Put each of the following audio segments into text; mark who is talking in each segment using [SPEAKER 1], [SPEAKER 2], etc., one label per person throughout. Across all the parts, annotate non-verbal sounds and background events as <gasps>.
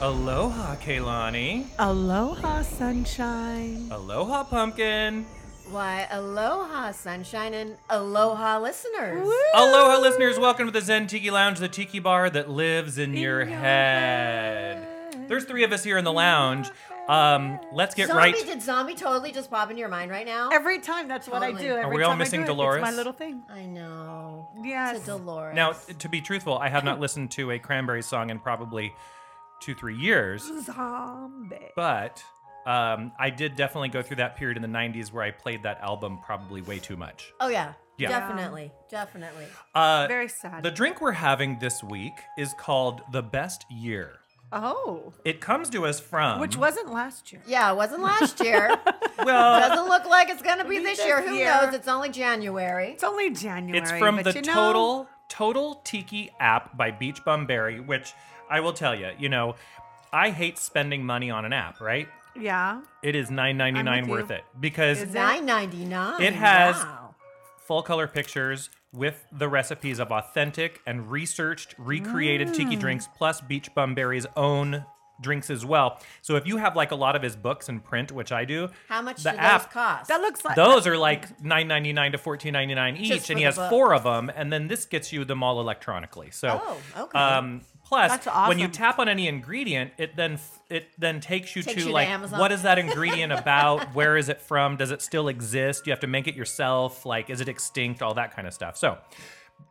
[SPEAKER 1] Aloha, Kaylani.
[SPEAKER 2] Aloha, sunshine.
[SPEAKER 1] Aloha, pumpkin.
[SPEAKER 3] Why, aloha, sunshine, and aloha, listeners.
[SPEAKER 1] Aloha, listeners. Welcome to the Zen Tiki Lounge, the tiki bar that lives in, your, head. There's three of us here in the lounge. Um, let's get
[SPEAKER 3] zombie,
[SPEAKER 1] right.
[SPEAKER 3] did zombie totally just pop into your mind right now?
[SPEAKER 2] Every time, that's what I
[SPEAKER 3] Totally.
[SPEAKER 2] do.
[SPEAKER 3] Are
[SPEAKER 2] Every
[SPEAKER 1] we all
[SPEAKER 2] time I do
[SPEAKER 1] missing
[SPEAKER 2] it,
[SPEAKER 1] Dolores?
[SPEAKER 2] It's my little thing.
[SPEAKER 3] I know.
[SPEAKER 2] Yes.
[SPEAKER 3] It's a Dolores.
[SPEAKER 1] now, to be truthful, I have not <laughs> listened to a Cranberry song in probably two, three years.
[SPEAKER 2] Zombie.
[SPEAKER 1] But um, I did definitely go through that period in the 90s where I played that album probably way too much.
[SPEAKER 3] oh, yeah.
[SPEAKER 1] Yeah.
[SPEAKER 3] Definitely. Definitely.
[SPEAKER 1] Uh,
[SPEAKER 2] Very sad.
[SPEAKER 1] the drink we're having this week is called the Best Year.
[SPEAKER 2] oh,
[SPEAKER 1] It comes to us from
[SPEAKER 2] which wasn't last year.
[SPEAKER 3] Yeah, it
[SPEAKER 2] <laughs>
[SPEAKER 3] wasn't last year.
[SPEAKER 1] well,
[SPEAKER 3] Doesn't look like it's going to
[SPEAKER 2] Be
[SPEAKER 3] be this
[SPEAKER 2] this
[SPEAKER 3] year. Who
[SPEAKER 2] year.
[SPEAKER 3] knows? It's only January.
[SPEAKER 2] It's only January.
[SPEAKER 1] It's from
[SPEAKER 2] but
[SPEAKER 1] the
[SPEAKER 2] you know,
[SPEAKER 1] Total Total Tiki app by Beach Bum Berry, which I will tell you, you know, I hate spending money on an app, right?
[SPEAKER 2] Yeah.
[SPEAKER 1] It is nine ninety nine
[SPEAKER 2] I'm with
[SPEAKER 1] worth
[SPEAKER 2] you.
[SPEAKER 1] it because
[SPEAKER 2] Is it-
[SPEAKER 3] Nine ninety nine.
[SPEAKER 1] It has-
[SPEAKER 3] Wow.
[SPEAKER 1] full color pictures with the recipes of authentic and researched, recreated
[SPEAKER 2] Mm.
[SPEAKER 1] tiki drinks, plus Beach Bum Berry's own drinks as well. So if you have like a lot of his books in print, which I do,
[SPEAKER 3] How much
[SPEAKER 1] the
[SPEAKER 3] do
[SPEAKER 1] app-
[SPEAKER 3] those cost?
[SPEAKER 2] That looks like
[SPEAKER 1] Those are like nine ninety nine to fourteen ninety nine each,
[SPEAKER 3] Just
[SPEAKER 1] and he
[SPEAKER 3] for the
[SPEAKER 1] has
[SPEAKER 3] book.
[SPEAKER 1] four of them. And then this gets you them all electronically. So,
[SPEAKER 3] Oh, okay.
[SPEAKER 1] um, plus,
[SPEAKER 2] That's
[SPEAKER 1] when you
[SPEAKER 2] awesome.
[SPEAKER 1] tap on any ingredient, it then f- it then takes you
[SPEAKER 3] Takes
[SPEAKER 1] to
[SPEAKER 3] you to
[SPEAKER 1] like
[SPEAKER 3] Amazon.
[SPEAKER 1] what
[SPEAKER 3] <laughs>
[SPEAKER 1] is that ingredient about? Where is it from? Does it still exist? You have to make it yourself. Like, is it extinct? All that kind of stuff. So,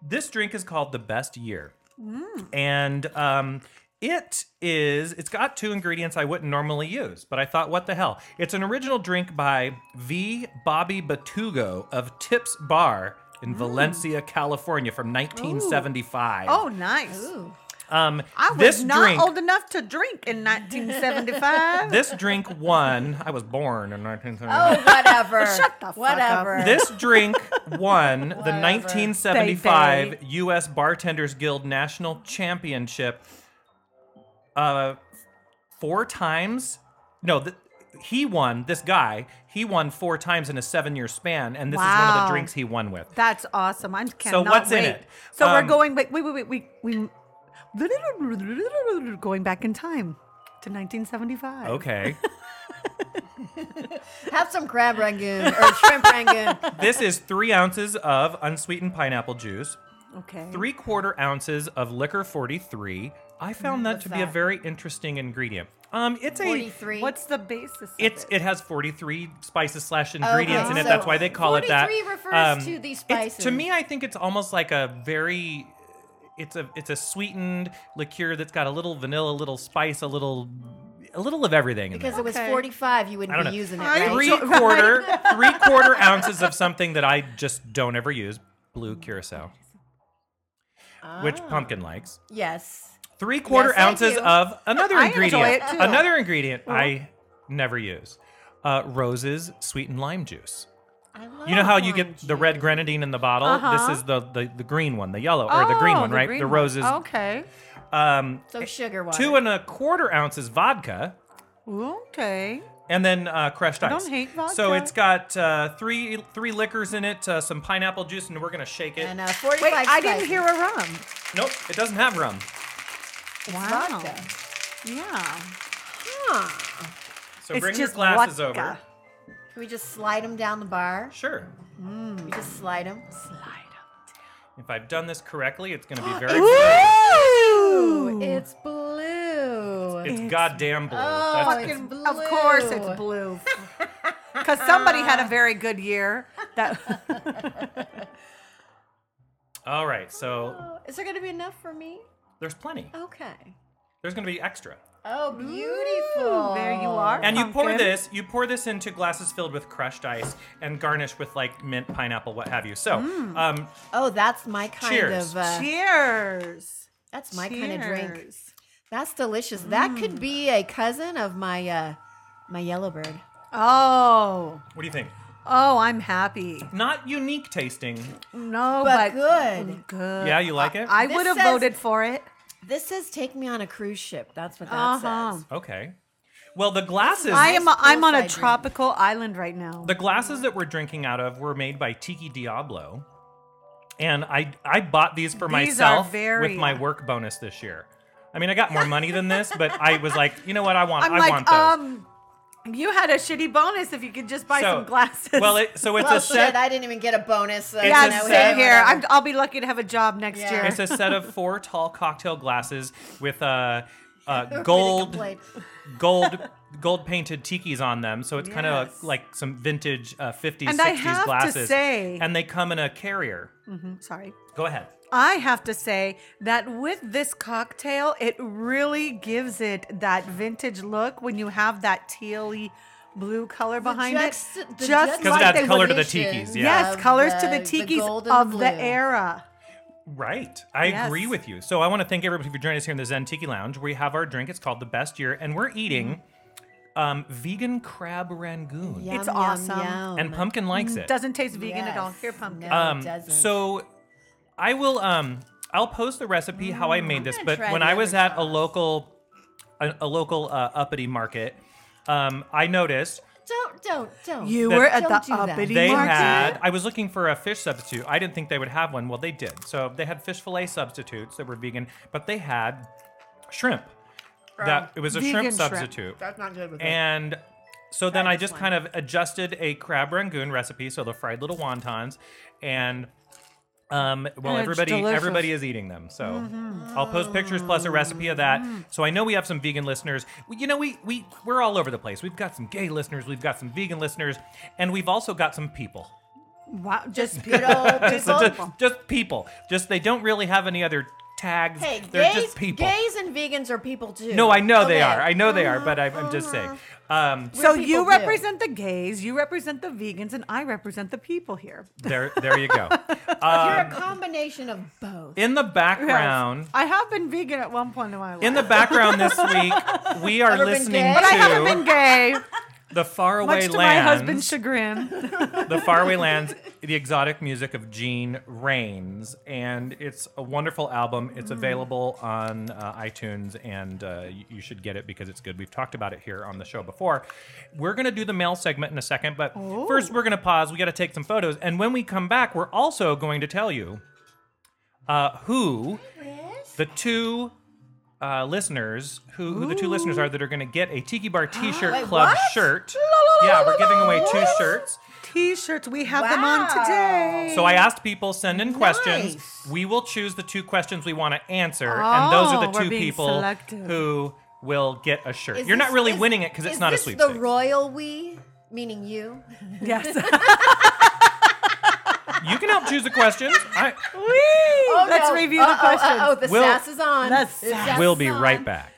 [SPEAKER 1] this drink is called the Best Year, and um, it is. It's got two ingredients I wouldn't normally use, but I thought, what the hell? It's an original drink by V. Bobby Batugo of Tips Bar
[SPEAKER 2] Mm.
[SPEAKER 1] in Valencia, California, from 1975.
[SPEAKER 2] Oh, nice.
[SPEAKER 1] <laughs>
[SPEAKER 3] Ooh.
[SPEAKER 1] um,
[SPEAKER 2] I was
[SPEAKER 1] this
[SPEAKER 2] not
[SPEAKER 1] drink.
[SPEAKER 2] old enough to drink
[SPEAKER 1] <laughs>
[SPEAKER 2] in 1975.
[SPEAKER 1] this drink won. I was born in 1975.
[SPEAKER 3] Oh, whatever.
[SPEAKER 2] <laughs> Shut the fuck up.
[SPEAKER 3] Whatever.
[SPEAKER 1] This
[SPEAKER 3] <laughs>
[SPEAKER 1] drink won the
[SPEAKER 3] Whatever.
[SPEAKER 1] 1975 U.S. Bartenders Guild National Championship uh, four times. No, th- he won, this guy, he won four times in a seven year span, and this is one of
[SPEAKER 2] Wow.
[SPEAKER 1] the drinks he won with.
[SPEAKER 2] That's awesome. I cannot
[SPEAKER 1] what's in
[SPEAKER 2] wait.
[SPEAKER 1] it?
[SPEAKER 2] So
[SPEAKER 1] Um,
[SPEAKER 2] we're going back. Wait, wait, wait, we <laughs> we going back in time to 1975.
[SPEAKER 1] Okay.
[SPEAKER 3] Have some crab rangoon or shrimp
[SPEAKER 2] <laughs>
[SPEAKER 3] rangoon.
[SPEAKER 1] this is three ounces of unsweetened pineapple juice,
[SPEAKER 2] Okay.
[SPEAKER 1] three quarter ounces of liquor 43. I found that
[SPEAKER 3] Mm, what's
[SPEAKER 1] to be a
[SPEAKER 3] that?
[SPEAKER 1] very interesting ingredient. Um, it's a
[SPEAKER 3] Forty three.
[SPEAKER 2] What's the basis? Of
[SPEAKER 1] It's
[SPEAKER 2] it?
[SPEAKER 1] it has 43 spices slash ingredients in it.
[SPEAKER 3] so
[SPEAKER 1] That's why they call it that. Um,
[SPEAKER 3] 43 refers to the
[SPEAKER 1] it's-
[SPEAKER 3] spices.
[SPEAKER 1] to me, I think it's almost like a very it's a it's a sweetened liqueur that's got a little vanilla, a little spice, a little a little of everything in
[SPEAKER 3] Because
[SPEAKER 1] there.
[SPEAKER 3] it was
[SPEAKER 2] Okay.
[SPEAKER 3] 45, you
[SPEAKER 1] I
[SPEAKER 3] wouldn't
[SPEAKER 1] don't
[SPEAKER 3] be
[SPEAKER 1] know.
[SPEAKER 3] using it,
[SPEAKER 2] I
[SPEAKER 3] <laughs> right?
[SPEAKER 1] Three
[SPEAKER 2] So- right.
[SPEAKER 1] quarter three quarter ounces of something that I just don't ever use, blue curacao, which
[SPEAKER 3] Ah.
[SPEAKER 1] pumpkin likes.
[SPEAKER 3] Yes.
[SPEAKER 1] Three quarter
[SPEAKER 3] Yes, I
[SPEAKER 1] ounces
[SPEAKER 3] do.
[SPEAKER 1] of another
[SPEAKER 2] I enjoy
[SPEAKER 1] ingredient.
[SPEAKER 2] it, too.
[SPEAKER 1] Another ingredient I never use. Uh, roses sweetened lime juice.
[SPEAKER 3] I love
[SPEAKER 1] You know how you
[SPEAKER 3] lime
[SPEAKER 1] get the
[SPEAKER 3] juice.
[SPEAKER 1] red grenadine in the bottle?
[SPEAKER 2] Oh, Uh-huh.
[SPEAKER 1] This is the, the, the green one, the yellow, or the green
[SPEAKER 2] Oh,
[SPEAKER 1] one, right?
[SPEAKER 2] green
[SPEAKER 1] the roses.
[SPEAKER 2] Okay.
[SPEAKER 1] Um,
[SPEAKER 3] So sugar water.
[SPEAKER 1] two and a quarter ounces vodka,
[SPEAKER 2] Okay.
[SPEAKER 1] and then uh, crushed
[SPEAKER 2] don't
[SPEAKER 1] ice.
[SPEAKER 2] hate
[SPEAKER 1] So
[SPEAKER 2] vodka.
[SPEAKER 1] it's got uh, three three liquors in it, uh, some pineapple juice, and we're going to shake it.
[SPEAKER 3] and uh, 45
[SPEAKER 2] Wait, I
[SPEAKER 3] spices.
[SPEAKER 2] didn't hear a rum.
[SPEAKER 1] nope, it doesn't have rum.
[SPEAKER 2] wow.
[SPEAKER 3] vodka.
[SPEAKER 2] Yeah.
[SPEAKER 3] Huh.
[SPEAKER 1] So
[SPEAKER 2] It's
[SPEAKER 1] bring
[SPEAKER 2] just
[SPEAKER 1] your glasses
[SPEAKER 2] vodka.
[SPEAKER 1] over.
[SPEAKER 3] Can we just slide them down the bar?
[SPEAKER 1] Sure.
[SPEAKER 3] Can we just slide them?
[SPEAKER 1] If I've done this correctly, it's
[SPEAKER 2] <gasps>
[SPEAKER 1] going to be very.
[SPEAKER 2] Ooh.
[SPEAKER 3] It's blue.
[SPEAKER 1] it's, goddamn blue.
[SPEAKER 3] Oh,
[SPEAKER 1] That's-
[SPEAKER 3] it's
[SPEAKER 2] Fucking- Of course, it's blue.
[SPEAKER 3] blue.
[SPEAKER 2] Because somebody had a very good year. That
[SPEAKER 1] all right, so
[SPEAKER 3] Oh, Is there going to be enough for me?
[SPEAKER 1] there's plenty.
[SPEAKER 3] Okay.
[SPEAKER 1] There's going to be extra.
[SPEAKER 3] Oh, beautiful.
[SPEAKER 2] Ooh, there you are.
[SPEAKER 1] And you pour
[SPEAKER 2] Pumpkin.
[SPEAKER 1] this, you pour this into glasses filled with crushed ice and garnish with like mint, pineapple, what have you. So,
[SPEAKER 2] Mm.
[SPEAKER 1] um,
[SPEAKER 3] Oh, that's my kind
[SPEAKER 1] Cheers.
[SPEAKER 3] of. Uh,
[SPEAKER 2] cheers.
[SPEAKER 3] that's my kind of drink.
[SPEAKER 2] Cheers.
[SPEAKER 3] That's delicious. That could be a cousin of my uh, my yellow bird.
[SPEAKER 2] Oh,
[SPEAKER 1] what do you think?
[SPEAKER 2] oh, I'm happy.
[SPEAKER 1] Not unique tasting.
[SPEAKER 2] No, but,
[SPEAKER 3] But good.
[SPEAKER 2] Good.
[SPEAKER 1] Yeah, you like it?
[SPEAKER 2] Uh, I
[SPEAKER 3] This
[SPEAKER 2] would have
[SPEAKER 3] says-
[SPEAKER 2] voted for it.
[SPEAKER 3] This says take me on a cruise ship. That's what that
[SPEAKER 2] Uh-huh.
[SPEAKER 3] says.
[SPEAKER 1] Okay. Well, the glasses,
[SPEAKER 2] I am.
[SPEAKER 3] nice
[SPEAKER 2] I'm on a
[SPEAKER 3] poolside drink.
[SPEAKER 2] tropical island right now.
[SPEAKER 1] the glasses that we're drinking out of were made by Tiki Diablo, and I I bought these for
[SPEAKER 2] These are
[SPEAKER 1] myself
[SPEAKER 2] very-
[SPEAKER 1] with my work bonus this year. I mean, I got more money than this, but I was like, you know what? I want.
[SPEAKER 2] I'm
[SPEAKER 1] I want
[SPEAKER 2] like,
[SPEAKER 1] those.
[SPEAKER 2] um, you had a shitty bonus if you could just buy
[SPEAKER 1] So-
[SPEAKER 2] some glasses.
[SPEAKER 1] Well, it, so it's
[SPEAKER 3] well,
[SPEAKER 1] a set.
[SPEAKER 3] shit, I didn't even get a bonus. So
[SPEAKER 1] it's
[SPEAKER 2] yeah,
[SPEAKER 1] a
[SPEAKER 2] same
[SPEAKER 1] set.
[SPEAKER 2] here. I'm, I'll be lucky to have a job next
[SPEAKER 3] Yeah.
[SPEAKER 2] year.
[SPEAKER 1] It's a set of four tall cocktail glasses with uh,
[SPEAKER 2] <laughs>
[SPEAKER 1] uh, gold,
[SPEAKER 3] complain.
[SPEAKER 1] gold, gold painted tiki's on them. So it's kind of
[SPEAKER 2] Yes.
[SPEAKER 1] like some vintage uh, 50s,
[SPEAKER 2] And
[SPEAKER 1] 60s
[SPEAKER 2] I have to
[SPEAKER 1] glasses.
[SPEAKER 2] say-
[SPEAKER 1] and they come in a carrier.
[SPEAKER 2] Mhm, Sorry.
[SPEAKER 1] Go ahead.
[SPEAKER 2] I have to say that with this cocktail, it really gives it that vintage look when you have that tealy blue color behind
[SPEAKER 3] juxta-
[SPEAKER 2] it.
[SPEAKER 3] the
[SPEAKER 2] Just
[SPEAKER 1] Because it
[SPEAKER 2] like
[SPEAKER 1] adds
[SPEAKER 2] they
[SPEAKER 1] color
[SPEAKER 2] would,
[SPEAKER 1] to the
[SPEAKER 3] juxtaposition
[SPEAKER 1] tikis, yeah.
[SPEAKER 2] yes,
[SPEAKER 3] of
[SPEAKER 2] colors to the
[SPEAKER 3] the- the
[SPEAKER 2] tikis
[SPEAKER 3] gold and
[SPEAKER 2] of
[SPEAKER 3] blue.
[SPEAKER 2] the era.
[SPEAKER 1] Right. I
[SPEAKER 2] Yes.
[SPEAKER 1] agree with you. So I want to thank everybody for joining us here in the Zen Tiki Lounge. We have our drink. It's called the Best Year, and we're eating
[SPEAKER 2] Mm-hmm.
[SPEAKER 1] um, vegan crab rangoon.
[SPEAKER 3] Yum,
[SPEAKER 2] It's
[SPEAKER 3] yum,
[SPEAKER 2] awesome.
[SPEAKER 3] yum.
[SPEAKER 1] And pumpkin likes it.
[SPEAKER 2] Doesn't taste vegan at all.
[SPEAKER 3] Yes.
[SPEAKER 2] Here, pumpkin.
[SPEAKER 3] No, it
[SPEAKER 1] Um,
[SPEAKER 3] doesn't.
[SPEAKER 1] So I will um I'll post the recipe how I made this,
[SPEAKER 3] gonna
[SPEAKER 1] but
[SPEAKER 3] try
[SPEAKER 1] when
[SPEAKER 3] the
[SPEAKER 1] I was
[SPEAKER 3] other
[SPEAKER 1] at a local a, a local uh, uppity market, um I noticed
[SPEAKER 3] don't, don't, don't.
[SPEAKER 2] You
[SPEAKER 1] That-
[SPEAKER 2] were at
[SPEAKER 3] Don't
[SPEAKER 2] the
[SPEAKER 3] do that.
[SPEAKER 2] uppity
[SPEAKER 1] they
[SPEAKER 2] market.
[SPEAKER 1] had I was looking for a fish substitute. I didn't think they would have one. Well, they did. So they had fish fillet substitutes that were vegan, but they had shrimp. That it was a
[SPEAKER 2] Vegan
[SPEAKER 1] shrimp
[SPEAKER 2] shrimp.
[SPEAKER 1] substitute.
[SPEAKER 3] That's not good with
[SPEAKER 1] And so then
[SPEAKER 3] Try
[SPEAKER 1] I
[SPEAKER 3] this
[SPEAKER 1] just
[SPEAKER 3] one.
[SPEAKER 1] kind of adjusted a crab rangoon recipe, so the fried little wontons, and um, well,
[SPEAKER 2] It's
[SPEAKER 1] everybody
[SPEAKER 2] delicious.
[SPEAKER 1] everybody is eating them. So
[SPEAKER 3] Mm-hmm.
[SPEAKER 1] I'll post pictures plus a recipe of that. So I know we have some vegan listeners. We, you know, we we we're all over the place. We've got some gay listeners, we've got some vegan listeners, and we've also got some people.
[SPEAKER 2] Wow, <laughs> just
[SPEAKER 3] Good old
[SPEAKER 1] So
[SPEAKER 3] people.
[SPEAKER 1] just, just people. Just they don't really have any other tags.
[SPEAKER 3] Hey,
[SPEAKER 1] They're
[SPEAKER 3] gays,
[SPEAKER 1] just people.
[SPEAKER 3] gays and vegans are people too.
[SPEAKER 1] No, I know they
[SPEAKER 3] Okay. Uh-huh.
[SPEAKER 1] are. I know they are, but I, I'm just saying. Um,
[SPEAKER 2] so
[SPEAKER 3] people
[SPEAKER 2] you
[SPEAKER 3] do.
[SPEAKER 2] represent the gays, you represent the vegans, and I represent the people here.
[SPEAKER 1] there, there you
[SPEAKER 3] <laughs>
[SPEAKER 1] go.
[SPEAKER 3] You're a
[SPEAKER 1] um,
[SPEAKER 3] combination of both.
[SPEAKER 1] In the
[SPEAKER 2] Yes.
[SPEAKER 1] background,
[SPEAKER 2] I have been vegan at one point in my life.
[SPEAKER 1] in the background this week, we are
[SPEAKER 3] Ever been
[SPEAKER 1] listening
[SPEAKER 3] gay?
[SPEAKER 2] but I haven't
[SPEAKER 1] to
[SPEAKER 2] been gay,
[SPEAKER 1] the
[SPEAKER 2] <laughs> much
[SPEAKER 1] faraway
[SPEAKER 2] to my husband's
[SPEAKER 1] lands,
[SPEAKER 2] chagrin.
[SPEAKER 3] <laughs>
[SPEAKER 1] the faraway lands, the exotic music of Gene Rains, and it's a wonderful album.
[SPEAKER 2] Mm.
[SPEAKER 1] It's available on uh, iTunes, and uh, you, you should get it because it's good. We've talked about it here on the show before. We're gonna do the mail segment in a second, but first we're gonna pause. We got to take some photos, and when we come back, we're also going to tell you uh, who the two uh, listeners who, who the two listeners are that are going to get a Tiki
[SPEAKER 2] <gasps>
[SPEAKER 1] Bar T-shirt
[SPEAKER 3] Wait,
[SPEAKER 1] club
[SPEAKER 3] what?
[SPEAKER 1] shirt.
[SPEAKER 2] la, la,
[SPEAKER 1] yeah,
[SPEAKER 2] la,
[SPEAKER 1] we're giving
[SPEAKER 2] la,
[SPEAKER 1] away two
[SPEAKER 2] what?
[SPEAKER 1] shirts.
[SPEAKER 2] T-shirts, we have them on
[SPEAKER 3] Wow.
[SPEAKER 2] today.
[SPEAKER 1] So I asked people send in questions.
[SPEAKER 3] Nice.
[SPEAKER 1] We will choose the two questions we want to answer, and those are
[SPEAKER 2] Oh,
[SPEAKER 1] the
[SPEAKER 2] we're
[SPEAKER 1] two
[SPEAKER 2] being
[SPEAKER 1] people
[SPEAKER 2] selective.
[SPEAKER 1] who will get a shirt.
[SPEAKER 3] Is
[SPEAKER 1] You're not
[SPEAKER 3] this-
[SPEAKER 1] really
[SPEAKER 3] is-
[SPEAKER 1] winning it because it's
[SPEAKER 3] is
[SPEAKER 1] not a
[SPEAKER 3] this
[SPEAKER 1] sweepstakes.
[SPEAKER 3] The royal we, meaning you. <laughs>
[SPEAKER 2] yes,
[SPEAKER 3] Oh,
[SPEAKER 1] you can help choose the questions. I,
[SPEAKER 2] Wee! <laughs> let's
[SPEAKER 3] no.
[SPEAKER 2] review the
[SPEAKER 3] Oh, oh,
[SPEAKER 2] questions.
[SPEAKER 3] Oh, oh, the
[SPEAKER 1] We'll-
[SPEAKER 3] sass is on.
[SPEAKER 2] The
[SPEAKER 3] The
[SPEAKER 2] sass.
[SPEAKER 3] sass
[SPEAKER 1] we'll
[SPEAKER 3] is
[SPEAKER 1] be
[SPEAKER 3] on.
[SPEAKER 1] right back.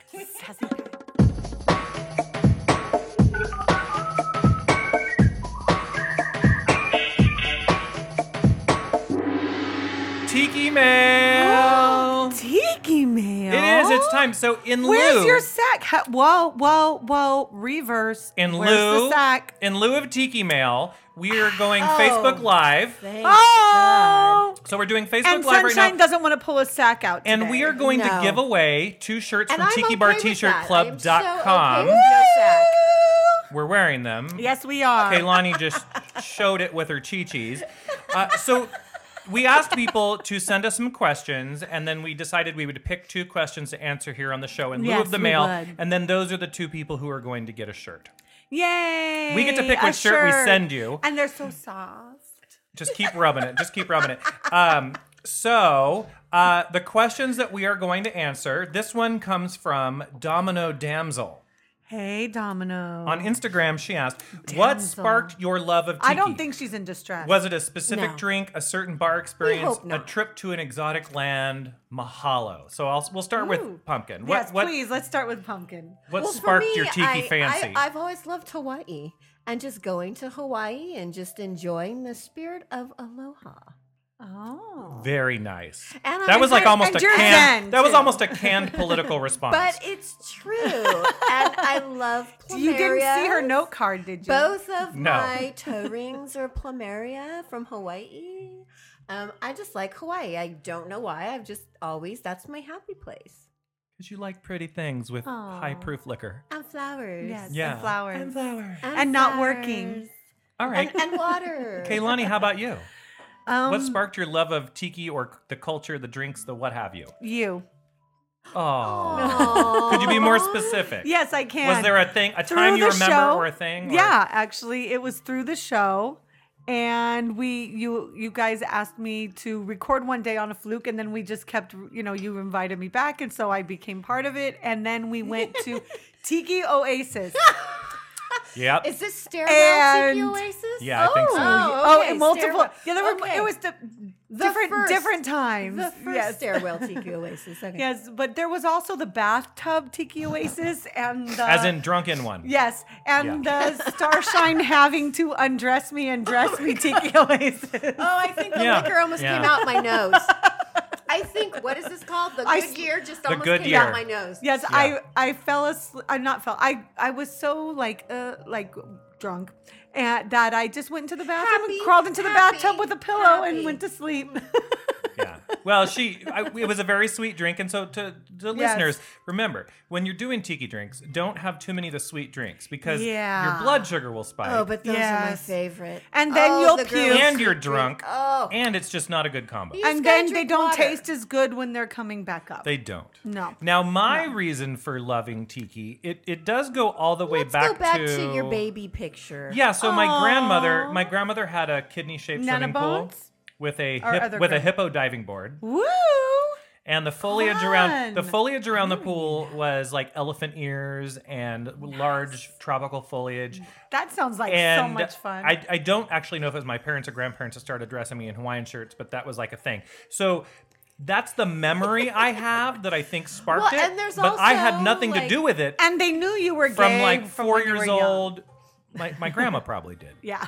[SPEAKER 1] Tiki
[SPEAKER 3] Oh,
[SPEAKER 1] mail.
[SPEAKER 2] Tiki mail.
[SPEAKER 1] It is. It's time. So in
[SPEAKER 2] Where's
[SPEAKER 1] lieu,
[SPEAKER 2] your sack? Ha- whoa, whoa, whoa! Reverse.
[SPEAKER 1] in
[SPEAKER 2] Where's
[SPEAKER 1] lieu,
[SPEAKER 2] the sack?
[SPEAKER 1] in lieu of Tiki mail, we are going
[SPEAKER 3] Oh.
[SPEAKER 1] Facebook Live.
[SPEAKER 3] Thank
[SPEAKER 2] Oh,
[SPEAKER 1] So we're doing Facebook
[SPEAKER 2] and
[SPEAKER 1] Live
[SPEAKER 2] Sunshine
[SPEAKER 1] right now,
[SPEAKER 2] doesn't want to pull his sack out.
[SPEAKER 1] and
[SPEAKER 2] today.
[SPEAKER 1] we are going to
[SPEAKER 3] No.
[SPEAKER 1] give away two shirts
[SPEAKER 3] God. And
[SPEAKER 1] from
[SPEAKER 3] I'm
[SPEAKER 1] Tiki
[SPEAKER 3] okay
[SPEAKER 1] Bar
[SPEAKER 3] with
[SPEAKER 1] T-shirt
[SPEAKER 3] that. I am
[SPEAKER 1] Club dot
[SPEAKER 3] so
[SPEAKER 1] com.
[SPEAKER 3] Okay with no sack.
[SPEAKER 1] We're wearing them.
[SPEAKER 2] Yes, we are.
[SPEAKER 1] Kaylani just showed it with her chi-chis. Uh, so we asked people to send us some questions, and then we decided we would pick two questions to answer here on the show in lieu
[SPEAKER 2] Yes,
[SPEAKER 1] of the
[SPEAKER 2] we
[SPEAKER 1] mail.
[SPEAKER 2] would.
[SPEAKER 1] And then those are the two people who are going to get a shirt.
[SPEAKER 2] Yay!
[SPEAKER 1] We get to pick
[SPEAKER 2] a
[SPEAKER 1] which shirt we send you.
[SPEAKER 2] and they're so soft.
[SPEAKER 1] Just keep rubbing it. Just keep rubbing it. Um, so uh, the questions that we are going to answer. This one comes from Domino Damsel.
[SPEAKER 2] Hey, Domino.
[SPEAKER 1] On Instagram, she asked, "What
[SPEAKER 2] Damsel.
[SPEAKER 1] sparked your love of tiki?"
[SPEAKER 2] I don't think she's in distress.
[SPEAKER 1] Was it a specific
[SPEAKER 3] No.
[SPEAKER 1] drink, a certain bar experience,
[SPEAKER 3] hope
[SPEAKER 1] a
[SPEAKER 3] not.
[SPEAKER 1] trip to an exotic land? Mahalo. So I'll, we'll start
[SPEAKER 2] Ooh.
[SPEAKER 1] with pumpkin. What
[SPEAKER 2] yes,
[SPEAKER 1] what
[SPEAKER 2] please. Let's start with pumpkin.
[SPEAKER 1] what
[SPEAKER 3] Well, for
[SPEAKER 1] sparked
[SPEAKER 3] me,
[SPEAKER 1] your tiki
[SPEAKER 3] I,
[SPEAKER 1] fancy?
[SPEAKER 3] I, have always loved Hawaii and just going to Hawaii and just enjoying the spirit of aloha.
[SPEAKER 2] Oh.
[SPEAKER 1] Very nice.
[SPEAKER 3] And
[SPEAKER 1] that
[SPEAKER 3] I'm
[SPEAKER 1] was like
[SPEAKER 3] very-
[SPEAKER 1] almost
[SPEAKER 2] and
[SPEAKER 1] a <laughs>
[SPEAKER 2] you're
[SPEAKER 1] canned.
[SPEAKER 2] zen,
[SPEAKER 1] That was
[SPEAKER 2] too.
[SPEAKER 1] almost a canned
[SPEAKER 3] <laughs>
[SPEAKER 1] political response.
[SPEAKER 3] But it's true, and I love.
[SPEAKER 2] <laughs>
[SPEAKER 3] Plumerias.
[SPEAKER 2] You didn't see her note card, did you?
[SPEAKER 3] Both of
[SPEAKER 1] No. <laughs>
[SPEAKER 3] my toe rings are plumeria from Hawaii. Um, I just like Hawaii. I don't know why. I've just always that's my happy place.
[SPEAKER 1] Because you like pretty things with
[SPEAKER 2] Aw.
[SPEAKER 1] high proof liquor.
[SPEAKER 3] And flowers.
[SPEAKER 2] Yes.
[SPEAKER 1] Yeah.
[SPEAKER 2] And flowers.
[SPEAKER 1] And
[SPEAKER 2] <laughs>
[SPEAKER 1] flowers.
[SPEAKER 2] And not working.
[SPEAKER 3] flowers.
[SPEAKER 1] All right.
[SPEAKER 3] And,
[SPEAKER 1] <laughs>
[SPEAKER 3] and water.
[SPEAKER 1] Kaylani, how about you?
[SPEAKER 2] Um,
[SPEAKER 1] what sparked your love of tiki or c- the culture, the drinks, the what have you?
[SPEAKER 2] you?
[SPEAKER 1] Oh.
[SPEAKER 3] Aw.
[SPEAKER 1] Could you be more specific?
[SPEAKER 2] Yes, I can.
[SPEAKER 1] Was there a thing, a
[SPEAKER 2] Through
[SPEAKER 1] time you
[SPEAKER 2] the
[SPEAKER 1] remember
[SPEAKER 2] show-
[SPEAKER 1] or a thing? or-
[SPEAKER 2] Yeah, actually, it was through the show, and we you you guys asked me to record one day on a fluke, and then we just kept you know you invited me back, and so I became part of it, and then we went
[SPEAKER 1] <laughs>
[SPEAKER 2] to Tiki Oasis.
[SPEAKER 1] Oh, Yep.
[SPEAKER 3] Is this stairwell
[SPEAKER 2] And-
[SPEAKER 3] Tiki Oasis?
[SPEAKER 1] Yeah, I think so.
[SPEAKER 2] Oh, and multiple.
[SPEAKER 3] stairwell.
[SPEAKER 2] Yeah, there were.
[SPEAKER 3] Okay.
[SPEAKER 2] It was the,
[SPEAKER 3] The
[SPEAKER 2] different
[SPEAKER 3] first-
[SPEAKER 2] different times.
[SPEAKER 3] the first
[SPEAKER 2] yes. <laughs>
[SPEAKER 3] stairwell Tiki Oasis. Okay.
[SPEAKER 2] Yes, but there was also the bathtub Tiki Oasis and the
[SPEAKER 1] As in drunken one.
[SPEAKER 2] Yes,
[SPEAKER 1] <laughs>
[SPEAKER 2] and the starshine having to undress me and dress
[SPEAKER 1] Oh
[SPEAKER 2] me Tiki Oasis.
[SPEAKER 3] Oh, I think the
[SPEAKER 1] Yeah.
[SPEAKER 3] liquor almost
[SPEAKER 1] Yeah.
[SPEAKER 3] came out
[SPEAKER 1] <laughs>
[SPEAKER 3] my nose. I think what is this called? The
[SPEAKER 2] I
[SPEAKER 3] good
[SPEAKER 2] s-
[SPEAKER 3] year just almost
[SPEAKER 1] good
[SPEAKER 3] came
[SPEAKER 1] year.
[SPEAKER 3] out my nose.
[SPEAKER 2] Yes,
[SPEAKER 1] Yeah.
[SPEAKER 2] I I fell asleep. I not fell. I I was so like uh like drunk, and that I just went into the bathroom
[SPEAKER 3] Happy,
[SPEAKER 2] and crawled into the
[SPEAKER 3] happy,
[SPEAKER 2] bathtub with a pillow
[SPEAKER 3] happy.
[SPEAKER 2] and went to sleep.
[SPEAKER 1] yeah. Well, she I, it was a very sweet drink, and so to the
[SPEAKER 2] Yes.
[SPEAKER 1] listeners, remember when you're doing tiki drinks, don't have too many of the sweet drinks because
[SPEAKER 2] Yeah.
[SPEAKER 1] your blood sugar will spike,
[SPEAKER 3] Oh, but those are my
[SPEAKER 2] Yes.
[SPEAKER 3] favorite.
[SPEAKER 2] And then
[SPEAKER 3] Oh,
[SPEAKER 2] you'll
[SPEAKER 3] the girls
[SPEAKER 2] puke.
[SPEAKER 1] and
[SPEAKER 3] who
[SPEAKER 1] you're
[SPEAKER 3] drink-
[SPEAKER 1] drunk,
[SPEAKER 3] Oh,
[SPEAKER 1] and it's just not a good combo.
[SPEAKER 3] You
[SPEAKER 2] <laughs>
[SPEAKER 3] just
[SPEAKER 2] and
[SPEAKER 3] gotta
[SPEAKER 2] then they
[SPEAKER 3] drink
[SPEAKER 2] don't
[SPEAKER 3] water.
[SPEAKER 2] taste as good when they're coming back up.
[SPEAKER 1] They don't.
[SPEAKER 2] No.
[SPEAKER 1] Now, my reason for loving tiki, it, it does go all the way
[SPEAKER 3] Let's
[SPEAKER 1] back
[SPEAKER 3] go back to... your baby picture.
[SPEAKER 1] Yeah, so my grandmother, my grandmother had a kidney-shaped
[SPEAKER 2] Nana
[SPEAKER 1] swimming pool
[SPEAKER 2] bones?
[SPEAKER 1] with a
[SPEAKER 2] Or
[SPEAKER 1] hip,
[SPEAKER 2] other
[SPEAKER 1] with a
[SPEAKER 2] grand-
[SPEAKER 1] hippo diving board,
[SPEAKER 2] Woo!
[SPEAKER 1] and the foliage around the
[SPEAKER 2] Fun.
[SPEAKER 1] foliage around the pool was like elephant ears and large tropical foliage.
[SPEAKER 2] That sounds like
[SPEAKER 1] and
[SPEAKER 2] so much fun.
[SPEAKER 1] I, I don't actually know if it was my parents or grandparents that started dressing me in Hawaiian shirts, but that was like a thing. So that's the memory I have that I
[SPEAKER 2] <laughs>
[SPEAKER 1] think sparked
[SPEAKER 3] Well,
[SPEAKER 1] it.
[SPEAKER 3] and there's
[SPEAKER 1] but I had
[SPEAKER 3] also,
[SPEAKER 1] nothing to
[SPEAKER 3] like-
[SPEAKER 1] do with it
[SPEAKER 2] and they knew you were
[SPEAKER 1] from
[SPEAKER 2] gay
[SPEAKER 1] like four
[SPEAKER 2] when you were
[SPEAKER 1] years
[SPEAKER 2] young.
[SPEAKER 1] old. My, my
[SPEAKER 2] <laughs>
[SPEAKER 1] grandma probably did.
[SPEAKER 2] Yeah.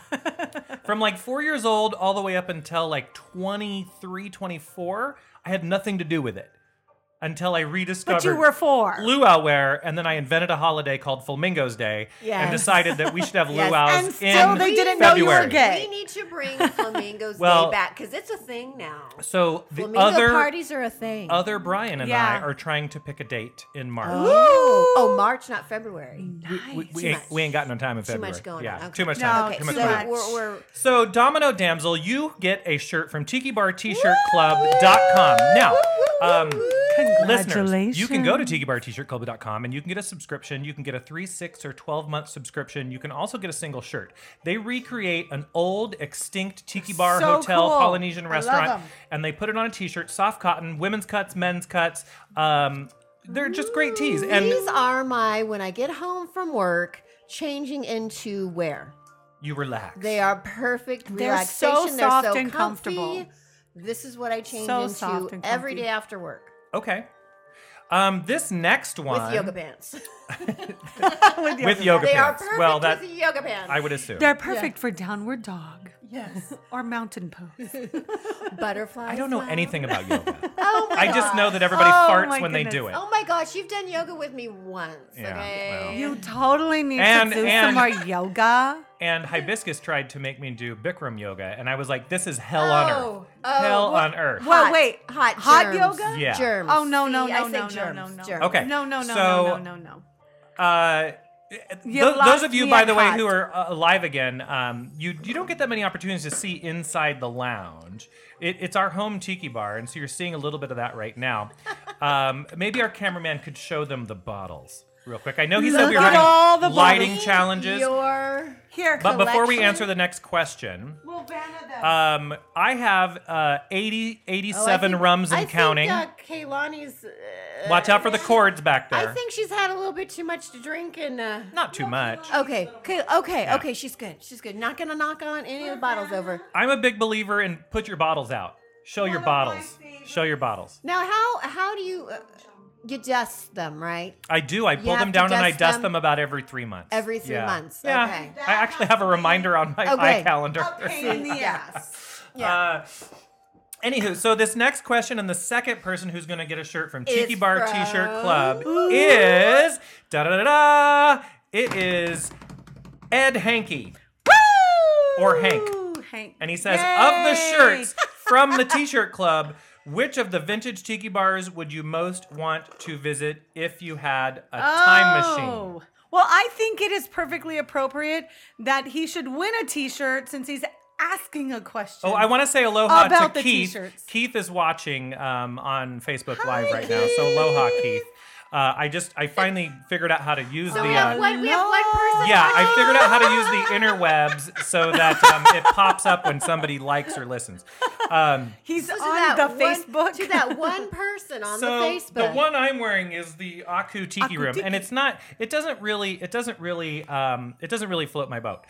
[SPEAKER 1] From like four years old all the way up until like 23, 24, I had nothing to do with it until I rediscovered
[SPEAKER 2] but you were four.
[SPEAKER 1] luau wear, and then I invented a holiday called Flamingos Day and
[SPEAKER 3] Yes.
[SPEAKER 1] decided that we should
[SPEAKER 3] <laughs>
[SPEAKER 1] have
[SPEAKER 3] Yes.
[SPEAKER 1] luau's
[SPEAKER 2] And still
[SPEAKER 1] in
[SPEAKER 2] they didn't know
[SPEAKER 1] February.
[SPEAKER 2] you were gay. Okay.
[SPEAKER 3] We need to
[SPEAKER 2] <laughs>
[SPEAKER 3] bring Flamingos
[SPEAKER 1] Well-
[SPEAKER 3] Day back because it's a thing now.
[SPEAKER 1] So the
[SPEAKER 3] Flamingo
[SPEAKER 1] other
[SPEAKER 3] parties are a thing.
[SPEAKER 1] other Brian and I
[SPEAKER 2] Yeah.
[SPEAKER 1] are trying to pick a date in March.
[SPEAKER 3] oh, oh, March, not February.
[SPEAKER 1] We, we,
[SPEAKER 3] Too
[SPEAKER 1] ain't,
[SPEAKER 3] much.
[SPEAKER 1] we ain't got no time in
[SPEAKER 3] Too
[SPEAKER 1] February.
[SPEAKER 3] much going
[SPEAKER 1] yeah,
[SPEAKER 3] on. Okay.
[SPEAKER 1] too much
[SPEAKER 2] No,
[SPEAKER 1] time.
[SPEAKER 3] Okay,
[SPEAKER 1] too
[SPEAKER 2] too
[SPEAKER 1] much
[SPEAKER 3] so
[SPEAKER 1] time.
[SPEAKER 2] much.
[SPEAKER 3] We're, we're
[SPEAKER 1] So Domino Damsel, you get a shirt from TikiBarTshirtClub.com. Now, um, listeners, you can go to TikiBarTshirtClub.com and you can get a subscription. You can get a three, six, or twelve month subscription. You can also get a single shirt. They recreate an old, extinct Tiki Bar
[SPEAKER 2] So
[SPEAKER 1] hotel
[SPEAKER 2] cool.
[SPEAKER 1] Polynesian
[SPEAKER 2] I love
[SPEAKER 1] restaurant,
[SPEAKER 2] 'em.
[SPEAKER 1] and they put it on a T-shirt, soft cotton, women's cuts, men's cuts. Um, they're just great tees. And
[SPEAKER 3] These are my when I get home from work, changing into wear.
[SPEAKER 1] you relax.
[SPEAKER 3] They are perfect
[SPEAKER 2] They're
[SPEAKER 3] relaxation.
[SPEAKER 2] so
[SPEAKER 3] They're
[SPEAKER 2] soft
[SPEAKER 3] so
[SPEAKER 2] and
[SPEAKER 3] comfy.
[SPEAKER 2] comfortable.
[SPEAKER 3] This is what I change
[SPEAKER 2] So soft
[SPEAKER 3] into
[SPEAKER 2] and
[SPEAKER 3] every
[SPEAKER 2] comfy.
[SPEAKER 3] day after work
[SPEAKER 1] okay. Um, this next one
[SPEAKER 3] with yoga pants.
[SPEAKER 2] with
[SPEAKER 1] with yoga
[SPEAKER 3] <laughs> they are
[SPEAKER 1] pants.
[SPEAKER 3] perfect
[SPEAKER 1] well, that
[SPEAKER 3] with yoga pants.
[SPEAKER 1] I would assume.
[SPEAKER 2] They're perfect for downward dog
[SPEAKER 1] <laughs>
[SPEAKER 3] yes,
[SPEAKER 2] or mountain pose.
[SPEAKER 3] <laughs> butterflies.
[SPEAKER 1] I don't know
[SPEAKER 3] now.
[SPEAKER 1] anything about yoga.
[SPEAKER 3] <laughs> Oh my
[SPEAKER 1] I just know that everybody
[SPEAKER 2] Oh
[SPEAKER 1] farts
[SPEAKER 2] my
[SPEAKER 1] when they do it.
[SPEAKER 2] goodness.
[SPEAKER 3] Oh my gosh, you've done yoga with me once.
[SPEAKER 1] Yeah,
[SPEAKER 3] okay.
[SPEAKER 2] You totally need
[SPEAKER 1] And-
[SPEAKER 2] to do
[SPEAKER 1] and-
[SPEAKER 2] some more yoga.
[SPEAKER 1] And hibiscus tried to make me do Bikram yoga, and I was like, "This is hell on earth.
[SPEAKER 3] Oh, oh,
[SPEAKER 1] hell
[SPEAKER 3] what-
[SPEAKER 1] on earth."
[SPEAKER 2] Well,
[SPEAKER 3] Hot-
[SPEAKER 2] wait,
[SPEAKER 3] hot
[SPEAKER 2] hot
[SPEAKER 3] germs.
[SPEAKER 2] yoga?
[SPEAKER 1] Yeah.
[SPEAKER 3] Germs.
[SPEAKER 2] Oh no no
[SPEAKER 3] See,
[SPEAKER 2] no
[SPEAKER 3] I say
[SPEAKER 2] no, no
[SPEAKER 3] germs,
[SPEAKER 2] no no
[SPEAKER 3] germs.
[SPEAKER 1] Okay.
[SPEAKER 2] no no no
[SPEAKER 1] so-
[SPEAKER 2] no no no no.
[SPEAKER 1] Uh, th-
[SPEAKER 2] You
[SPEAKER 1] those
[SPEAKER 2] lost
[SPEAKER 1] of you,
[SPEAKER 2] me
[SPEAKER 1] by
[SPEAKER 2] at
[SPEAKER 1] the way,
[SPEAKER 2] hot.
[SPEAKER 1] who are uh, alive again, um, you you don't get that many opportunities to see inside the lounge. It, it's our home tiki bar, and so you're seeing a little bit of that right
[SPEAKER 3] <laughs>
[SPEAKER 1] now. Um, maybe our cameraman could show them the bottles real quick. I know he said
[SPEAKER 2] Look
[SPEAKER 1] we were
[SPEAKER 2] at
[SPEAKER 1] having
[SPEAKER 2] all the
[SPEAKER 1] lighting
[SPEAKER 2] bottles.
[SPEAKER 1] challenges,
[SPEAKER 3] Your oh,
[SPEAKER 2] Here,
[SPEAKER 1] but before we
[SPEAKER 3] collection.
[SPEAKER 1] answer the next question,
[SPEAKER 2] we'll Vanna them.
[SPEAKER 1] um, I have uh, 80,
[SPEAKER 3] Oh, I
[SPEAKER 1] 87
[SPEAKER 3] think-
[SPEAKER 1] rums
[SPEAKER 3] I
[SPEAKER 1] and
[SPEAKER 3] think,
[SPEAKER 1] counting.
[SPEAKER 3] uh, Kaylani's. uh,
[SPEAKER 1] Watch out for the cords back there.
[SPEAKER 3] I think she's had a little bit too much to drink and. Uh,
[SPEAKER 1] Not too much.
[SPEAKER 3] okay, okay, okay, okay. She's good. She's good. Not gonna knock on any of the bottles
[SPEAKER 2] <laughs>
[SPEAKER 3] over.
[SPEAKER 1] I'm a big believer in put your bottles out. Show your
[SPEAKER 2] One of my
[SPEAKER 1] bottles.
[SPEAKER 2] favorites.
[SPEAKER 1] Show your bottles.
[SPEAKER 3] Now, how how do you uh, you dust them right
[SPEAKER 1] I do. I pull
[SPEAKER 3] have
[SPEAKER 1] them
[SPEAKER 3] to
[SPEAKER 1] down and I
[SPEAKER 3] dust
[SPEAKER 1] dust them,
[SPEAKER 3] them
[SPEAKER 1] about every three months.
[SPEAKER 3] every three
[SPEAKER 1] Yeah.
[SPEAKER 3] months?
[SPEAKER 1] Yeah.
[SPEAKER 3] Okay.
[SPEAKER 1] I actually have a reminder on my
[SPEAKER 3] Okay.
[SPEAKER 1] eye calendar.
[SPEAKER 2] A
[SPEAKER 1] <laughs>
[SPEAKER 2] pain in the ass.
[SPEAKER 3] Yes. Yeah.
[SPEAKER 1] Uh, anywho, so this next question and the second person who's going to get a shirt from Cheeky
[SPEAKER 3] Is
[SPEAKER 1] Bar
[SPEAKER 3] from-
[SPEAKER 1] T-Shirt Club is da da da da. It is Ed Hankey. Or Hank.
[SPEAKER 2] Ooh, Hank.
[SPEAKER 1] And he says,
[SPEAKER 2] Yay!
[SPEAKER 1] of the shirts from the T-shirt club, which of the vintage tiki bars would you most want to visit if you had a time machine?
[SPEAKER 2] Oh. Well, I think it is perfectly appropriate that he should win a T-shirt since he's asking a question.
[SPEAKER 1] Oh, I want to say aloha
[SPEAKER 2] About
[SPEAKER 1] to
[SPEAKER 2] the
[SPEAKER 1] Keith.
[SPEAKER 2] t-shirts.
[SPEAKER 1] Keith is watching um, on Facebook
[SPEAKER 2] Hi,
[SPEAKER 1] Live right now, so aloha,
[SPEAKER 2] Keith.
[SPEAKER 1] Keith. Uh, I just I finally figured out how to use
[SPEAKER 3] So
[SPEAKER 1] the.
[SPEAKER 3] we have
[SPEAKER 1] uh,
[SPEAKER 3] one. We have one person.
[SPEAKER 1] yeah, I figured out how to use the interwebs so that um, it pops up when somebody likes or listens. Um,
[SPEAKER 2] He's
[SPEAKER 3] So to
[SPEAKER 2] on the
[SPEAKER 3] that one-
[SPEAKER 2] Facebook. <laughs>
[SPEAKER 3] to that one person
[SPEAKER 1] <laughs>
[SPEAKER 3] on
[SPEAKER 1] so
[SPEAKER 3] the Facebook.
[SPEAKER 1] one I'm wearing is the Aku Tiki
[SPEAKER 2] Aku
[SPEAKER 1] Room,
[SPEAKER 2] Tiki.
[SPEAKER 1] and it's not. It doesn't really. It doesn't really. Um, it doesn't really float my boat.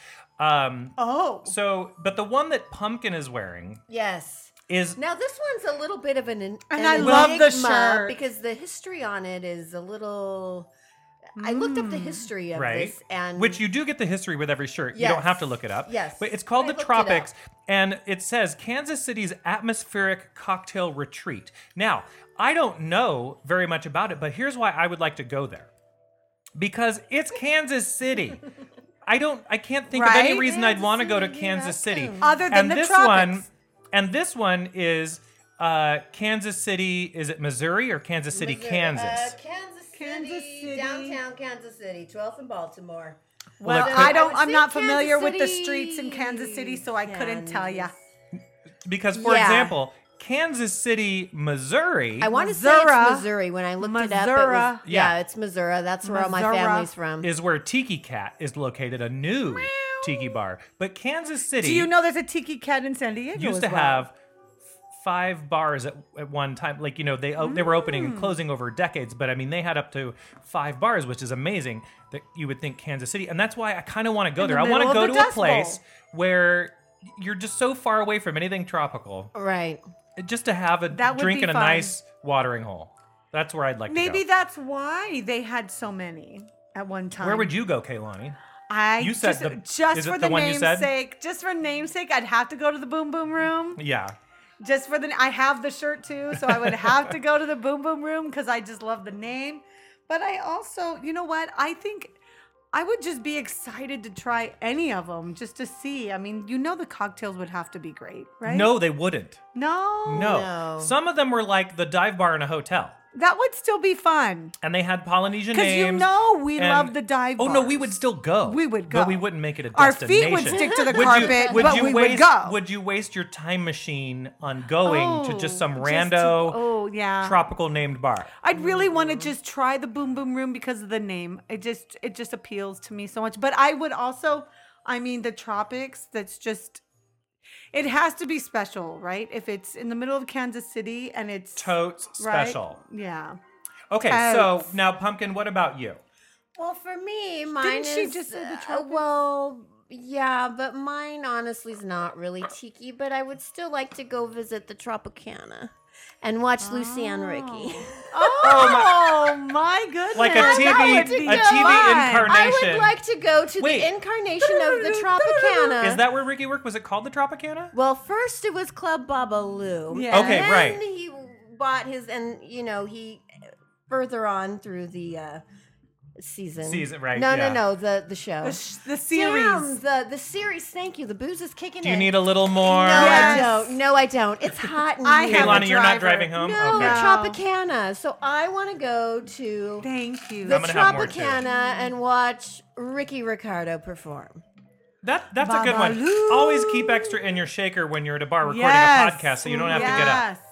[SPEAKER 1] Um,
[SPEAKER 2] oh,
[SPEAKER 1] so, but the one that Pumpkin is wearing
[SPEAKER 3] yes.
[SPEAKER 1] is
[SPEAKER 3] Now this one's a little bit of an and
[SPEAKER 2] And I love the shirt.
[SPEAKER 3] because the history on it is a little. I looked up the
[SPEAKER 2] Mm.
[SPEAKER 3] history of
[SPEAKER 1] Right.
[SPEAKER 3] this and
[SPEAKER 1] Which you do get the history with every shirt. You don't
[SPEAKER 3] Yes.
[SPEAKER 1] have to look it up.
[SPEAKER 3] Yes.
[SPEAKER 1] But it's called
[SPEAKER 3] I
[SPEAKER 1] the
[SPEAKER 3] looked it
[SPEAKER 1] Tropics, and it says Kansas City's atmospheric cocktail retreat. Now, I don't know very much about it, but here's why I would like to go there. Because
[SPEAKER 3] <laughs>
[SPEAKER 1] it's Kansas City. I don't I can't think of any
[SPEAKER 2] Right?
[SPEAKER 1] reason I'd
[SPEAKER 3] Kansas
[SPEAKER 1] want to go to
[SPEAKER 3] City,
[SPEAKER 1] Kansas City.
[SPEAKER 3] welcome.
[SPEAKER 2] other than
[SPEAKER 1] and
[SPEAKER 2] the
[SPEAKER 1] this
[SPEAKER 2] tropics.
[SPEAKER 1] one and this one is uh, Kansas City, is it Missouri or Kansas City,
[SPEAKER 3] Missouri-
[SPEAKER 1] Kansas?
[SPEAKER 3] uh, Kansas City,
[SPEAKER 2] Kansas City.
[SPEAKER 3] downtown Kansas City, 12th and Baltimore.
[SPEAKER 2] Well,
[SPEAKER 1] Well, it
[SPEAKER 2] I
[SPEAKER 1] could-
[SPEAKER 2] don't.
[SPEAKER 3] would
[SPEAKER 2] I'm
[SPEAKER 3] say
[SPEAKER 2] not familiar
[SPEAKER 3] Kansas
[SPEAKER 2] with the
[SPEAKER 3] City.
[SPEAKER 2] streets in Kansas City, so I couldn't tell you.
[SPEAKER 3] Kansas.
[SPEAKER 1] Because for
[SPEAKER 3] Yeah.
[SPEAKER 1] example, Kansas City, Missouri.
[SPEAKER 3] I want to say it's
[SPEAKER 2] Missouri.
[SPEAKER 3] Missouri. When I looked it up, it
[SPEAKER 2] Missouri.
[SPEAKER 3] was, yeah.
[SPEAKER 1] Yeah.
[SPEAKER 3] it's Missouri. That's where all my
[SPEAKER 2] Missouri.
[SPEAKER 3] family's from.
[SPEAKER 1] is where Tiki Cat is located, a new tiki bar. But Kansas City
[SPEAKER 2] Do you know there's a tiki cat in San Diego?
[SPEAKER 1] used
[SPEAKER 2] as
[SPEAKER 1] to
[SPEAKER 2] well?
[SPEAKER 1] have five bars at, at one time. Like, you know, they o they were opening
[SPEAKER 2] Hmm.
[SPEAKER 1] and closing over decades, but I mean, they had up to five bars, which is amazing that you would think Kansas City. And that's why I kind of want to go
[SPEAKER 2] In the
[SPEAKER 1] there. I want to
[SPEAKER 2] middle
[SPEAKER 1] go
[SPEAKER 2] of
[SPEAKER 1] to
[SPEAKER 2] the
[SPEAKER 1] a
[SPEAKER 2] Dust
[SPEAKER 1] place
[SPEAKER 2] Bowl.
[SPEAKER 1] where you're just so far away from anything tropical,
[SPEAKER 3] right.
[SPEAKER 1] just to have a
[SPEAKER 2] That would
[SPEAKER 1] drink
[SPEAKER 2] be
[SPEAKER 1] and a
[SPEAKER 2] fun.
[SPEAKER 1] nice watering hole. That's where I'd like
[SPEAKER 2] Maybe
[SPEAKER 1] to go.
[SPEAKER 2] that's why they had so many at one time.
[SPEAKER 1] where would you go, Kaylani?
[SPEAKER 2] I
[SPEAKER 1] you said
[SPEAKER 2] just,
[SPEAKER 1] the-
[SPEAKER 2] just
[SPEAKER 1] is it
[SPEAKER 2] for
[SPEAKER 1] the
[SPEAKER 2] the,
[SPEAKER 1] one you said?
[SPEAKER 2] namesake, just for namesake, I'd have to go to the Boom Boom Room.
[SPEAKER 1] Yeah.
[SPEAKER 2] Just for the, I have the shirt too, so I would have to go to the Boom Boom Room because I just love the name. But I also, you know what? I think I would just be excited to try any of them just to see. I mean, you know, the cocktails would have to be great, right?
[SPEAKER 1] No, they wouldn't.
[SPEAKER 2] no,
[SPEAKER 1] No.
[SPEAKER 3] No.
[SPEAKER 1] Some of them were like the dive bar in a hotel.
[SPEAKER 2] that would still be fun
[SPEAKER 1] And they had Polynesian
[SPEAKER 2] because
[SPEAKER 1] names.
[SPEAKER 2] you know we
[SPEAKER 1] and-
[SPEAKER 2] love the dive.
[SPEAKER 1] Oh no, we
[SPEAKER 2] bars.
[SPEAKER 1] would still go.
[SPEAKER 2] We would
[SPEAKER 1] But
[SPEAKER 2] go.
[SPEAKER 1] we wouldn't make it a
[SPEAKER 2] Our
[SPEAKER 1] destination.
[SPEAKER 2] feet would stick to the
[SPEAKER 1] Would you-
[SPEAKER 2] carpet,
[SPEAKER 1] would
[SPEAKER 2] but
[SPEAKER 1] you
[SPEAKER 2] we would
[SPEAKER 1] waste-
[SPEAKER 2] go.
[SPEAKER 1] Would you waste your time machine on going to just some rando
[SPEAKER 2] oh yeah.
[SPEAKER 1] tropical named bar?
[SPEAKER 2] I'd really want to just try the Boom Boom Room because of the name. It just it just appeals to me so much. But I would also, I mean, the tropics. That's just. It has to be special, right? If it's in the middle of Kansas City and it's
[SPEAKER 1] Totes
[SPEAKER 2] right?
[SPEAKER 1] special. <laughs>
[SPEAKER 2] Yeah.
[SPEAKER 1] Okay, so now pumpkin, what about you?
[SPEAKER 3] Well, for me, mine
[SPEAKER 2] she
[SPEAKER 3] is
[SPEAKER 2] just say the
[SPEAKER 3] uh,
[SPEAKER 2] tropics?
[SPEAKER 3] well, yeah, but mine honestly is not really tiki. But I would still like to go visit the Tropicana and watch Lucy and Ricky. <laughs>
[SPEAKER 2] Oh, my, goodness!
[SPEAKER 1] Like a TV,
[SPEAKER 3] would
[SPEAKER 1] a
[SPEAKER 3] be
[SPEAKER 1] TV
[SPEAKER 3] good. Fine. I
[SPEAKER 1] incarnation.
[SPEAKER 3] would like to go to
[SPEAKER 1] Wait.
[SPEAKER 3] the incarnation
[SPEAKER 2] <laughs>
[SPEAKER 3] of the Tropicana.
[SPEAKER 2] Uh,
[SPEAKER 1] Is that where Ricky worked? Was it called the Tropicana?
[SPEAKER 3] well? First, it was Club Babalu.
[SPEAKER 2] Yeah.
[SPEAKER 1] Okay,
[SPEAKER 3] and
[SPEAKER 1] right.
[SPEAKER 3] Then he bought his, and you know he further on through the uh, season.
[SPEAKER 1] Season, right,
[SPEAKER 3] No,
[SPEAKER 1] yeah.
[SPEAKER 3] no, no. The the show.
[SPEAKER 2] The, sh- the series.
[SPEAKER 3] Damn, the the series. Thank you. The booze is kicking
[SPEAKER 1] Do you
[SPEAKER 3] in.
[SPEAKER 1] need a little more?
[SPEAKER 3] No,
[SPEAKER 2] Yes.
[SPEAKER 3] I don't. No, I don't.
[SPEAKER 1] <laughs>
[SPEAKER 3] It's hot in
[SPEAKER 2] I
[SPEAKER 3] here.
[SPEAKER 2] have a
[SPEAKER 1] Kaylani, you're not
[SPEAKER 2] driver.
[SPEAKER 1] driving home?
[SPEAKER 3] No,
[SPEAKER 1] Okay.
[SPEAKER 3] Tropicana. So I want to go to
[SPEAKER 2] Thank you.
[SPEAKER 3] the
[SPEAKER 1] I'm gonna have more, too.
[SPEAKER 3] Tropicana and watch Ricky Ricardo perform.
[SPEAKER 1] That that's a good one.
[SPEAKER 2] Babaloo.
[SPEAKER 1] Always keep extra in your shaker when you're at a bar recording
[SPEAKER 2] Yes.
[SPEAKER 1] a podcast, so you don't have
[SPEAKER 2] yes.
[SPEAKER 1] to get up.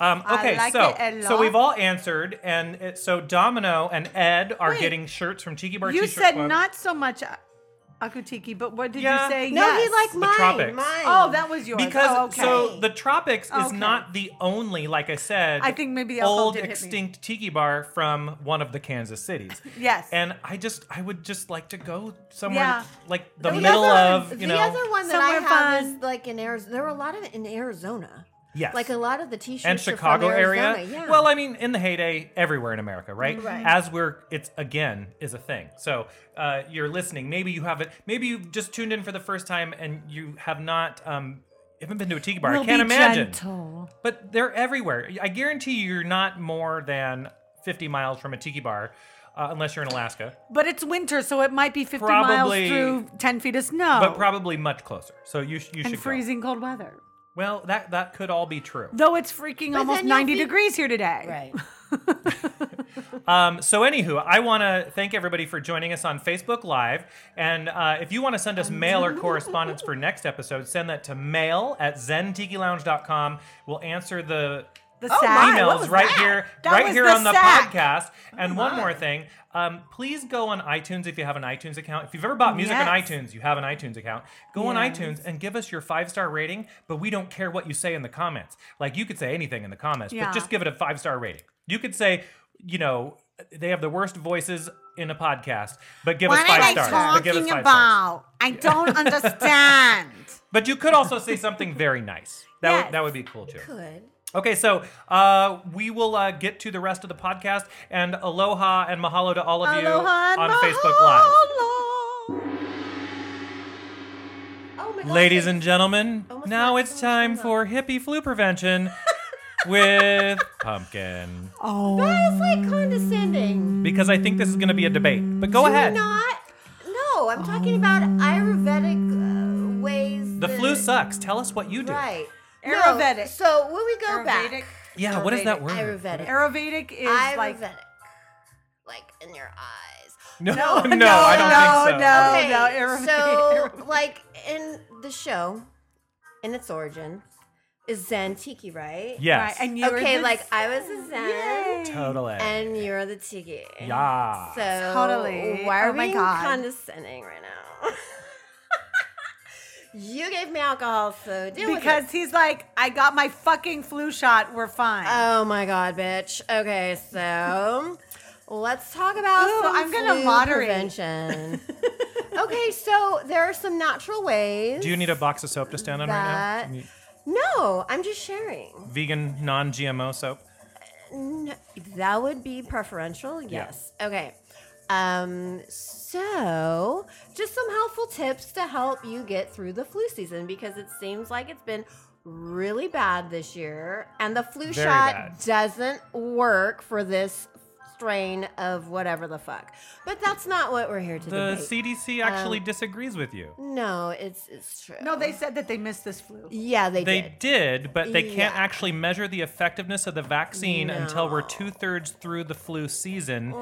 [SPEAKER 1] Um,
[SPEAKER 2] I
[SPEAKER 1] okay,
[SPEAKER 2] like
[SPEAKER 1] so
[SPEAKER 2] it a
[SPEAKER 1] so
[SPEAKER 2] lot.
[SPEAKER 1] we've all answered, and it, so Domino and Ed are
[SPEAKER 2] Wait.
[SPEAKER 1] getting shirts from Tiki Bar.
[SPEAKER 2] You
[SPEAKER 1] T-shirt
[SPEAKER 2] said
[SPEAKER 1] Club.
[SPEAKER 2] not so much uh, Akutiki, but what did
[SPEAKER 1] Yeah.
[SPEAKER 2] you say?
[SPEAKER 3] No,
[SPEAKER 2] yes.
[SPEAKER 3] he liked mine.
[SPEAKER 1] tropics.
[SPEAKER 3] Mine.
[SPEAKER 2] Oh, that was yours.
[SPEAKER 1] Because
[SPEAKER 2] oh, okay.
[SPEAKER 1] so the tropics is
[SPEAKER 2] Okay.
[SPEAKER 1] not the only, like I said,
[SPEAKER 2] I think maybe alcohol
[SPEAKER 1] old
[SPEAKER 2] did hit me.
[SPEAKER 1] extinct tiki bar from one of the Kansas
[SPEAKER 2] <laughs>
[SPEAKER 1] cities.
[SPEAKER 2] yes.
[SPEAKER 1] and I just I would just like to go somewhere
[SPEAKER 2] Yeah.
[SPEAKER 1] like the,
[SPEAKER 3] The
[SPEAKER 1] middle
[SPEAKER 3] other-
[SPEAKER 1] of you
[SPEAKER 3] the
[SPEAKER 1] know
[SPEAKER 3] other one that I
[SPEAKER 2] Somewhere
[SPEAKER 3] have
[SPEAKER 2] fun.
[SPEAKER 3] is like in Arizona. There were a lot of in Arizona.
[SPEAKER 1] yes
[SPEAKER 3] Like a lot of the t-shirts
[SPEAKER 1] and
[SPEAKER 3] are from
[SPEAKER 1] Chicago area.
[SPEAKER 3] Arizona, Yeah.
[SPEAKER 1] Well, I mean, in the heyday, everywhere in America, right?
[SPEAKER 3] Right.
[SPEAKER 1] As we're, it's again is a thing. So uh, you're listening. Maybe you haven't. Maybe you just tuned in for the first time and you have not. Um, haven't been to a tiki bar. I can't imagine. But they're everywhere. I guarantee you, you're not more than 50 miles from a tiki bar, uh, unless you're in Alaska.
[SPEAKER 2] But it's winter, so it might be 50
[SPEAKER 1] Probably-
[SPEAKER 2] miles through 10 feet of snow
[SPEAKER 3] Oh.
[SPEAKER 1] But probably much closer. So you sh- you
[SPEAKER 2] and
[SPEAKER 1] should
[SPEAKER 2] freezing cold weather.
[SPEAKER 1] go. Well, that that could all be true.
[SPEAKER 2] Though it's freaking
[SPEAKER 3] But
[SPEAKER 2] almost
[SPEAKER 3] then you'll
[SPEAKER 1] <laughs>
[SPEAKER 2] 90
[SPEAKER 3] be-
[SPEAKER 2] degrees here today.
[SPEAKER 3] right.
[SPEAKER 1] Um, so, anywho, I want to thank everybody for joining us on Facebook Live. And uh, if you want to send us mail or correspondence for next episode, send that to mail at zentikilounge.com. We'll answer the
[SPEAKER 2] The
[SPEAKER 3] Oh,
[SPEAKER 2] sack.
[SPEAKER 3] my, what
[SPEAKER 1] emails
[SPEAKER 3] was
[SPEAKER 1] right
[SPEAKER 3] that?
[SPEAKER 1] here,
[SPEAKER 2] That
[SPEAKER 1] right
[SPEAKER 2] was
[SPEAKER 1] here
[SPEAKER 2] the
[SPEAKER 1] on the
[SPEAKER 2] sack.
[SPEAKER 1] podcast. And one
[SPEAKER 3] my.
[SPEAKER 1] more thing, um, please go on iTunes if you have an iTunes account. If you've ever bought music on
[SPEAKER 2] Yes.
[SPEAKER 1] iTunes, you have an iTunes account. Go on
[SPEAKER 2] Yes.
[SPEAKER 1] iTunes and give us your five star rating. But we don't care what you say in the comments. Like you could say anything in the comments,
[SPEAKER 2] Yeah.
[SPEAKER 1] but just give it a five star rating. You could say, you know, they have the worst voices in a podcast, but give us
[SPEAKER 2] What are
[SPEAKER 1] five
[SPEAKER 2] they
[SPEAKER 1] stars. but give us
[SPEAKER 2] talking
[SPEAKER 1] five stars.
[SPEAKER 2] about? I
[SPEAKER 1] <laughs>
[SPEAKER 2] don't understand.
[SPEAKER 1] But you could also say something very nice. That
[SPEAKER 2] Yes.
[SPEAKER 1] would that would be cool too.
[SPEAKER 3] Good.
[SPEAKER 1] Okay, so uh, we will uh, get to the rest of the podcast and aloha and mahalo to all of
[SPEAKER 2] Aloha
[SPEAKER 1] you on
[SPEAKER 2] and
[SPEAKER 1] Facebook Live.
[SPEAKER 2] mahalo.
[SPEAKER 3] Oh my God.
[SPEAKER 1] Ladies and gentlemen,
[SPEAKER 3] Almost
[SPEAKER 1] now
[SPEAKER 3] knocked
[SPEAKER 1] it's
[SPEAKER 3] someone's
[SPEAKER 1] time for
[SPEAKER 3] phone
[SPEAKER 1] hippie flu
[SPEAKER 2] <laughs>
[SPEAKER 1] prevention with pumpkin.
[SPEAKER 2] Oh,
[SPEAKER 3] That is like condescending.
[SPEAKER 1] Because I think this is going to be a debate. But go ahead.
[SPEAKER 3] Not. No, I'm talking about Ayurvedic uh, ways.
[SPEAKER 1] The
[SPEAKER 3] that-
[SPEAKER 1] flu sucks. Tell us what you do.
[SPEAKER 3] Right.
[SPEAKER 2] Ayurvedic.
[SPEAKER 3] No, so when we go
[SPEAKER 2] Ayurvedic.
[SPEAKER 3] back.
[SPEAKER 1] Yeah, what is that word?
[SPEAKER 3] Ayurvedic.
[SPEAKER 2] Ayurvedic is
[SPEAKER 3] Ayurvedic.
[SPEAKER 2] like
[SPEAKER 3] like in your eyes.
[SPEAKER 1] <laughs> No, no,
[SPEAKER 2] No,
[SPEAKER 1] I don't
[SPEAKER 2] no,
[SPEAKER 1] think so.
[SPEAKER 2] no. Oh, Ayurvedic. <laughs>
[SPEAKER 3] So, like in the show, in its origin, is Zen Tiki, right?
[SPEAKER 1] Yes.
[SPEAKER 2] right, and you
[SPEAKER 3] Okay, like I was a Zen,
[SPEAKER 1] totally.
[SPEAKER 3] and you're the Tiki.
[SPEAKER 1] Yeah.
[SPEAKER 3] So
[SPEAKER 2] Totally.
[SPEAKER 3] Why are
[SPEAKER 2] Oh
[SPEAKER 3] we
[SPEAKER 2] my God.
[SPEAKER 3] condescending right now? <laughs> you gave me alcohol, so deal with it.
[SPEAKER 2] because he's like, I got my fucking flu shot. We're fine.
[SPEAKER 3] Oh my god, bitch. Okay, so let's talk about
[SPEAKER 2] Ooh,
[SPEAKER 3] some
[SPEAKER 2] I'm gonna
[SPEAKER 3] flu
[SPEAKER 2] moderate. <laughs>
[SPEAKER 3] prevention. okay, so there are some natural ways.
[SPEAKER 1] do you need a box of soap to stand on right
[SPEAKER 3] that-
[SPEAKER 1] now?
[SPEAKER 3] No, I'm just sharing.
[SPEAKER 1] Vegan, non GMO soap?
[SPEAKER 3] N- that would be preferential. Yes. Okay. Um so just some helpful tips to help you get through the flu season because it seems like it's been really bad this year and the flu
[SPEAKER 1] Very
[SPEAKER 3] shot
[SPEAKER 1] bad.
[SPEAKER 3] doesn't work for this strain of whatever the fuck. But that's not what we're here to
[SPEAKER 1] The
[SPEAKER 3] debate.
[SPEAKER 1] CDC actually disagrees with you.
[SPEAKER 3] no, it's it's true.
[SPEAKER 2] no, they said that they missed this flu.
[SPEAKER 3] Yeah, they,
[SPEAKER 1] They
[SPEAKER 3] did.
[SPEAKER 1] did, but they can't
[SPEAKER 3] Yeah.
[SPEAKER 1] actually measure the effectiveness of the vaccine until we're
[SPEAKER 3] No.
[SPEAKER 1] two thirds through the flu season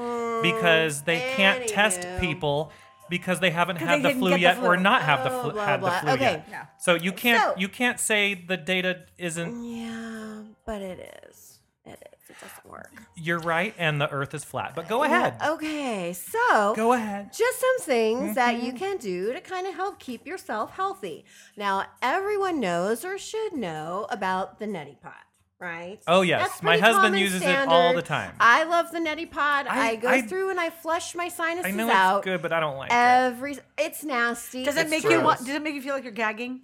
[SPEAKER 1] because they can't test
[SPEAKER 3] anywho.
[SPEAKER 1] people because they haven't
[SPEAKER 2] Because
[SPEAKER 1] had
[SPEAKER 2] they
[SPEAKER 1] the
[SPEAKER 2] didn't
[SPEAKER 1] flu
[SPEAKER 2] get the
[SPEAKER 1] yet or
[SPEAKER 2] flu.
[SPEAKER 1] not have the
[SPEAKER 3] Oh,
[SPEAKER 1] flu,
[SPEAKER 3] blah,
[SPEAKER 1] had
[SPEAKER 3] blah.
[SPEAKER 1] the flu
[SPEAKER 3] Okay.
[SPEAKER 1] yet.
[SPEAKER 2] Yeah.
[SPEAKER 1] So you can't
[SPEAKER 3] So- Mm.
[SPEAKER 1] you can't say the data isn't.
[SPEAKER 3] Yeah, but it is. It is. It doesn't work.
[SPEAKER 1] You're right, and the Earth is flat. But go
[SPEAKER 3] Yeah,
[SPEAKER 1] ahead,
[SPEAKER 3] Okay, so
[SPEAKER 1] go Mm-hmm. ahead.
[SPEAKER 3] just some things that you can do to kind of help keep yourself healthy. Now, everyone knows or should know about the neti pot, right?
[SPEAKER 1] Oh, yes. My
[SPEAKER 3] pretty
[SPEAKER 1] husband
[SPEAKER 3] common
[SPEAKER 1] uses it all the
[SPEAKER 3] standard.
[SPEAKER 1] time.
[SPEAKER 3] I love the neti pot.
[SPEAKER 1] I-
[SPEAKER 3] I, go
[SPEAKER 1] I-
[SPEAKER 3] through and I flush my sinuses
[SPEAKER 1] I know
[SPEAKER 3] out.
[SPEAKER 1] it's good, but I don't like it.
[SPEAKER 3] Every it's nasty.
[SPEAKER 2] Does it
[SPEAKER 3] It's
[SPEAKER 2] make you
[SPEAKER 1] gross.
[SPEAKER 2] want? Does it make you feel like you're gagging?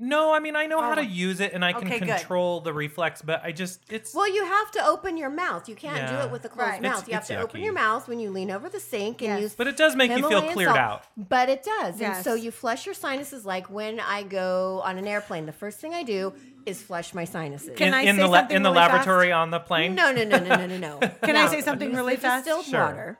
[SPEAKER 1] No, I mean I know how
[SPEAKER 2] Oh.
[SPEAKER 1] to use it, and I can
[SPEAKER 2] Okay, good.
[SPEAKER 1] control the reflex, but I just it's
[SPEAKER 3] Well, you have to open your mouth. You can't
[SPEAKER 1] Yeah.
[SPEAKER 3] do it with a closed
[SPEAKER 2] Right.
[SPEAKER 1] It's-
[SPEAKER 3] mouth. you have
[SPEAKER 1] it's
[SPEAKER 3] to open
[SPEAKER 1] yucky.
[SPEAKER 3] your mouth when you lean over the sink and
[SPEAKER 2] Yes.
[SPEAKER 3] use.
[SPEAKER 1] But it does make you feel
[SPEAKER 3] Himalayan
[SPEAKER 1] cleared
[SPEAKER 3] salt.
[SPEAKER 1] out.
[SPEAKER 3] But it does. And so
[SPEAKER 2] Yes.
[SPEAKER 3] you flush your sinuses like when I go on an airplane. The first thing I do is flush my sinuses.
[SPEAKER 2] Can
[SPEAKER 1] in,
[SPEAKER 2] I
[SPEAKER 1] in
[SPEAKER 2] say
[SPEAKER 1] the la-
[SPEAKER 2] something
[SPEAKER 1] in the
[SPEAKER 2] really fast?
[SPEAKER 1] laboratory on the plane.
[SPEAKER 3] <laughs> no, no, no, no, no, no, no.
[SPEAKER 2] <laughs> Can I say something
[SPEAKER 3] Use
[SPEAKER 2] really
[SPEAKER 3] the
[SPEAKER 2] fast?
[SPEAKER 3] Distilled
[SPEAKER 1] Sure.
[SPEAKER 3] water.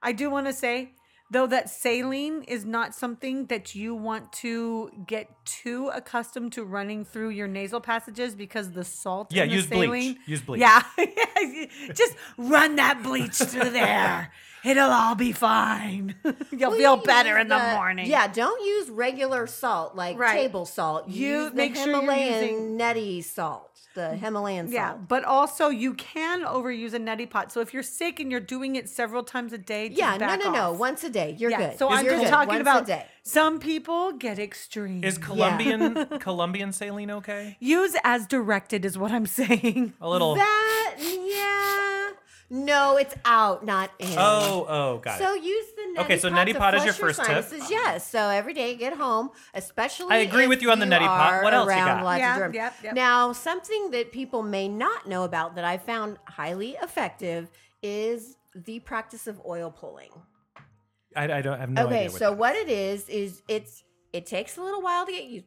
[SPEAKER 2] I do want to say though that saline is not something that you want to get too accustomed to running through your nasal passages because the salt
[SPEAKER 1] Yeah,
[SPEAKER 2] in the
[SPEAKER 1] use bleach.
[SPEAKER 2] saline,
[SPEAKER 1] Use bleach.
[SPEAKER 2] yeah <laughs> just run that bleach through there it'll all be fine <laughs> you'll
[SPEAKER 3] Well,
[SPEAKER 2] feel
[SPEAKER 3] you
[SPEAKER 2] better
[SPEAKER 3] use
[SPEAKER 2] in the, morning
[SPEAKER 3] Yeah, don't use regular salt like
[SPEAKER 2] Right.
[SPEAKER 3] table salt.
[SPEAKER 2] You-
[SPEAKER 3] use the
[SPEAKER 2] make sure you're
[SPEAKER 3] Himalayan
[SPEAKER 2] using-
[SPEAKER 3] neti salt, the Himalayan salt.
[SPEAKER 2] yeah but also you can overuse a neti pot so if you're sick and you're doing it several times a day just
[SPEAKER 3] Yeah, no,
[SPEAKER 2] back
[SPEAKER 3] no, no.
[SPEAKER 2] off.
[SPEAKER 3] Once a day, you're
[SPEAKER 2] yeah,
[SPEAKER 3] good.
[SPEAKER 2] so I'm
[SPEAKER 3] You're
[SPEAKER 2] just
[SPEAKER 3] good.
[SPEAKER 2] talking
[SPEAKER 3] Once
[SPEAKER 2] about
[SPEAKER 3] a day.
[SPEAKER 2] some people get extreme.
[SPEAKER 1] Is Colombian
[SPEAKER 2] <laughs>
[SPEAKER 1] Colombian saline okay?
[SPEAKER 2] Use as directed is what I'm <laughs> saying.
[SPEAKER 1] A little.
[SPEAKER 3] That yeah. No, it's out, not in.
[SPEAKER 1] oh, oh, got
[SPEAKER 3] so
[SPEAKER 1] it.
[SPEAKER 3] use the neti
[SPEAKER 1] Okay, so
[SPEAKER 3] pot
[SPEAKER 1] neti
[SPEAKER 3] to
[SPEAKER 1] pot is your
[SPEAKER 3] flush
[SPEAKER 1] first tip.
[SPEAKER 3] sinuses. Yes. So every day get home, especially.
[SPEAKER 1] I agree
[SPEAKER 3] if
[SPEAKER 1] with you on the neti pot.
[SPEAKER 3] are
[SPEAKER 1] What else you
[SPEAKER 3] around
[SPEAKER 1] got?
[SPEAKER 3] lots of
[SPEAKER 2] Yeah,
[SPEAKER 3] germs.
[SPEAKER 2] yep, yep.
[SPEAKER 3] Now, something that people may not know about that I found highly effective is the practice of oil pulling
[SPEAKER 1] I, I don't I have no idea.
[SPEAKER 3] okay,
[SPEAKER 1] what
[SPEAKER 3] so
[SPEAKER 1] that-
[SPEAKER 3] what it is is it's it takes a little while to get you.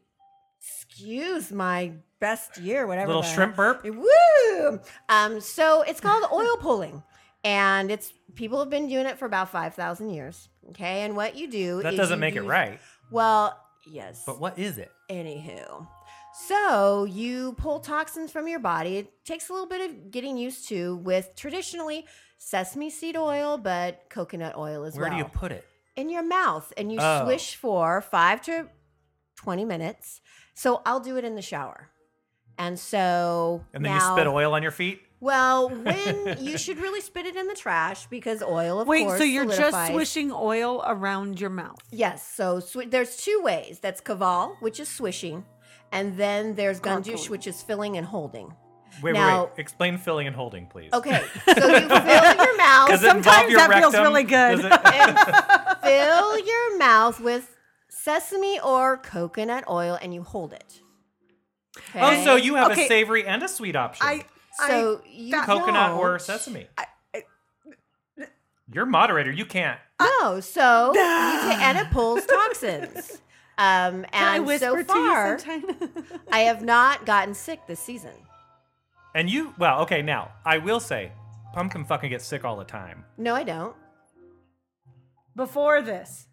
[SPEAKER 3] Excuse my best year, whatever.
[SPEAKER 1] Little
[SPEAKER 3] the-
[SPEAKER 1] shrimp burp?
[SPEAKER 3] Woo! Um, so it's called oil pulling, and it's people have been doing it for about five thousand years. Okay, and what you do
[SPEAKER 1] that
[SPEAKER 3] is
[SPEAKER 1] doesn't
[SPEAKER 3] you
[SPEAKER 1] make it
[SPEAKER 3] use-
[SPEAKER 1] right.
[SPEAKER 3] Well, yes,
[SPEAKER 1] But what is it?
[SPEAKER 3] Anywho, so you pull toxins from your body. It takes a little bit of getting used to with traditionally sesame seed oil, but coconut oil as
[SPEAKER 1] Where
[SPEAKER 3] well.
[SPEAKER 1] do you put it?
[SPEAKER 3] in your mouth and you
[SPEAKER 1] Oh.
[SPEAKER 3] swish for five to 20 minutes. So I'll do it in the shower. And so
[SPEAKER 1] And then
[SPEAKER 3] now,
[SPEAKER 1] you spit oil on your feet? <laughs>
[SPEAKER 3] Well, when you should really spit it in the trash because oil, of
[SPEAKER 2] Wait,
[SPEAKER 3] course,
[SPEAKER 2] so you're just
[SPEAKER 3] solidifies.
[SPEAKER 2] swishing oil around your mouth.
[SPEAKER 3] Yes. So swi there's two ways. That's kaval, which is swishing, and then there's gundush,
[SPEAKER 2] Gargling.
[SPEAKER 3] which is filling and holding.
[SPEAKER 2] <laughs>
[SPEAKER 1] Wait, wait,
[SPEAKER 3] Now-
[SPEAKER 1] wait. Explain filling and holding, please.
[SPEAKER 3] Okay. So you fill
[SPEAKER 1] <laughs>
[SPEAKER 3] your mouth.
[SPEAKER 1] Does it involve
[SPEAKER 2] Sometimes
[SPEAKER 1] your
[SPEAKER 2] that feels
[SPEAKER 1] rectum?
[SPEAKER 2] really good. <laughs>
[SPEAKER 1] Does it-
[SPEAKER 3] <laughs> fill your mouth with sesame or coconut oil and you hold it.
[SPEAKER 1] oh, so you have
[SPEAKER 2] Okay.
[SPEAKER 1] a savory and a sweet option.
[SPEAKER 2] I
[SPEAKER 3] So you
[SPEAKER 2] that-
[SPEAKER 1] coconut
[SPEAKER 3] don't-
[SPEAKER 1] or sesame. You're moderator. You can't.
[SPEAKER 3] No, so you ta- and it
[SPEAKER 2] <laughs>
[SPEAKER 3] pulls toxins. Um,
[SPEAKER 2] Can I
[SPEAKER 3] and so
[SPEAKER 2] whisper
[SPEAKER 3] far,
[SPEAKER 2] to you sometime? <laughs>
[SPEAKER 3] I have not gotten sick this season.
[SPEAKER 1] And you, well, okay, now, I will say, pumpkin fucking gets sick all the time.
[SPEAKER 3] No, I don't.
[SPEAKER 2] Before this.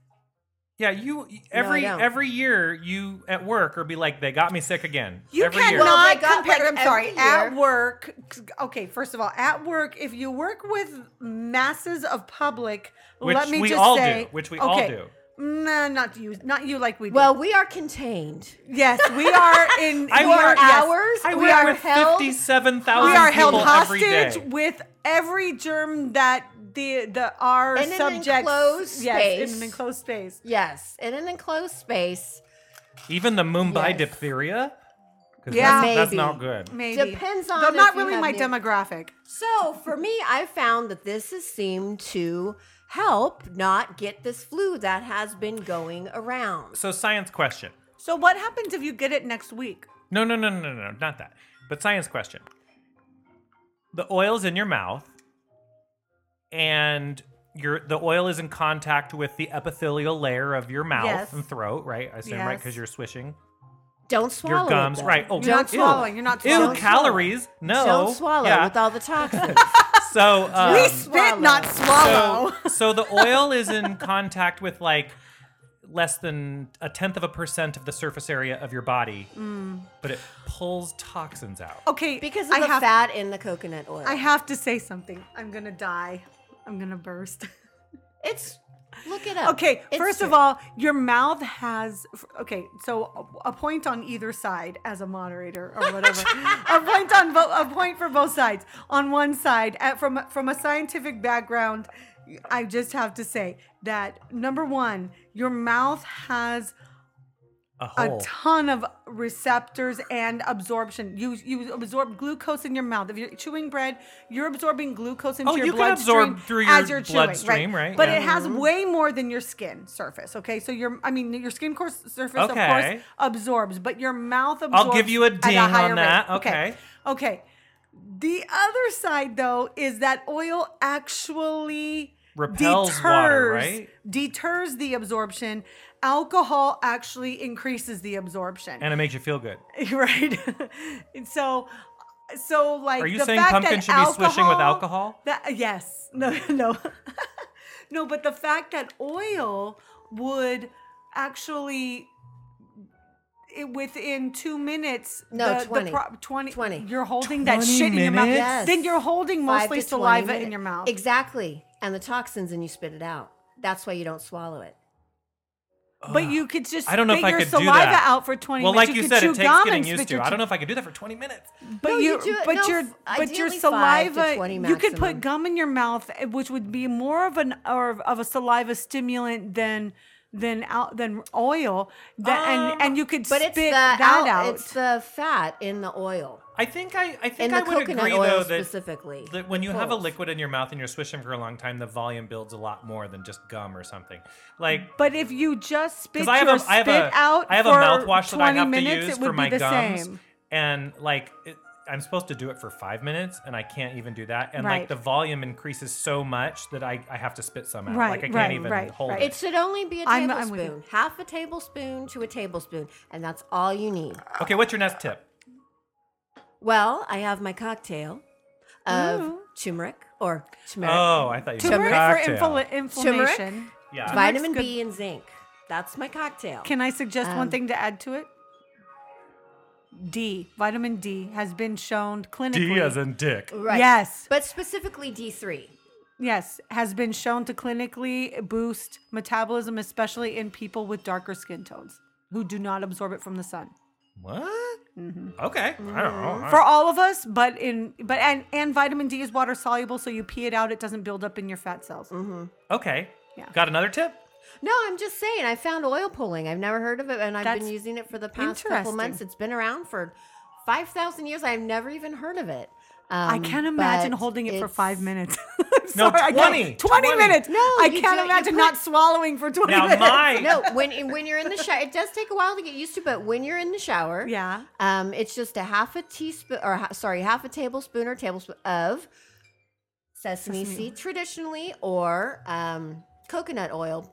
[SPEAKER 1] Yeah, you every
[SPEAKER 3] don't.
[SPEAKER 1] every year you at work or be like they got me sick again.
[SPEAKER 2] You
[SPEAKER 1] every year.
[SPEAKER 2] cannot
[SPEAKER 3] Well, they got,
[SPEAKER 2] compare.
[SPEAKER 3] like,
[SPEAKER 2] I'm sorry.
[SPEAKER 3] every
[SPEAKER 2] At
[SPEAKER 3] year.
[SPEAKER 2] work, okay. First of all, at work, if you work with masses of public,
[SPEAKER 1] Which
[SPEAKER 2] let me
[SPEAKER 1] we
[SPEAKER 2] just
[SPEAKER 1] all
[SPEAKER 2] say,
[SPEAKER 1] do, which we all do.
[SPEAKER 2] Nah, not you. Not you like we do.
[SPEAKER 3] Well, we are contained.
[SPEAKER 2] yes, we are in.
[SPEAKER 1] <laughs> I
[SPEAKER 2] we
[SPEAKER 1] work-
[SPEAKER 2] are, yes.
[SPEAKER 3] Hours.
[SPEAKER 1] I
[SPEAKER 3] we
[SPEAKER 1] work
[SPEAKER 3] are
[SPEAKER 1] with
[SPEAKER 3] held.
[SPEAKER 1] fifty-seven thousand.
[SPEAKER 2] We are held
[SPEAKER 1] people every
[SPEAKER 2] hostage
[SPEAKER 1] day.
[SPEAKER 2] with every germ that the the our
[SPEAKER 3] In an
[SPEAKER 2] subjects.
[SPEAKER 3] enclosed
[SPEAKER 2] yes, in
[SPEAKER 3] space.
[SPEAKER 2] an enclosed space.
[SPEAKER 3] Yes, in an enclosed space.
[SPEAKER 1] Even the Mumbai
[SPEAKER 3] Yes.
[SPEAKER 1] diphtheria. 'Cause
[SPEAKER 2] Yeah.
[SPEAKER 1] that's, that's
[SPEAKER 3] Maybe.
[SPEAKER 1] not good.
[SPEAKER 2] Maybe
[SPEAKER 3] Depends on
[SPEAKER 2] Though
[SPEAKER 3] if
[SPEAKER 2] not
[SPEAKER 3] you
[SPEAKER 2] really
[SPEAKER 3] have
[SPEAKER 2] my
[SPEAKER 3] the-
[SPEAKER 2] demographic.
[SPEAKER 3] So for me, I found that this has seemed to help not get this flu that has been going around.
[SPEAKER 1] So science question.
[SPEAKER 2] So what happens if you get it next week?
[SPEAKER 1] No, no, no, no, no, no, not that. But science question. The oil's in your mouth, and your the oil is in contact with the epithelial layer of your mouth
[SPEAKER 2] Yes.
[SPEAKER 1] and throat, right? I assume, right? Because
[SPEAKER 2] Yes.
[SPEAKER 1] you're swishing
[SPEAKER 3] Don't swallow
[SPEAKER 1] your
[SPEAKER 3] it,
[SPEAKER 1] gums,
[SPEAKER 3] though.
[SPEAKER 1] right? Oh,
[SPEAKER 2] You're not
[SPEAKER 1] ew.
[SPEAKER 2] swallowing. You're not
[SPEAKER 1] Ew,
[SPEAKER 2] swallowing.
[SPEAKER 1] calories. No,
[SPEAKER 3] Don't swallow
[SPEAKER 1] Yeah.
[SPEAKER 3] with all
[SPEAKER 1] <laughs>
[SPEAKER 3] the toxins.
[SPEAKER 2] <laughs>
[SPEAKER 1] so um,
[SPEAKER 2] we spit, not swallow.
[SPEAKER 1] so, so the oil is in contact with like less than a tenth of a percent of the surface area of your body,
[SPEAKER 2] Mm.
[SPEAKER 1] but it pulls toxins out.
[SPEAKER 2] okay,
[SPEAKER 3] because of
[SPEAKER 2] I
[SPEAKER 3] the
[SPEAKER 2] have,
[SPEAKER 3] fat in the coconut oil.
[SPEAKER 2] I have to say something. I'm gonna die. I'm gonna
[SPEAKER 3] <laughs>
[SPEAKER 2] burst.
[SPEAKER 3] it's look it up.
[SPEAKER 2] Okay,
[SPEAKER 3] It's
[SPEAKER 2] first of
[SPEAKER 3] true.
[SPEAKER 2] all, your mouth has f- okay. So a a point on either side as a moderator or
[SPEAKER 3] <laughs>
[SPEAKER 2] whatever. a point on bo- a point for both sides. On one side, at, from from a scientific background, I just have to say that number one, your mouth has
[SPEAKER 1] A
[SPEAKER 2] a
[SPEAKER 1] whole.
[SPEAKER 2] ton of receptors and absorption. You you absorb glucose in your mouth. If you're chewing bread, you're absorbing glucose into
[SPEAKER 1] Oh,
[SPEAKER 2] your
[SPEAKER 1] you can
[SPEAKER 2] bloodstream
[SPEAKER 1] absorb through
[SPEAKER 2] as
[SPEAKER 1] your
[SPEAKER 2] you're chewing,
[SPEAKER 1] bloodstream, right?
[SPEAKER 2] But
[SPEAKER 1] Yeah. Mm-hmm.
[SPEAKER 2] it has way more than your skin surface. Okay, so your I mean your skin course surface of
[SPEAKER 1] Okay.
[SPEAKER 2] course absorbs, but your mouth absorbs.
[SPEAKER 1] I'll give you a
[SPEAKER 2] at
[SPEAKER 1] ding on
[SPEAKER 2] higher
[SPEAKER 1] that.
[SPEAKER 2] rate.
[SPEAKER 1] Okay.
[SPEAKER 2] okay. The other side, though, is that oil actually
[SPEAKER 1] Repels
[SPEAKER 2] deters,
[SPEAKER 1] water, right?
[SPEAKER 2] Deters the absorption. Alcohol actually increases the absorption,
[SPEAKER 1] and it makes you feel good.
[SPEAKER 2] <laughs> right? And so, so like,
[SPEAKER 1] Are you
[SPEAKER 2] the
[SPEAKER 1] saying
[SPEAKER 2] fact
[SPEAKER 1] pumpkin
[SPEAKER 2] that
[SPEAKER 1] should be swishing with alcohol?
[SPEAKER 2] That, yes. No. <laughs> No. no. But the fact that oil would actually. It, within two minutes,
[SPEAKER 3] No,
[SPEAKER 2] the- the
[SPEAKER 3] 20.
[SPEAKER 2] 20,
[SPEAKER 3] 20.
[SPEAKER 2] You're holding that
[SPEAKER 1] 20
[SPEAKER 2] shit in your mouth.
[SPEAKER 1] minutes?
[SPEAKER 3] Yes.
[SPEAKER 2] Then you're holding
[SPEAKER 3] Five
[SPEAKER 2] mostly
[SPEAKER 3] to 20
[SPEAKER 2] saliva
[SPEAKER 3] minutes.
[SPEAKER 2] in your mouth.
[SPEAKER 3] Exactly. And the toxins and you spit it out. That's why you don't swallow it.
[SPEAKER 2] But you could just
[SPEAKER 1] I don't know
[SPEAKER 2] spit
[SPEAKER 1] if I
[SPEAKER 2] your
[SPEAKER 1] could do
[SPEAKER 2] saliva
[SPEAKER 1] that.
[SPEAKER 2] out for 20
[SPEAKER 1] Well,
[SPEAKER 2] minutes.
[SPEAKER 1] like you,
[SPEAKER 2] could
[SPEAKER 1] said,
[SPEAKER 2] chew
[SPEAKER 1] it takes
[SPEAKER 2] gum
[SPEAKER 1] getting
[SPEAKER 2] and
[SPEAKER 1] used
[SPEAKER 2] spit
[SPEAKER 1] to.
[SPEAKER 2] your
[SPEAKER 1] I
[SPEAKER 2] tongue-
[SPEAKER 1] don't know if I could do that for 20 minutes.
[SPEAKER 2] But
[SPEAKER 3] No, you
[SPEAKER 2] your,
[SPEAKER 3] do it-
[SPEAKER 2] but
[SPEAKER 3] no,
[SPEAKER 2] your,
[SPEAKER 3] f-
[SPEAKER 2] but your
[SPEAKER 3] ideally five to
[SPEAKER 2] saliva,
[SPEAKER 3] 20
[SPEAKER 2] you could put
[SPEAKER 3] maximum.
[SPEAKER 2] gum in your mouth, eh, which would be more of an or of- of a saliva stimulant than than out than oil. That
[SPEAKER 1] Um,
[SPEAKER 2] and and you could
[SPEAKER 3] But
[SPEAKER 2] spit
[SPEAKER 3] it's the
[SPEAKER 2] that
[SPEAKER 3] al-
[SPEAKER 2] out.
[SPEAKER 3] it's the fat in the oil.
[SPEAKER 1] I think I, I
[SPEAKER 3] In
[SPEAKER 1] think
[SPEAKER 3] the
[SPEAKER 1] I would
[SPEAKER 3] coconut
[SPEAKER 1] agree
[SPEAKER 3] oil
[SPEAKER 1] though that,
[SPEAKER 3] specifically.
[SPEAKER 1] that when you have a
[SPEAKER 3] pulls.
[SPEAKER 1] liquid in your mouth and you're swishing for a long time, the volume builds a lot more than just gum or something. Like
[SPEAKER 2] but if you just spit
[SPEAKER 1] because I have
[SPEAKER 2] your
[SPEAKER 1] a I have
[SPEAKER 2] spit
[SPEAKER 1] a
[SPEAKER 2] out
[SPEAKER 1] I have a
[SPEAKER 2] for
[SPEAKER 1] mouthwash that I
[SPEAKER 2] 20
[SPEAKER 1] have
[SPEAKER 2] minutes,
[SPEAKER 1] to use
[SPEAKER 2] it would
[SPEAKER 1] for my
[SPEAKER 2] be the
[SPEAKER 1] gums,
[SPEAKER 2] same.
[SPEAKER 1] and like it, I'm supposed to do it for five minutes, and I can't even do that. And like
[SPEAKER 2] Right.
[SPEAKER 1] the volume increases so much that I, I have to spit some out.
[SPEAKER 2] Right,
[SPEAKER 1] like I can't
[SPEAKER 2] right,
[SPEAKER 1] even
[SPEAKER 2] right,
[SPEAKER 1] hold
[SPEAKER 2] right.
[SPEAKER 1] it.
[SPEAKER 3] It should only be a
[SPEAKER 2] I'm- I'm with you.
[SPEAKER 3] tablespoon. half a tablespoon to a tablespoon, and that's all you need.
[SPEAKER 1] Okay, what's your next tip?
[SPEAKER 3] Well, I have my cocktail of turmeric or turmeric,
[SPEAKER 1] Oh, I thought you said
[SPEAKER 2] Turmeric for
[SPEAKER 1] cocktail.
[SPEAKER 2] infl- inflammation.
[SPEAKER 1] Yeah.
[SPEAKER 3] vitamin
[SPEAKER 2] turmeric's
[SPEAKER 3] B, and zinc. That's my cocktail.
[SPEAKER 2] Can I suggest one
[SPEAKER 3] Um,
[SPEAKER 2] thing to add to it? D, vitamin D has been shown clinically.
[SPEAKER 1] in dick.
[SPEAKER 3] Right.
[SPEAKER 2] Yes.
[SPEAKER 3] But specifically D3.
[SPEAKER 2] yes, has been shown to clinically boost metabolism, especially in people with darker skin tones who do not absorb it from the sun.
[SPEAKER 1] What?
[SPEAKER 2] Mm-hmm.
[SPEAKER 1] Okay. I don't know.
[SPEAKER 2] For all of us, but in but and and vitamin D is water soluble, so you pee it out, it doesn't build up in your fat cells.
[SPEAKER 3] Mm-hmm.
[SPEAKER 1] okay.
[SPEAKER 2] Mm-hmm. Yeah.
[SPEAKER 1] Got another tip?
[SPEAKER 3] No, I'm just saying. I found oil pulling. I've never heard of it, and I've
[SPEAKER 2] That's
[SPEAKER 3] been using it for the past couple
[SPEAKER 2] interesting.
[SPEAKER 3] months. It's been around for five thousand years. I've never even heard of it.
[SPEAKER 2] I
[SPEAKER 3] Um,
[SPEAKER 2] can't imagine
[SPEAKER 3] but
[SPEAKER 2] holding it for
[SPEAKER 3] it's-
[SPEAKER 2] five minutes. <laughs> I'm
[SPEAKER 1] No,
[SPEAKER 2] sorry, I can't-
[SPEAKER 1] 20,
[SPEAKER 2] 20,
[SPEAKER 1] 20.
[SPEAKER 2] minutes.
[SPEAKER 3] No,
[SPEAKER 2] I
[SPEAKER 3] you
[SPEAKER 2] can't
[SPEAKER 3] do- you
[SPEAKER 2] imagine
[SPEAKER 3] put-
[SPEAKER 2] not swallowing for 20
[SPEAKER 1] Now
[SPEAKER 2] minutes. <laughs>
[SPEAKER 1] my
[SPEAKER 3] No, when when you're in the shower, it does take a while to get used to. But when you're in the shower,
[SPEAKER 2] Yeah.
[SPEAKER 3] um, it's just a half a teaspoon, or ha- sorry, half a tablespoon or tablespoon of sesame, seed, traditionally, or um, coconut oil.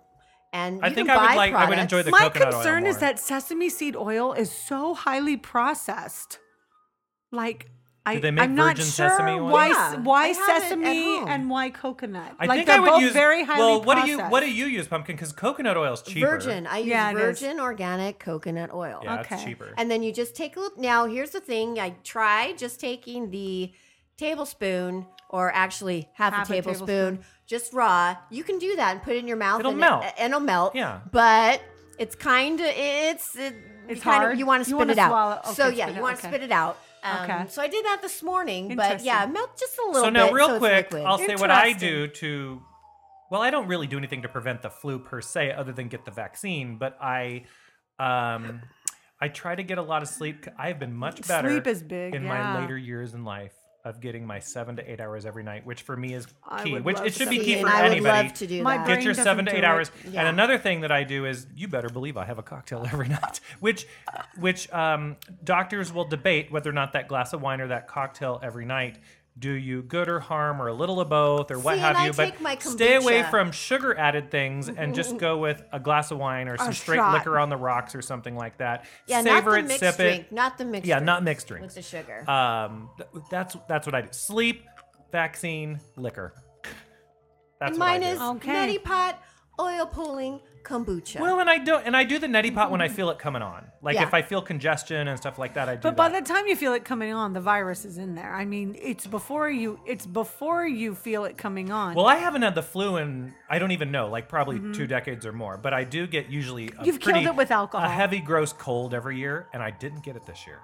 [SPEAKER 3] And
[SPEAKER 1] I
[SPEAKER 3] you
[SPEAKER 1] think
[SPEAKER 3] can
[SPEAKER 1] I would
[SPEAKER 3] buy
[SPEAKER 1] like- I would enjoy
[SPEAKER 3] products-
[SPEAKER 1] the
[SPEAKER 2] My
[SPEAKER 1] coconut oil
[SPEAKER 2] concern is
[SPEAKER 1] more.
[SPEAKER 2] that sesame seed oil is so highly processed. Like, I,
[SPEAKER 1] they make
[SPEAKER 2] I'm not
[SPEAKER 1] virgin
[SPEAKER 2] sure
[SPEAKER 1] sesame oil?
[SPEAKER 2] why,
[SPEAKER 3] Yeah,
[SPEAKER 2] why
[SPEAKER 3] they have it at
[SPEAKER 2] sesame
[SPEAKER 3] home.
[SPEAKER 2] and why coconut.
[SPEAKER 1] I
[SPEAKER 2] like,
[SPEAKER 1] think
[SPEAKER 2] they're
[SPEAKER 1] I would
[SPEAKER 2] both
[SPEAKER 1] use
[SPEAKER 2] very highly
[SPEAKER 1] Well, what
[SPEAKER 2] processed.
[SPEAKER 1] do you what do you use, pumpkin? Because coconut oil is cheaper.
[SPEAKER 3] Virgin. I use
[SPEAKER 2] Yeah, it is.
[SPEAKER 3] virgin organic coconut oil.
[SPEAKER 1] Yeah, it's
[SPEAKER 2] Okay.
[SPEAKER 1] cheaper.
[SPEAKER 3] And then you just take a look. Now, here's the thing I try just taking the tablespoon or actually half,
[SPEAKER 2] Half
[SPEAKER 3] a,
[SPEAKER 2] a
[SPEAKER 3] tablespoon,
[SPEAKER 2] tablespoon.
[SPEAKER 3] just raw. You can do that and put it in your mouth.
[SPEAKER 1] It'll
[SPEAKER 3] and
[SPEAKER 1] melt.
[SPEAKER 3] It, and it'll melt.
[SPEAKER 1] Yeah.
[SPEAKER 3] But it's kind of, it's, it, you
[SPEAKER 2] It's
[SPEAKER 3] kinda-
[SPEAKER 2] hard?
[SPEAKER 3] you want
[SPEAKER 2] You
[SPEAKER 3] to spit
[SPEAKER 2] wanna
[SPEAKER 3] it out.
[SPEAKER 2] swallow- okay,
[SPEAKER 3] so, yeah,
[SPEAKER 2] spit
[SPEAKER 3] you
[SPEAKER 2] it-
[SPEAKER 3] want to
[SPEAKER 2] okay.
[SPEAKER 3] spit it out. Um,
[SPEAKER 2] Okay.
[SPEAKER 3] So I did that this morning, but yeah,
[SPEAKER 2] Interesting.
[SPEAKER 3] melt just a little
[SPEAKER 1] So
[SPEAKER 3] bit.
[SPEAKER 1] now, real
[SPEAKER 3] it's
[SPEAKER 1] quick,
[SPEAKER 3] liquid.
[SPEAKER 1] I'll say what I
[SPEAKER 2] Interesting.
[SPEAKER 1] do to. Well, I don't really do anything to prevent the flu per se, other than get the vaccine. But I, um, I try to get a lot of sleep. I have been much better.
[SPEAKER 2] Sleep is big,
[SPEAKER 1] in my
[SPEAKER 2] yeah.
[SPEAKER 1] later years in life of getting my seven to eight hours every night, which for me is
[SPEAKER 2] I
[SPEAKER 1] key.
[SPEAKER 2] would
[SPEAKER 1] Which
[SPEAKER 2] love
[SPEAKER 1] it should
[SPEAKER 2] to
[SPEAKER 1] be
[SPEAKER 2] see
[SPEAKER 1] key
[SPEAKER 2] it.
[SPEAKER 1] for
[SPEAKER 3] I would
[SPEAKER 1] anybody.
[SPEAKER 3] love to do
[SPEAKER 2] My
[SPEAKER 3] that.
[SPEAKER 2] brain
[SPEAKER 1] Get your
[SPEAKER 2] doesn't
[SPEAKER 1] seven to
[SPEAKER 2] do
[SPEAKER 1] eight
[SPEAKER 2] it.
[SPEAKER 1] hours.
[SPEAKER 3] Yeah.
[SPEAKER 1] And another thing that I do is you better believe I have a cocktail <laughs> every night, which which um, doctors will debate whether or not that glass of wine or that cocktail every night do you good or harm or a little of both or what
[SPEAKER 3] See,
[SPEAKER 1] have
[SPEAKER 3] and I
[SPEAKER 1] you. But
[SPEAKER 3] take my
[SPEAKER 1] stay away
[SPEAKER 3] kombucha. Mm-hmm.
[SPEAKER 1] from sugar added things and just go with a glass of wine or some straight
[SPEAKER 2] shot.
[SPEAKER 1] liquor on the rocks or something like that.
[SPEAKER 3] yeah,
[SPEAKER 1] Savor
[SPEAKER 3] not the
[SPEAKER 1] it,
[SPEAKER 3] mixed
[SPEAKER 1] sip
[SPEAKER 3] drink.
[SPEAKER 1] it.
[SPEAKER 3] Not the mixed
[SPEAKER 1] Yeah,
[SPEAKER 3] drink
[SPEAKER 1] not mixed
[SPEAKER 3] With
[SPEAKER 1] drinks.
[SPEAKER 3] the sugar.
[SPEAKER 1] Um, th- that's that's what I do. Sleep, vaccine, liquor. That's
[SPEAKER 3] and
[SPEAKER 1] what
[SPEAKER 3] mine
[SPEAKER 1] I do.
[SPEAKER 3] is
[SPEAKER 2] Okay.
[SPEAKER 3] neti pot, oil pulling, kombucha.
[SPEAKER 1] Well, and I don't, and I do the neti pot when I feel it coming on. Like
[SPEAKER 3] Yeah.
[SPEAKER 1] if I feel congestion and stuff like that, I do.
[SPEAKER 2] Mm-hmm. But by
[SPEAKER 1] that.
[SPEAKER 2] the time you feel it coming on, the virus is in there. I mean, it's before you. It's before you feel it coming on.
[SPEAKER 1] well, I haven't had the flu in I don't even know, like probably two decades or more. But I do get usually a
[SPEAKER 2] Mm-hmm. You've killed
[SPEAKER 1] pretty-
[SPEAKER 2] it with alcohol.
[SPEAKER 1] a heavy, gross cold every year, and I didn't get it this year.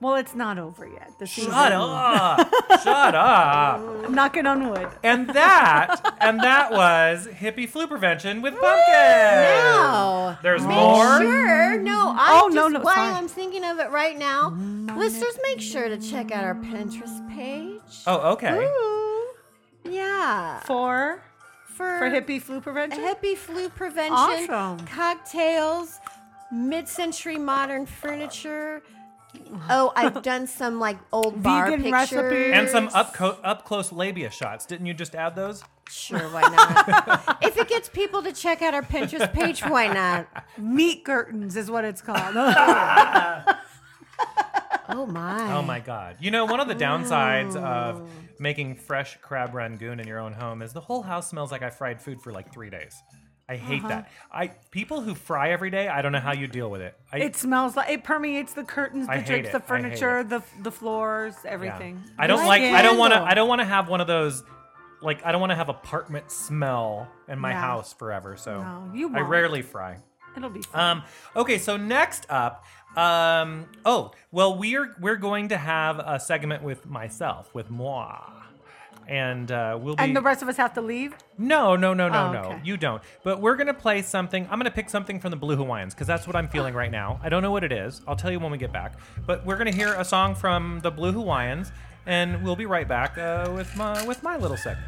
[SPEAKER 2] Well, it's not over yet. The season.
[SPEAKER 1] Shut up! Shut up!
[SPEAKER 2] Knocking on wood.
[SPEAKER 1] And that and that was hippie flu prevention with pumpkin.
[SPEAKER 3] Now,
[SPEAKER 1] There's
[SPEAKER 3] make
[SPEAKER 1] more.
[SPEAKER 3] sure. No, I
[SPEAKER 2] Oh,
[SPEAKER 3] just,
[SPEAKER 2] no, no,
[SPEAKER 3] While
[SPEAKER 2] sorry. Mm-hmm.
[SPEAKER 3] I'm thinking of it right now, listeners, make sure to check out our Pinterest page.
[SPEAKER 1] Oh, okay.
[SPEAKER 3] Ooh. Yeah.
[SPEAKER 2] For
[SPEAKER 3] For,
[SPEAKER 2] for hippie flu prevention.
[SPEAKER 3] hippie flu prevention,
[SPEAKER 2] Awesome.
[SPEAKER 3] cocktails, mid-century
[SPEAKER 2] <sighs>
[SPEAKER 3] modern furniture. Oh, I've done some like old bar
[SPEAKER 2] Vegan
[SPEAKER 3] pictures
[SPEAKER 2] recipes.
[SPEAKER 1] And some up co- up close labia shots. Didn't you just add those?
[SPEAKER 3] Sure,
[SPEAKER 1] <laughs>
[SPEAKER 3] why not? if it gets people to check out our Pinterest page, why not?
[SPEAKER 2] Meat curtains is what it's
[SPEAKER 1] <laughs>
[SPEAKER 2] called. <laughs>
[SPEAKER 3] Oh my.
[SPEAKER 1] Oh my god. You know, one of the downsides
[SPEAKER 2] Oh.
[SPEAKER 1] of making fresh crab rangoon in your own home is the whole house smells like I fried food for like 3 days. I hate that.
[SPEAKER 2] Uh-huh.
[SPEAKER 1] I people who fry every day, I don't know how you deal with it. I
[SPEAKER 2] it smells like it permeates the curtains,
[SPEAKER 1] I
[SPEAKER 2] the
[SPEAKER 1] hate
[SPEAKER 2] drapes,
[SPEAKER 1] it.
[SPEAKER 2] the
[SPEAKER 1] I hate
[SPEAKER 2] furniture,
[SPEAKER 1] it.
[SPEAKER 2] the the floors,
[SPEAKER 1] yeah.
[SPEAKER 2] everything.
[SPEAKER 1] I don't
[SPEAKER 3] Why
[SPEAKER 1] like I don't want to
[SPEAKER 3] candle?
[SPEAKER 1] I don't want to have one of those like I don't want to have apartment smell in my
[SPEAKER 2] Yeah.
[SPEAKER 1] house forever, so
[SPEAKER 2] No, you
[SPEAKER 1] I
[SPEAKER 2] won't.
[SPEAKER 1] rarely fry.
[SPEAKER 2] It'll be fun.
[SPEAKER 1] Um, okay, so next up, um, oh well, we're we're going to have a segment with myself, with moi, and uh, we'll be
[SPEAKER 2] and the rest of us have to leave.
[SPEAKER 1] no, no, no, no,
[SPEAKER 2] Oh,
[SPEAKER 1] no.
[SPEAKER 2] okay.
[SPEAKER 1] You don't. But we're gonna play something. I'm gonna pick something from the Blue Hawaiians because that's what I'm feeling right now. I don't know what it is. I'll tell you when we get back. But we're gonna hear a song from the Blue Hawaiians, and we'll be right back uh, with my with my little segment.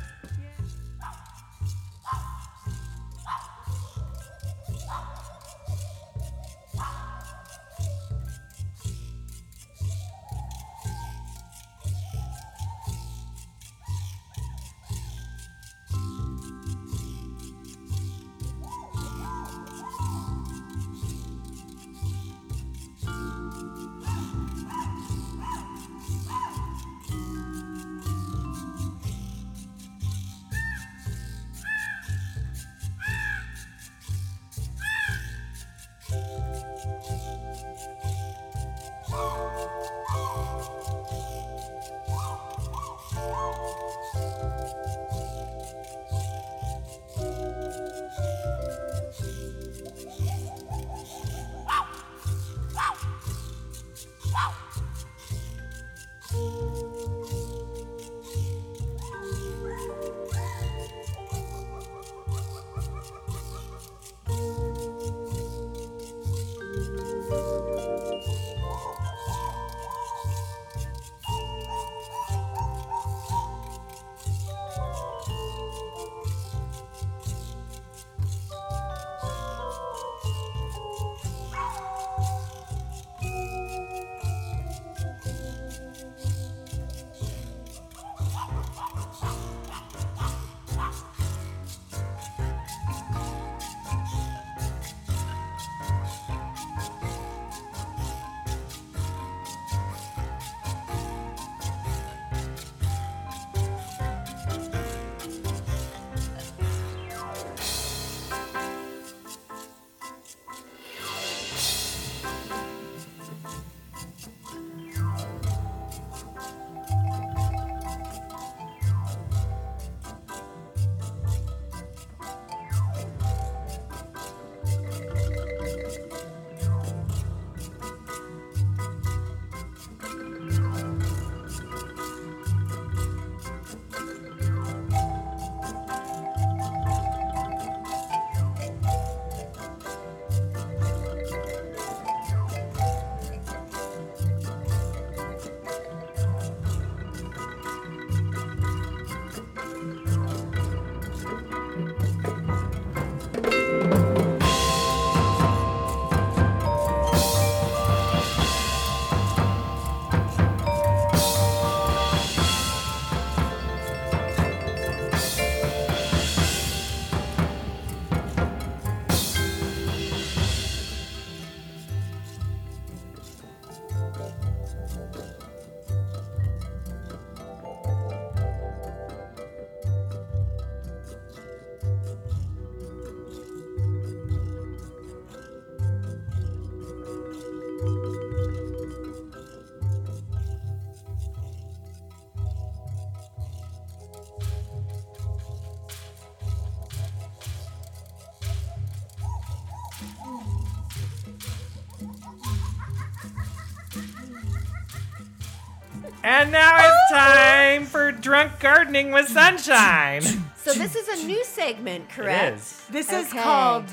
[SPEAKER 1] And now
[SPEAKER 2] Oh!
[SPEAKER 1] it's time for drunk gardening with sunshine.
[SPEAKER 2] <laughs>
[SPEAKER 3] So this is a new segment, correct?
[SPEAKER 1] It is.
[SPEAKER 2] This is
[SPEAKER 3] Okay.
[SPEAKER 2] called.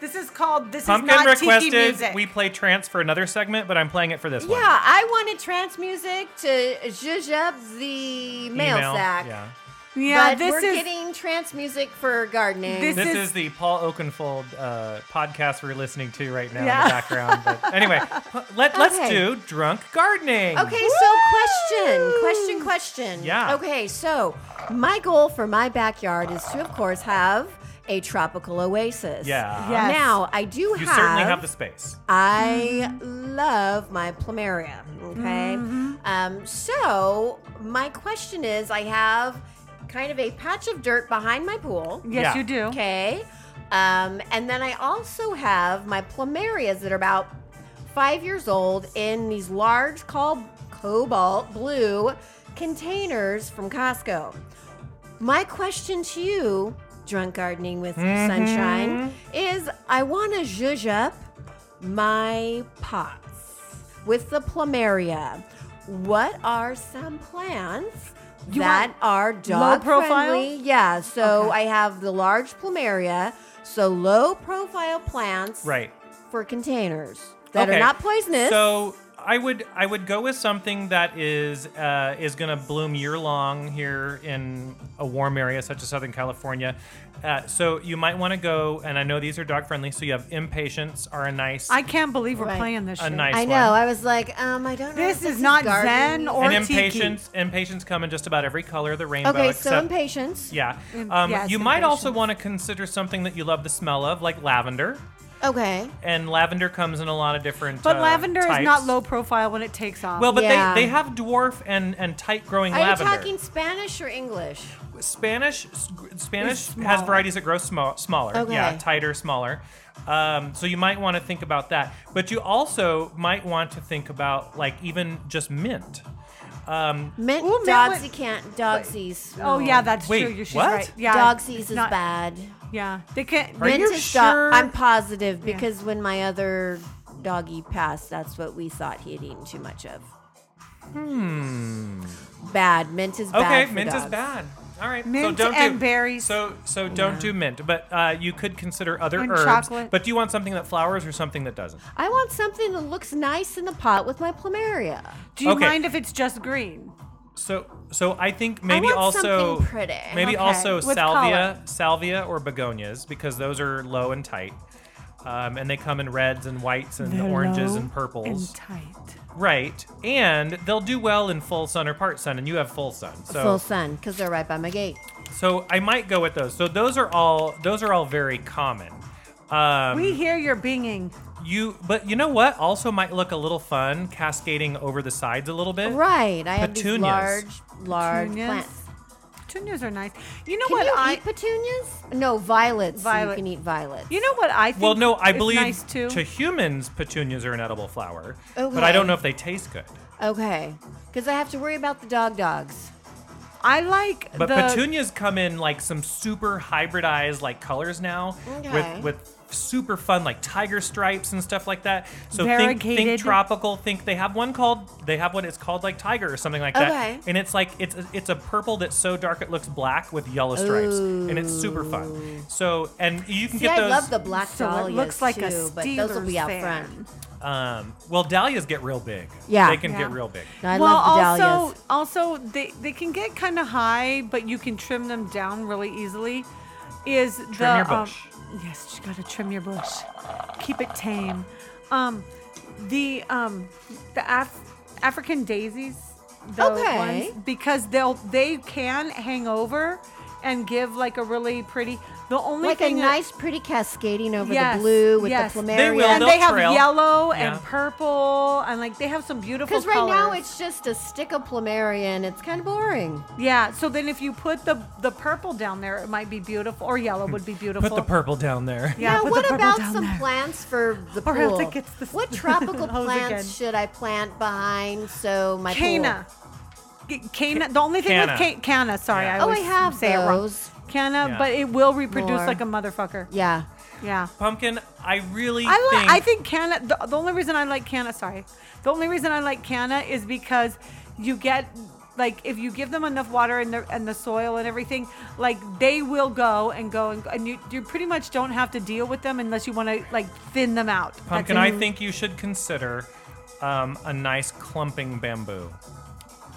[SPEAKER 2] This is called. This is
[SPEAKER 1] Pumpkin
[SPEAKER 2] not tiki
[SPEAKER 1] requested
[SPEAKER 2] music.
[SPEAKER 1] we play trance for another segment, but I'm playing it for this
[SPEAKER 3] Yeah, I wanted trance music to zhuzh up the
[SPEAKER 1] one.
[SPEAKER 3] mail
[SPEAKER 1] Email,
[SPEAKER 3] sack.
[SPEAKER 1] Yeah.
[SPEAKER 2] yeah,
[SPEAKER 3] but
[SPEAKER 2] this
[SPEAKER 3] we're
[SPEAKER 2] is.
[SPEAKER 3] getting trance music for gardening.
[SPEAKER 2] This-
[SPEAKER 1] This
[SPEAKER 2] is-
[SPEAKER 1] is, the Paul Oakenfold uh, podcast we're listening to right now in
[SPEAKER 2] Yeah.
[SPEAKER 1] the background. But anyway, let, let's
[SPEAKER 3] Okay.
[SPEAKER 1] do drunk gardening.
[SPEAKER 3] okay, so question, question, question.
[SPEAKER 1] Yeah.
[SPEAKER 3] Okay, so my goal for my backyard is to, of course, have a tropical oasis.
[SPEAKER 1] Yeah.
[SPEAKER 2] Yes.
[SPEAKER 3] Now I do
[SPEAKER 1] You
[SPEAKER 3] have.
[SPEAKER 1] certainly have the space.
[SPEAKER 3] I love my plumeria. Okay. Um, so my question is, I have kind of a patch of dirt behind my pool.
[SPEAKER 2] yes,
[SPEAKER 1] Yeah.
[SPEAKER 2] you do.
[SPEAKER 3] Okay. Um, and then I also have my plumerias that are about five years old in these large called cobalt blue containers from Costco. My question to you, drunk gardening with
[SPEAKER 2] Mm-hmm.
[SPEAKER 3] sunshine, is I want to zhuzh up my pots with the plumeria. What are some plants
[SPEAKER 2] You
[SPEAKER 3] that
[SPEAKER 2] want
[SPEAKER 3] are dog
[SPEAKER 2] profile?
[SPEAKER 3] friendly? Yeah, so I have the large plumeria, so low profile plants
[SPEAKER 1] Right.
[SPEAKER 3] for containers that
[SPEAKER 1] Okay.
[SPEAKER 3] are not poisonous.
[SPEAKER 1] So I would I would go with something that is uh, is going to bloom year long here in a warm area such as Southern California. Uh, so you might want to go, and I know these are dog friendly. So you have impatience are a nice
[SPEAKER 2] I can't believe we're
[SPEAKER 3] Right.
[SPEAKER 2] playing this.
[SPEAKER 1] a
[SPEAKER 2] shit.
[SPEAKER 1] nice
[SPEAKER 3] I
[SPEAKER 1] one.
[SPEAKER 3] know. I was like, um, I don't know.
[SPEAKER 2] This
[SPEAKER 3] if
[SPEAKER 2] is not
[SPEAKER 3] garden
[SPEAKER 2] Zen
[SPEAKER 3] music.
[SPEAKER 2] or-
[SPEAKER 1] and
[SPEAKER 2] tiki.
[SPEAKER 1] impatience impatience come in just about every color of the rainbow.
[SPEAKER 3] Okay, so
[SPEAKER 1] except,
[SPEAKER 3] impatience.
[SPEAKER 1] yeah.
[SPEAKER 2] Im-
[SPEAKER 1] Um,
[SPEAKER 2] Mm, yes,
[SPEAKER 1] you might also
[SPEAKER 2] impatience.
[SPEAKER 1] want to consider something that you love the smell of, like lavender.
[SPEAKER 3] Okay.
[SPEAKER 1] And lavender comes in a lot of different.
[SPEAKER 2] But
[SPEAKER 1] uh,
[SPEAKER 2] lavender is not
[SPEAKER 1] types.
[SPEAKER 2] low profile when it takes off.
[SPEAKER 1] Well, but
[SPEAKER 3] Yeah.
[SPEAKER 1] they, they have dwarf and, and tight growing
[SPEAKER 3] Are
[SPEAKER 1] lavender.
[SPEAKER 3] you talking Spanish or English?
[SPEAKER 1] Spanish s- Spanish
[SPEAKER 2] It's
[SPEAKER 1] has
[SPEAKER 2] small.
[SPEAKER 1] varieties that grow small, smaller.
[SPEAKER 3] Okay.
[SPEAKER 1] Yeah, tighter, smaller. Um, so you might want to think about that. But you also might want to think about like even just mint.
[SPEAKER 3] Mint
[SPEAKER 2] Ooh, mint
[SPEAKER 3] dogsy
[SPEAKER 2] would-
[SPEAKER 3] can't dogsies.
[SPEAKER 2] oh yeah, that's
[SPEAKER 1] Wait,
[SPEAKER 2] true. You're, she's
[SPEAKER 1] what?
[SPEAKER 2] right. Yeah,
[SPEAKER 3] dogsies
[SPEAKER 2] it's
[SPEAKER 3] is
[SPEAKER 2] not-
[SPEAKER 3] bad.
[SPEAKER 2] Yeah, they can't.
[SPEAKER 1] Are
[SPEAKER 2] they-
[SPEAKER 3] Mint
[SPEAKER 1] you
[SPEAKER 3] is
[SPEAKER 1] sure?
[SPEAKER 3] I'm positive because when my other doggy passed, that's what we thought he had eaten too much of. Hmm. Bad. Mint is bad.
[SPEAKER 1] Okay,
[SPEAKER 3] for
[SPEAKER 1] mint is
[SPEAKER 3] dogs.
[SPEAKER 1] bad. All right,
[SPEAKER 2] Mint
[SPEAKER 1] so don't
[SPEAKER 2] and
[SPEAKER 1] do,
[SPEAKER 2] berries.
[SPEAKER 1] So so don't do mint, but uh, you could consider other
[SPEAKER 2] And
[SPEAKER 1] herbs.
[SPEAKER 2] chocolate.
[SPEAKER 1] But do you want something that flowers or something that doesn't?
[SPEAKER 3] I want something that looks nice in the pot with my plumeria.
[SPEAKER 2] Do you
[SPEAKER 1] Okay.
[SPEAKER 2] mind if it's just green?
[SPEAKER 1] So so I think maybe
[SPEAKER 3] want
[SPEAKER 1] also
[SPEAKER 3] something pretty.
[SPEAKER 1] maybe
[SPEAKER 2] Okay,
[SPEAKER 1] also
[SPEAKER 2] with
[SPEAKER 1] salvia,
[SPEAKER 2] color.
[SPEAKER 1] salvia or begonias because those are low and tight. Um, and they come in reds and whites and
[SPEAKER 2] They're
[SPEAKER 1] oranges
[SPEAKER 2] low
[SPEAKER 1] and purples.
[SPEAKER 2] And tight.
[SPEAKER 1] Right. And they'll do well in full sun or part sun, and you have full sun. So
[SPEAKER 3] Full sun, because they're right by my gate.
[SPEAKER 1] so I might go with those. So those are all those are all very common. Um,
[SPEAKER 2] We hear your binging.
[SPEAKER 1] you but you know what also might look a little fun cascading over the sides a little bit.
[SPEAKER 3] Right. I have these
[SPEAKER 1] Uh, Petunias.
[SPEAKER 3] large, large
[SPEAKER 2] Petunias.
[SPEAKER 3] plants.
[SPEAKER 2] Petunias are nice. You know
[SPEAKER 3] Can
[SPEAKER 2] what
[SPEAKER 3] you
[SPEAKER 2] I?
[SPEAKER 3] eat petunias? No, violets.
[SPEAKER 2] Violet-
[SPEAKER 3] You can eat violets.
[SPEAKER 2] you know what I think?
[SPEAKER 1] Well, no, I
[SPEAKER 2] is
[SPEAKER 1] believe
[SPEAKER 2] nice too. Oh,
[SPEAKER 1] to humans petunias are an edible flower, but I
[SPEAKER 3] Okay.
[SPEAKER 1] don't know if they taste good.
[SPEAKER 3] Okay. Because I have to worry about the dog dogs.
[SPEAKER 2] I like
[SPEAKER 1] But
[SPEAKER 2] the
[SPEAKER 1] petunias come in like some super hybridized like colors now
[SPEAKER 3] Okay.
[SPEAKER 1] with with super fun like tiger stripes and stuff like that. So think, think
[SPEAKER 2] Variegated.
[SPEAKER 1] tropical, think they have one called they have one it's called like tiger or something like
[SPEAKER 3] Okay.
[SPEAKER 1] that. And it's like it's a, it's a purple that's so dark it looks black with yellow stripes and it's super fun. So and you can
[SPEAKER 3] See,
[SPEAKER 1] get
[SPEAKER 3] I
[SPEAKER 1] those
[SPEAKER 3] love the black
[SPEAKER 2] So it
[SPEAKER 3] dahlias
[SPEAKER 2] looks like
[SPEAKER 3] too,
[SPEAKER 2] a
[SPEAKER 3] but those will be
[SPEAKER 2] Steelers
[SPEAKER 3] out
[SPEAKER 2] fan.
[SPEAKER 3] front.
[SPEAKER 1] um well dahlias get real big.
[SPEAKER 3] Yeah.
[SPEAKER 1] They can
[SPEAKER 2] Yeah.
[SPEAKER 1] get real big.
[SPEAKER 3] No, I
[SPEAKER 2] well,
[SPEAKER 3] love the
[SPEAKER 2] also,
[SPEAKER 3] dahlias.
[SPEAKER 2] also they they can get kind of high, but you can trim them down really easily. Is trim the
[SPEAKER 1] your
[SPEAKER 2] um,
[SPEAKER 1] bush.
[SPEAKER 2] yes, you gotta trim your bush, keep it tame. Um, the um the Af- African daisies, those
[SPEAKER 3] Okay.
[SPEAKER 2] ones, because they'll they can hang over and give like a really pretty. The only
[SPEAKER 3] Like a
[SPEAKER 2] thing that-
[SPEAKER 3] nice, pretty cascading over
[SPEAKER 2] Yes,
[SPEAKER 3] the blue with
[SPEAKER 2] yes.
[SPEAKER 3] the
[SPEAKER 2] They
[SPEAKER 3] plumeria.
[SPEAKER 1] will,
[SPEAKER 2] and
[SPEAKER 1] they'll
[SPEAKER 2] they have
[SPEAKER 1] trail.
[SPEAKER 2] yellow
[SPEAKER 1] Yeah.
[SPEAKER 2] and purple, and like they have some beautiful.
[SPEAKER 3] Because right now
[SPEAKER 2] colors.
[SPEAKER 3] it's just a stick of plumeria and it's kind of boring.
[SPEAKER 2] Yeah, so then if you put the the purple down there, it might be beautiful, or yellow would be beautiful.
[SPEAKER 1] Hmm. Put the purple down there.
[SPEAKER 2] Yeah,
[SPEAKER 3] now,
[SPEAKER 2] put the
[SPEAKER 3] what
[SPEAKER 2] purple
[SPEAKER 3] about
[SPEAKER 2] down
[SPEAKER 3] some
[SPEAKER 2] there.
[SPEAKER 3] plants for the
[SPEAKER 2] Or else
[SPEAKER 3] pool?
[SPEAKER 2] it gets the- <laughs>
[SPEAKER 3] what tropical
[SPEAKER 2] hose again.
[SPEAKER 3] plants should I plant behind so my Oh,
[SPEAKER 2] Cana. G- Cana. The only thing with
[SPEAKER 1] Canna.
[SPEAKER 2] ca- Canna, sorry,
[SPEAKER 1] Yeah.
[SPEAKER 2] I
[SPEAKER 3] Oh, I
[SPEAKER 2] always
[SPEAKER 3] have
[SPEAKER 2] say it wrong.
[SPEAKER 3] those.
[SPEAKER 2] Canna,
[SPEAKER 1] Yeah.
[SPEAKER 2] but it will reproduce
[SPEAKER 3] More.
[SPEAKER 2] like a motherfucker.
[SPEAKER 3] pool? Yeah.
[SPEAKER 2] Yeah.
[SPEAKER 1] Pumpkin, I really
[SPEAKER 2] I like.
[SPEAKER 1] think,
[SPEAKER 2] I think Canna. The, the only reason I like Canna, sorry, the only reason I like Canna is because you get like if you give them enough water and the and the soil and everything, like they will go and go and, go, and you you pretty much don't have to deal with them unless you want to like thin them out. That's
[SPEAKER 1] Pumpkin,
[SPEAKER 2] it.
[SPEAKER 1] I think you should consider um, a nice clumping bamboo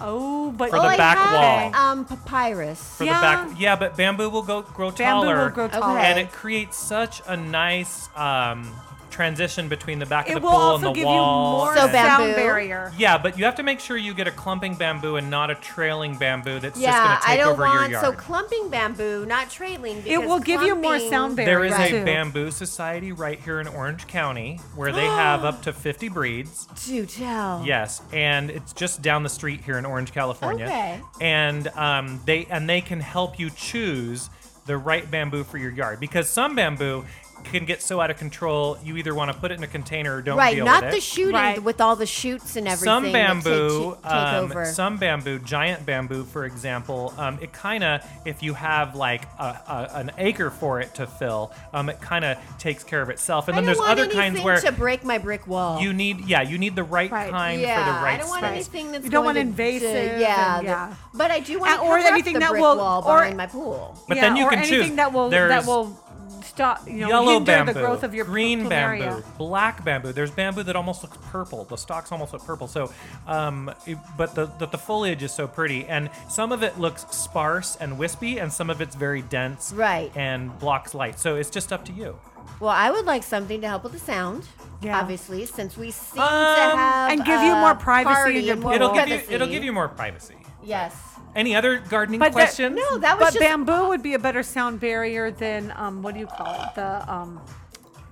[SPEAKER 2] Oh, but
[SPEAKER 1] For the
[SPEAKER 3] I
[SPEAKER 1] back
[SPEAKER 3] have,
[SPEAKER 1] wall.
[SPEAKER 3] Um, papyrus.
[SPEAKER 1] for
[SPEAKER 2] Yeah.
[SPEAKER 1] the back. Yeah, but bamboo will go grow
[SPEAKER 2] bamboo
[SPEAKER 1] taller.
[SPEAKER 2] will grow
[SPEAKER 3] Okay.
[SPEAKER 2] taller.
[SPEAKER 1] and it creates such a nice um, transition between the back
[SPEAKER 2] It
[SPEAKER 1] of the
[SPEAKER 2] will
[SPEAKER 1] pool and
[SPEAKER 2] also
[SPEAKER 1] the
[SPEAKER 2] give
[SPEAKER 1] wall.
[SPEAKER 2] you more
[SPEAKER 3] So
[SPEAKER 1] and-
[SPEAKER 3] bad.
[SPEAKER 2] sound
[SPEAKER 3] bamboo.
[SPEAKER 2] barrier.
[SPEAKER 1] yeah, but you have to make sure you get a clumping bamboo and not a trailing bamboo that's just
[SPEAKER 3] Yeah,
[SPEAKER 1] going to take
[SPEAKER 3] I don't
[SPEAKER 1] over
[SPEAKER 3] want
[SPEAKER 1] your
[SPEAKER 3] so
[SPEAKER 1] yard.
[SPEAKER 3] clumping bamboo, not trailing.
[SPEAKER 2] It
[SPEAKER 3] because
[SPEAKER 2] will give you more
[SPEAKER 3] clumping-
[SPEAKER 2] sound barrier.
[SPEAKER 1] there is
[SPEAKER 2] Right.
[SPEAKER 1] a
[SPEAKER 2] too.
[SPEAKER 1] bamboo society right here in Orange County where they
[SPEAKER 2] <gasps>
[SPEAKER 1] have up to 50 breeds.
[SPEAKER 3] Do tell.
[SPEAKER 1] Yes, and it's just down the street here in Orange, California.
[SPEAKER 3] Okay.
[SPEAKER 1] And um, they and they can help you choose the right bamboo for your yard because some bamboo can get so out of control you either want to put it in a container or don't
[SPEAKER 3] Right,
[SPEAKER 1] deal
[SPEAKER 3] not
[SPEAKER 1] with
[SPEAKER 3] the
[SPEAKER 1] it.
[SPEAKER 3] shooting
[SPEAKER 2] Right.
[SPEAKER 3] with all the shoots and everything.
[SPEAKER 1] some
[SPEAKER 3] that take-
[SPEAKER 1] bamboo,
[SPEAKER 3] take, take
[SPEAKER 1] um,
[SPEAKER 3] over.
[SPEAKER 1] some bamboo, giant bamboo, for example, um, it kind of, if you have like a, a, an acre for it to fill, um, it kind of takes care of itself. And
[SPEAKER 3] I
[SPEAKER 1] then
[SPEAKER 3] don't
[SPEAKER 1] there's
[SPEAKER 3] want
[SPEAKER 1] other
[SPEAKER 3] anything
[SPEAKER 1] kinds where
[SPEAKER 3] to break my brick wall.
[SPEAKER 1] you need, yeah, you need the right,
[SPEAKER 2] Right.
[SPEAKER 1] kind
[SPEAKER 3] yeah,
[SPEAKER 1] for the right
[SPEAKER 3] I don't want
[SPEAKER 1] space.
[SPEAKER 3] anything that's
[SPEAKER 2] You don't want
[SPEAKER 3] going to-
[SPEAKER 2] invasive
[SPEAKER 3] to-
[SPEAKER 2] and-
[SPEAKER 3] yeah, the-
[SPEAKER 2] yeah.
[SPEAKER 3] but I do want
[SPEAKER 2] Uh,
[SPEAKER 3] to
[SPEAKER 2] or
[SPEAKER 3] cover up
[SPEAKER 2] anything
[SPEAKER 3] the
[SPEAKER 2] that
[SPEAKER 3] brick
[SPEAKER 2] will-
[SPEAKER 3] wall
[SPEAKER 2] or-
[SPEAKER 3] behind my pool.
[SPEAKER 1] But then you
[SPEAKER 2] or
[SPEAKER 1] can
[SPEAKER 2] anything
[SPEAKER 1] choose.
[SPEAKER 2] that will
[SPEAKER 1] There's
[SPEAKER 2] that will stop you know
[SPEAKER 1] yellow
[SPEAKER 2] hinder
[SPEAKER 1] bamboo,
[SPEAKER 2] the growth of your
[SPEAKER 1] green
[SPEAKER 2] planaria.
[SPEAKER 1] bamboo, black bamboo. There's bamboo that almost looks purple. The stalks almost look purple. So, um, it- but the, the the foliage is so pretty, and some of it looks sparse and wispy, and some of it's very dense,
[SPEAKER 3] Right.
[SPEAKER 1] and blocks light. So it's just up to you.
[SPEAKER 3] Well, I would like something to help with the sound.
[SPEAKER 2] Yeah.
[SPEAKER 3] Obviously, since we seem
[SPEAKER 1] Um,
[SPEAKER 3] to have
[SPEAKER 2] And give you
[SPEAKER 3] a
[SPEAKER 2] more privacy in
[SPEAKER 3] party
[SPEAKER 2] your
[SPEAKER 3] and more
[SPEAKER 2] pool.
[SPEAKER 1] it'll give
[SPEAKER 3] Oh, privacy.
[SPEAKER 1] you it'll give you more privacy.
[SPEAKER 3] Yes.
[SPEAKER 1] Any other gardening
[SPEAKER 2] But that-
[SPEAKER 1] questions?
[SPEAKER 3] No, that was
[SPEAKER 2] But
[SPEAKER 3] just
[SPEAKER 2] bamboo would be a better sound barrier than um what do you call it the um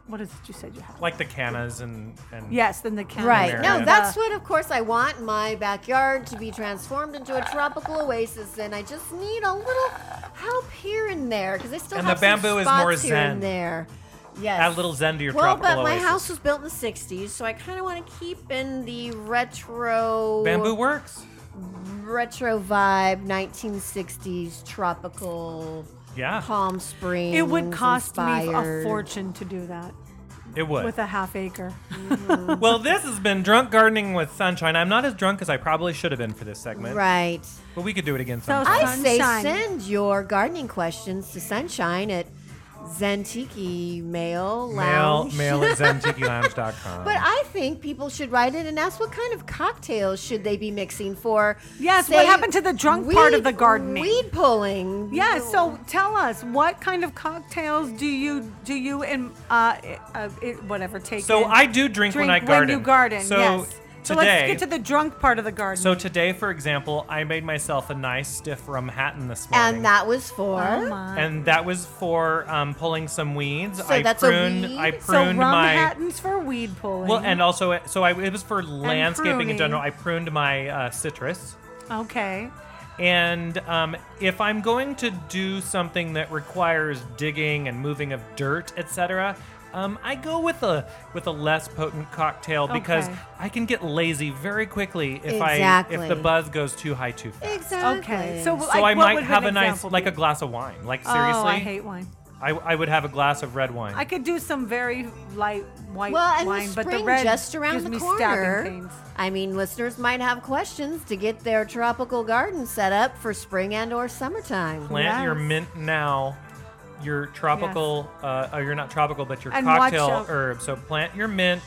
[SPEAKER 2] what is it you said you had
[SPEAKER 1] like the cannas and and
[SPEAKER 2] yes than the canopy.
[SPEAKER 3] Right.
[SPEAKER 1] Yeah.
[SPEAKER 3] No, that's what, of course, I want my backyard to be transformed into a tropical oasis, and I just need a little help here and there because I still
[SPEAKER 1] And
[SPEAKER 3] have
[SPEAKER 1] the bamboo
[SPEAKER 3] some
[SPEAKER 1] is
[SPEAKER 3] spots
[SPEAKER 1] more
[SPEAKER 3] here
[SPEAKER 1] zen.
[SPEAKER 3] and there. Yes.
[SPEAKER 1] add a little zen to your
[SPEAKER 3] well,
[SPEAKER 1] tropical
[SPEAKER 3] but my
[SPEAKER 1] oasis.
[SPEAKER 3] house was built in the '60s, so I kind of want to keep in the retro
[SPEAKER 1] bamboo works.
[SPEAKER 3] retro vibe, 1960s tropical.
[SPEAKER 1] Yeah.
[SPEAKER 3] Palm Springs.
[SPEAKER 2] it would cost me a
[SPEAKER 3] inspired.
[SPEAKER 2] fortune to do that
[SPEAKER 1] It would.
[SPEAKER 2] with a half acre
[SPEAKER 1] well, this has been Drunk Gardening with Sunshine. I'm not as drunk as I probably should have been for this segment,
[SPEAKER 3] Right.
[SPEAKER 1] but we could do it again
[SPEAKER 2] So-
[SPEAKER 1] sometime.
[SPEAKER 3] I say
[SPEAKER 2] Sunshine.
[SPEAKER 3] send your gardening questions to Sunshine at Zantiki Mail
[SPEAKER 1] mail,
[SPEAKER 3] Lounge.
[SPEAKER 1] mail
[SPEAKER 3] <laughs>
[SPEAKER 1] at zentikilounge.com.
[SPEAKER 3] But I think people should write in and ask what kind of cocktails should they be mixing for.
[SPEAKER 2] Yes, what happened to the drunk part of
[SPEAKER 3] weed-
[SPEAKER 2] the gardening?
[SPEAKER 3] Weed pulling.
[SPEAKER 2] yeah so tell us what kind of cocktails do you do you and uh, uh it, whatever take
[SPEAKER 1] so
[SPEAKER 2] in-
[SPEAKER 1] I do drink,
[SPEAKER 2] drink
[SPEAKER 1] when I garden.
[SPEAKER 2] you garden
[SPEAKER 1] So
[SPEAKER 2] yes so let's
[SPEAKER 1] today,
[SPEAKER 2] get to the drunk part of the garden
[SPEAKER 1] so today, for example, I made myself a nice stiff rum hatton this morning.
[SPEAKER 3] And that was for.
[SPEAKER 2] oh my
[SPEAKER 1] And that was for um, pulling some weeds.
[SPEAKER 3] So
[SPEAKER 1] I
[SPEAKER 3] that's a
[SPEAKER 1] pruned.
[SPEAKER 3] weed?
[SPEAKER 1] I
[SPEAKER 2] so
[SPEAKER 1] pruned
[SPEAKER 2] rum
[SPEAKER 1] my.
[SPEAKER 2] hattons for weed pulling
[SPEAKER 1] Well, and also, it- so I, it was for landscaping in
[SPEAKER 2] pruning.
[SPEAKER 1] general. I pruned my uh, citrus.
[SPEAKER 2] okay
[SPEAKER 1] And um, if I'm going to do something that requires digging and moving of dirt, etc., um, I go with a with a less potent cocktail because
[SPEAKER 2] Okay.
[SPEAKER 1] I can get lazy very quickly if I if
[SPEAKER 3] Exactly.
[SPEAKER 1] the buzz goes too high too fast.
[SPEAKER 3] Exactly.
[SPEAKER 2] Okay. So,
[SPEAKER 1] So I
[SPEAKER 2] like, what
[SPEAKER 1] might
[SPEAKER 2] would an
[SPEAKER 1] have a nice
[SPEAKER 2] example
[SPEAKER 1] like
[SPEAKER 2] be?
[SPEAKER 1] a glass of wine. Like
[SPEAKER 2] Oh, I
[SPEAKER 1] seriously,
[SPEAKER 2] hate wine.
[SPEAKER 1] I, I would have a glass of red wine.
[SPEAKER 2] I could do some very light white
[SPEAKER 3] Well, and
[SPEAKER 2] wine,
[SPEAKER 3] the
[SPEAKER 2] but
[SPEAKER 3] spring
[SPEAKER 2] the red
[SPEAKER 3] just around
[SPEAKER 2] gives
[SPEAKER 3] the
[SPEAKER 2] me
[SPEAKER 3] corner.
[SPEAKER 2] stabbing pains.
[SPEAKER 3] I mean, listeners might have questions to get their tropical garden set up for spring and or summertime.
[SPEAKER 1] Plant your
[SPEAKER 2] Yes.
[SPEAKER 1] mint now. Your tropical, uh, or you're not tropical, but your
[SPEAKER 2] And watch
[SPEAKER 1] cocktail
[SPEAKER 2] out.
[SPEAKER 1] herb. So plant your mint,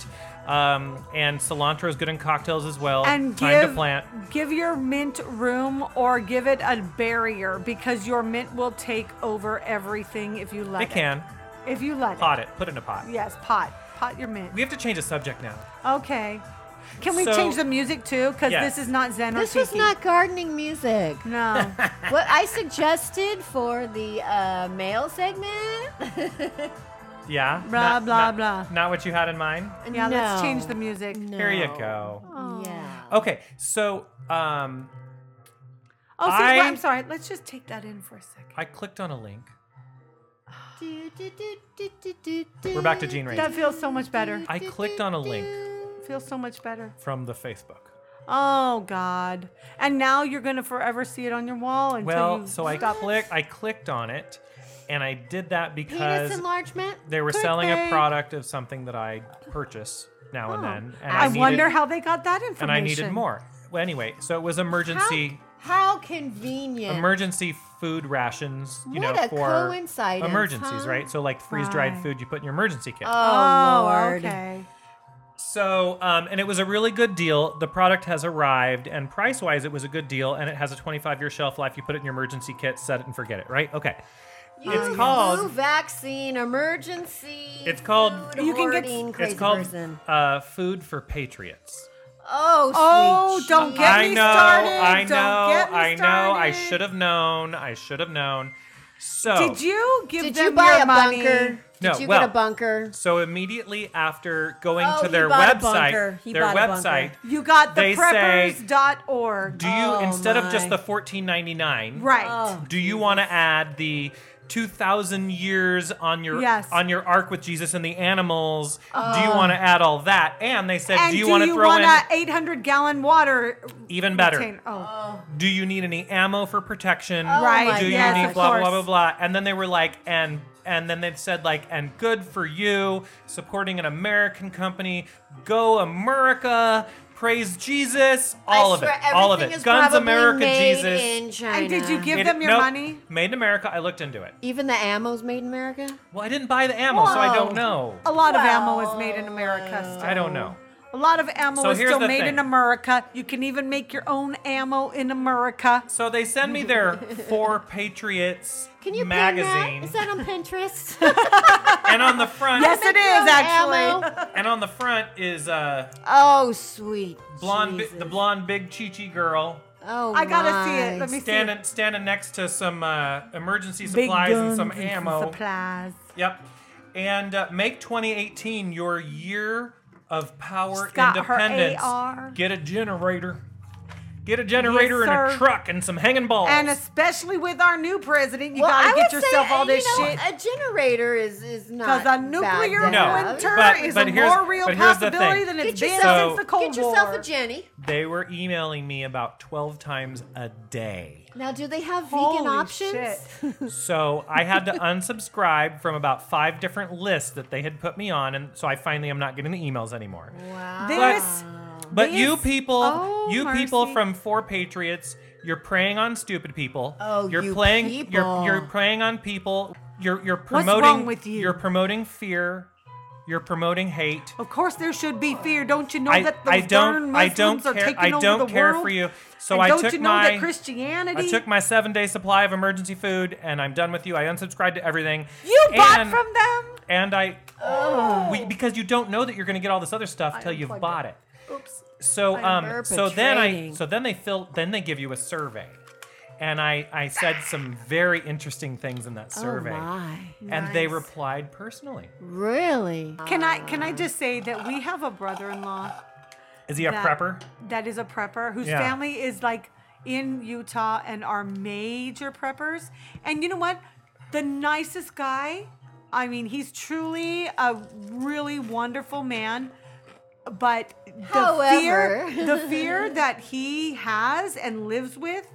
[SPEAKER 1] um, and cilantro is good in cocktails as well.
[SPEAKER 2] And
[SPEAKER 1] time
[SPEAKER 2] give
[SPEAKER 1] to plant.
[SPEAKER 2] give your mint room or give it a barrier because your mint will take over everything if you let
[SPEAKER 1] They
[SPEAKER 2] it.
[SPEAKER 1] can
[SPEAKER 2] If you let
[SPEAKER 1] pot it, put it in a pot.
[SPEAKER 2] it. Yes, pot. Pot your mint.
[SPEAKER 1] We have to change the subject now.
[SPEAKER 2] Okay. Can we
[SPEAKER 1] So-
[SPEAKER 2] change the music too? Because
[SPEAKER 1] Yes.
[SPEAKER 2] this is not Zen or
[SPEAKER 3] This was
[SPEAKER 2] tiki.
[SPEAKER 3] not gardening music. <laughs>
[SPEAKER 2] No.
[SPEAKER 3] what I suggested for the uh, mail <laughs> segment.
[SPEAKER 1] Yeah.
[SPEAKER 2] Blah,
[SPEAKER 1] Not-
[SPEAKER 2] blah,
[SPEAKER 1] not-
[SPEAKER 2] blah.
[SPEAKER 1] Not what you had in mind.
[SPEAKER 2] yeah, let's
[SPEAKER 3] No.
[SPEAKER 2] change the music.
[SPEAKER 1] Here you
[SPEAKER 3] No.
[SPEAKER 1] go.
[SPEAKER 3] Yeah.
[SPEAKER 1] Okay, so um,
[SPEAKER 2] Oh, so, well,
[SPEAKER 1] I-
[SPEAKER 2] I'm sorry. Let's just take that in for a second.
[SPEAKER 1] I clicked on a link.
[SPEAKER 3] Do, do, do, do, do, do, do.
[SPEAKER 1] We're back to Gene Ray.
[SPEAKER 2] That feels so much better.
[SPEAKER 1] I clicked on a link
[SPEAKER 2] Feels so much better.
[SPEAKER 1] from the Facebook.
[SPEAKER 2] Oh God! And now you're gonna forever see it on your wall until
[SPEAKER 1] Well,
[SPEAKER 2] you
[SPEAKER 1] so I
[SPEAKER 2] stop.
[SPEAKER 1] click, I clicked on it, and I did that because
[SPEAKER 3] Penis enlargement.
[SPEAKER 1] they were selling a
[SPEAKER 2] Clickbait.
[SPEAKER 1] product of something that I purchase now
[SPEAKER 3] Oh.
[SPEAKER 1] and then. And
[SPEAKER 2] I,
[SPEAKER 1] needed-
[SPEAKER 2] wonder how they got that information.
[SPEAKER 1] And I needed more. Well, anyway, so it was emergency
[SPEAKER 3] How, how convenient.
[SPEAKER 1] emergency food rations. You
[SPEAKER 3] What
[SPEAKER 1] know,
[SPEAKER 3] a
[SPEAKER 1] for
[SPEAKER 3] coincidence,
[SPEAKER 1] emergencies,
[SPEAKER 3] huh?
[SPEAKER 1] right? So like freeze dried
[SPEAKER 2] Right.
[SPEAKER 1] food you put in your emergency kit.
[SPEAKER 3] oh, Lord.
[SPEAKER 2] okay.
[SPEAKER 1] So, um, and it was a really good deal. The product has arrived, and price wise, it was a good deal, and it has a 25 year shelf life. You put it in your emergency kit, set it and forget it, right? Okay.
[SPEAKER 3] You
[SPEAKER 1] It's
[SPEAKER 3] flu
[SPEAKER 1] called-
[SPEAKER 3] vaccine emergency.
[SPEAKER 1] It's called-
[SPEAKER 3] food
[SPEAKER 2] You can get-
[SPEAKER 3] hoarding crazy
[SPEAKER 1] It's called
[SPEAKER 3] person.
[SPEAKER 1] uh, Food for Patriots.
[SPEAKER 3] Oh,
[SPEAKER 2] Oh,
[SPEAKER 3] sweet
[SPEAKER 2] don't
[SPEAKER 3] Jesus.
[SPEAKER 2] get
[SPEAKER 1] I
[SPEAKER 2] me
[SPEAKER 1] know,
[SPEAKER 2] started.
[SPEAKER 1] I
[SPEAKER 2] Don't
[SPEAKER 1] know,
[SPEAKER 2] get me
[SPEAKER 1] I know. I
[SPEAKER 2] started.
[SPEAKER 1] should have known. I should have known. So,
[SPEAKER 2] Did you give
[SPEAKER 3] Did
[SPEAKER 2] them
[SPEAKER 3] you buy
[SPEAKER 2] your
[SPEAKER 3] a
[SPEAKER 2] money?
[SPEAKER 3] bunker?
[SPEAKER 1] No,
[SPEAKER 3] Did you
[SPEAKER 1] well,
[SPEAKER 3] get a bunker?
[SPEAKER 1] so immediately after going
[SPEAKER 3] Oh,
[SPEAKER 1] to
[SPEAKER 3] he
[SPEAKER 1] their
[SPEAKER 3] bought a
[SPEAKER 1] website,
[SPEAKER 3] bunker. He
[SPEAKER 1] their
[SPEAKER 3] bought a bunker.
[SPEAKER 1] website,
[SPEAKER 2] You got the
[SPEAKER 1] They say-
[SPEAKER 2] preppers.org.
[SPEAKER 1] do you
[SPEAKER 3] Oh,
[SPEAKER 1] instead of just
[SPEAKER 3] my.
[SPEAKER 1] the 14.99,
[SPEAKER 2] Right.
[SPEAKER 3] Oh.
[SPEAKER 1] Do you want to add the 2000 years on your
[SPEAKER 2] Yes.
[SPEAKER 1] on your arc with Jesus and the animals? do you want to add all that? And they said,
[SPEAKER 2] And
[SPEAKER 1] do you want to throw
[SPEAKER 2] want
[SPEAKER 1] in
[SPEAKER 2] a 800 gallon water?
[SPEAKER 1] even better?
[SPEAKER 2] retain- Oh,
[SPEAKER 1] Do you need any ammo for protection?
[SPEAKER 2] right.
[SPEAKER 3] Oh my
[SPEAKER 1] Do you
[SPEAKER 2] yes,
[SPEAKER 1] need
[SPEAKER 2] of
[SPEAKER 1] blah,
[SPEAKER 2] course.
[SPEAKER 1] blah blah blah? And then they were like, and and then they've said like, and good for you, supporting an American company. Go America. Praise Jesus. All
[SPEAKER 3] I
[SPEAKER 1] of
[SPEAKER 3] swear,
[SPEAKER 1] it. All of
[SPEAKER 3] everything
[SPEAKER 1] it.
[SPEAKER 3] is
[SPEAKER 1] Guns
[SPEAKER 3] probably
[SPEAKER 1] America
[SPEAKER 3] made
[SPEAKER 1] Jesus.
[SPEAKER 3] in China.
[SPEAKER 2] And did you give
[SPEAKER 1] Made
[SPEAKER 2] them
[SPEAKER 1] it-
[SPEAKER 2] your
[SPEAKER 1] nope.
[SPEAKER 2] money?
[SPEAKER 1] Made in America. I looked into it.
[SPEAKER 3] even the ammo's made in America?
[SPEAKER 1] Well, I didn't buy the ammo, so I don't
[SPEAKER 3] Whoa.
[SPEAKER 1] know.
[SPEAKER 2] A lot of ammo
[SPEAKER 3] Well,
[SPEAKER 2] is made in America still.
[SPEAKER 1] I don't know.
[SPEAKER 2] A lot of ammo
[SPEAKER 1] So
[SPEAKER 2] is
[SPEAKER 1] here's
[SPEAKER 2] still
[SPEAKER 1] the
[SPEAKER 2] made
[SPEAKER 1] thing.
[SPEAKER 2] in America. You can even make your own ammo in America.
[SPEAKER 1] So they send me their
[SPEAKER 3] <laughs>
[SPEAKER 1] Four Patriots
[SPEAKER 3] Can you pin that?
[SPEAKER 1] magazine,
[SPEAKER 3] <laughs> Is that
[SPEAKER 2] <laughs>
[SPEAKER 3] on Pinterest?
[SPEAKER 1] and on the front,
[SPEAKER 2] Yes, it
[SPEAKER 3] your own
[SPEAKER 2] is actually.
[SPEAKER 3] ammo?
[SPEAKER 1] and on the front is uh,
[SPEAKER 3] oh, sweet.
[SPEAKER 1] blonde, bi-
[SPEAKER 3] Jesus.
[SPEAKER 1] the blonde big chichi girl
[SPEAKER 3] Oh,
[SPEAKER 2] I gotta see it.
[SPEAKER 3] my.
[SPEAKER 2] Let me see.
[SPEAKER 1] standing standing next to some uh, emergency supplies and some ammo.
[SPEAKER 2] supplies.
[SPEAKER 1] Yep, and uh, make 2018 your year of power
[SPEAKER 2] She's got her
[SPEAKER 1] independence.
[SPEAKER 2] AR.
[SPEAKER 1] Get a generator. Get a generator and a
[SPEAKER 2] sir.
[SPEAKER 1] truck and some hanging balls.
[SPEAKER 2] And especially with our new president, you
[SPEAKER 3] Well, I
[SPEAKER 2] gotta get
[SPEAKER 3] would
[SPEAKER 2] yourself
[SPEAKER 3] say,
[SPEAKER 2] all
[SPEAKER 3] you
[SPEAKER 2] this
[SPEAKER 3] know,
[SPEAKER 2] shit.
[SPEAKER 3] A generator is is not
[SPEAKER 2] 'Cause a nuclear
[SPEAKER 3] bad to have.
[SPEAKER 1] No,
[SPEAKER 2] winter
[SPEAKER 1] but-
[SPEAKER 2] is
[SPEAKER 1] but
[SPEAKER 2] a
[SPEAKER 1] here's-
[SPEAKER 2] more real
[SPEAKER 1] but here's the
[SPEAKER 2] possibility
[SPEAKER 1] thing.
[SPEAKER 2] than
[SPEAKER 3] Get
[SPEAKER 2] it's been
[SPEAKER 1] yourself-
[SPEAKER 2] since the Cold
[SPEAKER 3] Get yourself
[SPEAKER 2] War.
[SPEAKER 3] a Jenny.
[SPEAKER 1] They were emailing me about 12 times a day.
[SPEAKER 3] Now, do they have
[SPEAKER 2] Holy
[SPEAKER 3] vegan options?
[SPEAKER 2] shit.
[SPEAKER 1] So I had to unsubscribe from about five different lists that they had put me on. And so I finally am not getting the emails anymore.
[SPEAKER 3] Wow.
[SPEAKER 2] This
[SPEAKER 1] But you
[SPEAKER 2] This-
[SPEAKER 1] people,
[SPEAKER 2] oh,
[SPEAKER 1] you people
[SPEAKER 2] mercy.
[SPEAKER 1] from Four Patriots, you're preying on stupid people.
[SPEAKER 3] Oh,
[SPEAKER 1] you're
[SPEAKER 3] you
[SPEAKER 1] playing,
[SPEAKER 3] people.
[SPEAKER 1] You're, you're preying on people. You're, you're
[SPEAKER 2] wrong
[SPEAKER 1] promoting.
[SPEAKER 2] with you?
[SPEAKER 1] You're promoting fear. You're promoting hate.
[SPEAKER 2] of course, there should be fear. Don't you know
[SPEAKER 1] I,
[SPEAKER 2] that Oh, those
[SPEAKER 1] I don't
[SPEAKER 2] darn
[SPEAKER 1] I
[SPEAKER 2] Muslims
[SPEAKER 1] don't
[SPEAKER 2] are
[SPEAKER 1] care
[SPEAKER 2] taking
[SPEAKER 1] I
[SPEAKER 2] over
[SPEAKER 1] don't
[SPEAKER 2] the
[SPEAKER 1] care
[SPEAKER 2] world?
[SPEAKER 1] for you. So
[SPEAKER 2] and
[SPEAKER 1] I
[SPEAKER 2] don't
[SPEAKER 1] took
[SPEAKER 2] you know
[SPEAKER 1] my
[SPEAKER 2] that Christianity?
[SPEAKER 1] I took my seven day supply of emergency food and I'm done with you. I unsubscribed to everything.
[SPEAKER 2] you bought
[SPEAKER 1] And-
[SPEAKER 2] from them.
[SPEAKER 1] And I.
[SPEAKER 2] Oh.
[SPEAKER 1] We, because you don't know that you're going to get all this other stuff till you've bought it.
[SPEAKER 3] Oops.
[SPEAKER 1] So
[SPEAKER 3] I'm
[SPEAKER 1] um so then I
[SPEAKER 3] perpetrating.
[SPEAKER 1] so then they fill then they give you a survey. And I I said some very interesting things in that survey.
[SPEAKER 3] Oh my.
[SPEAKER 1] And they replied personally.
[SPEAKER 3] Really?
[SPEAKER 2] Can I can
[SPEAKER 3] Uh,
[SPEAKER 2] I just say that we have a brother-in-law
[SPEAKER 1] Is he a
[SPEAKER 2] that-
[SPEAKER 1] prepper?
[SPEAKER 2] that is a prepper whose
[SPEAKER 1] Yeah.
[SPEAKER 2] family is like in Utah and are major preppers. And you know what? The nicest guy. I mean, he's truly a really wonderful man. But the
[SPEAKER 3] However.
[SPEAKER 2] fear,
[SPEAKER 3] <laughs>
[SPEAKER 2] the fear that he has and lives with,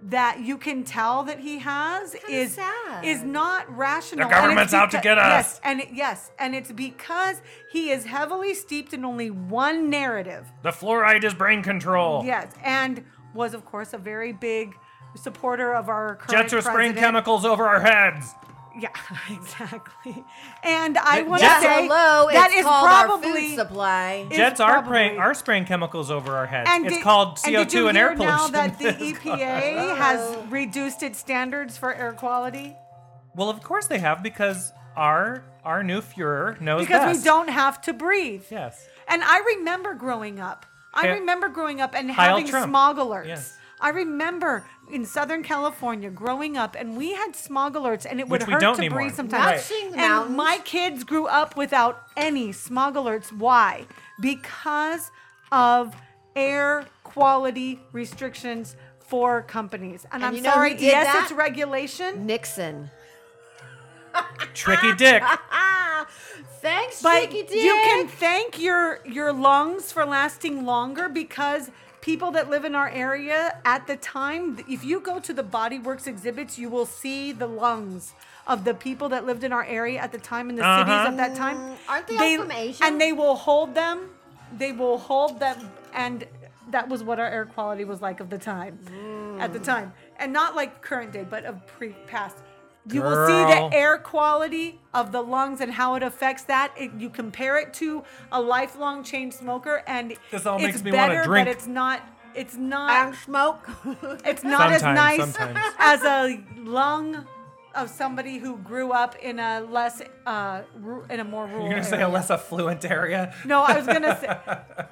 [SPEAKER 2] that you can tell that he has,
[SPEAKER 3] Kinda
[SPEAKER 2] is
[SPEAKER 3] sad.
[SPEAKER 2] is not rational.
[SPEAKER 1] The
[SPEAKER 2] And it's
[SPEAKER 1] government's out to
[SPEAKER 2] beca-
[SPEAKER 1] get
[SPEAKER 2] yes,
[SPEAKER 1] us.
[SPEAKER 2] and it, yes, and it's because he is heavily steeped in only one narrative.
[SPEAKER 1] The fluoride is brain control.
[SPEAKER 2] Yes, and was of course a very big supporter of our current
[SPEAKER 1] Jets are spraying
[SPEAKER 2] president.
[SPEAKER 1] chemicals over our heads.
[SPEAKER 2] Yeah, <laughs> exactly. And I
[SPEAKER 1] Th-
[SPEAKER 2] want to
[SPEAKER 1] Jets-
[SPEAKER 2] say
[SPEAKER 3] Hello,
[SPEAKER 2] that
[SPEAKER 3] it's
[SPEAKER 2] is
[SPEAKER 3] called our
[SPEAKER 2] probably
[SPEAKER 3] food supply.
[SPEAKER 2] is
[SPEAKER 1] Jets are spraying
[SPEAKER 2] probably-
[SPEAKER 1] are spraying chemicals over our heads.
[SPEAKER 2] And
[SPEAKER 1] it's
[SPEAKER 2] did-
[SPEAKER 1] called CO2
[SPEAKER 2] and,
[SPEAKER 1] and,
[SPEAKER 2] did you hear
[SPEAKER 1] air pollution. <laughs>
[SPEAKER 2] now that the E EPA has reduced its standards for air quality
[SPEAKER 1] well, of course they have because our our new Fuhrer knows
[SPEAKER 2] because
[SPEAKER 1] best.
[SPEAKER 2] we don't have to breathe.
[SPEAKER 1] Yes.
[SPEAKER 2] And I remember growing up. I
[SPEAKER 1] Yeah.
[SPEAKER 2] remember growing up and
[SPEAKER 1] Heil
[SPEAKER 2] having
[SPEAKER 1] Trump.
[SPEAKER 2] smog alerts.
[SPEAKER 1] Yes.
[SPEAKER 2] I remember in Southern California growing up, and we had smog alerts, and it would
[SPEAKER 1] Which we
[SPEAKER 2] hurt
[SPEAKER 1] don't
[SPEAKER 2] to
[SPEAKER 1] anymore.
[SPEAKER 2] breathe sometimes.
[SPEAKER 3] Right. Watching the
[SPEAKER 2] And
[SPEAKER 3] mountains.
[SPEAKER 2] my kids grew up without any smog alerts. Why? Because of air quality restrictions for companies. And, I'm
[SPEAKER 3] you know who
[SPEAKER 2] sorry,
[SPEAKER 3] did
[SPEAKER 2] yes,
[SPEAKER 3] that?
[SPEAKER 2] it's regulation,
[SPEAKER 3] Nixon.
[SPEAKER 1] Tricky Dick.
[SPEAKER 3] Ah, <laughs> thanks,
[SPEAKER 2] but
[SPEAKER 3] Shaky
[SPEAKER 2] you
[SPEAKER 3] Dick.
[SPEAKER 2] can thank your your lungs for lasting longer because people that live in our area at the time if you go to the body works exhibits you will see the lungs of the people that lived in our area at the time in the
[SPEAKER 1] Uh-huh.
[SPEAKER 2] cities of that time.
[SPEAKER 3] Mm, aren't they all from Asia?
[SPEAKER 2] And they will hold them. They will hold them. And that was what our air quality was like of the time. At the time. And not like current day, but of pre past. You will see
[SPEAKER 1] Girl.
[SPEAKER 2] the air quality of the lungs and how it affects that. It, you compare it to a lifelong chain smoker, and
[SPEAKER 1] This all
[SPEAKER 2] it's
[SPEAKER 1] makes me wanna
[SPEAKER 2] better,
[SPEAKER 1] drink.
[SPEAKER 2] but it's not. It's not.
[SPEAKER 3] and smoke. <laughs>
[SPEAKER 2] It's not as
[SPEAKER 1] Sometimes,
[SPEAKER 2] nice
[SPEAKER 1] sometimes.
[SPEAKER 2] <laughs> as a lung of somebody who grew up in a less uh, ru- in a more rural.
[SPEAKER 1] You're gonna say a
[SPEAKER 2] area.
[SPEAKER 1] less affluent area.
[SPEAKER 2] No, I was gonna
[SPEAKER 1] <laughs>
[SPEAKER 2] say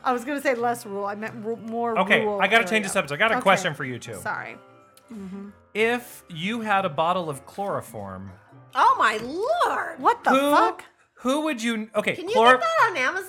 [SPEAKER 2] I was gonna say less rural. I meant ru- more.
[SPEAKER 1] Okay,
[SPEAKER 2] rural
[SPEAKER 1] I gotta
[SPEAKER 2] area.
[SPEAKER 1] change the subject. I got a
[SPEAKER 2] Okay.
[SPEAKER 1] question for you two.
[SPEAKER 2] Sorry.
[SPEAKER 1] If you had a bottle of chloroform,
[SPEAKER 3] oh my lord!
[SPEAKER 2] What the
[SPEAKER 1] who
[SPEAKER 2] fuck?
[SPEAKER 1] who would you? Okay,
[SPEAKER 3] Can you
[SPEAKER 1] chlor-
[SPEAKER 3] get that on Amazon?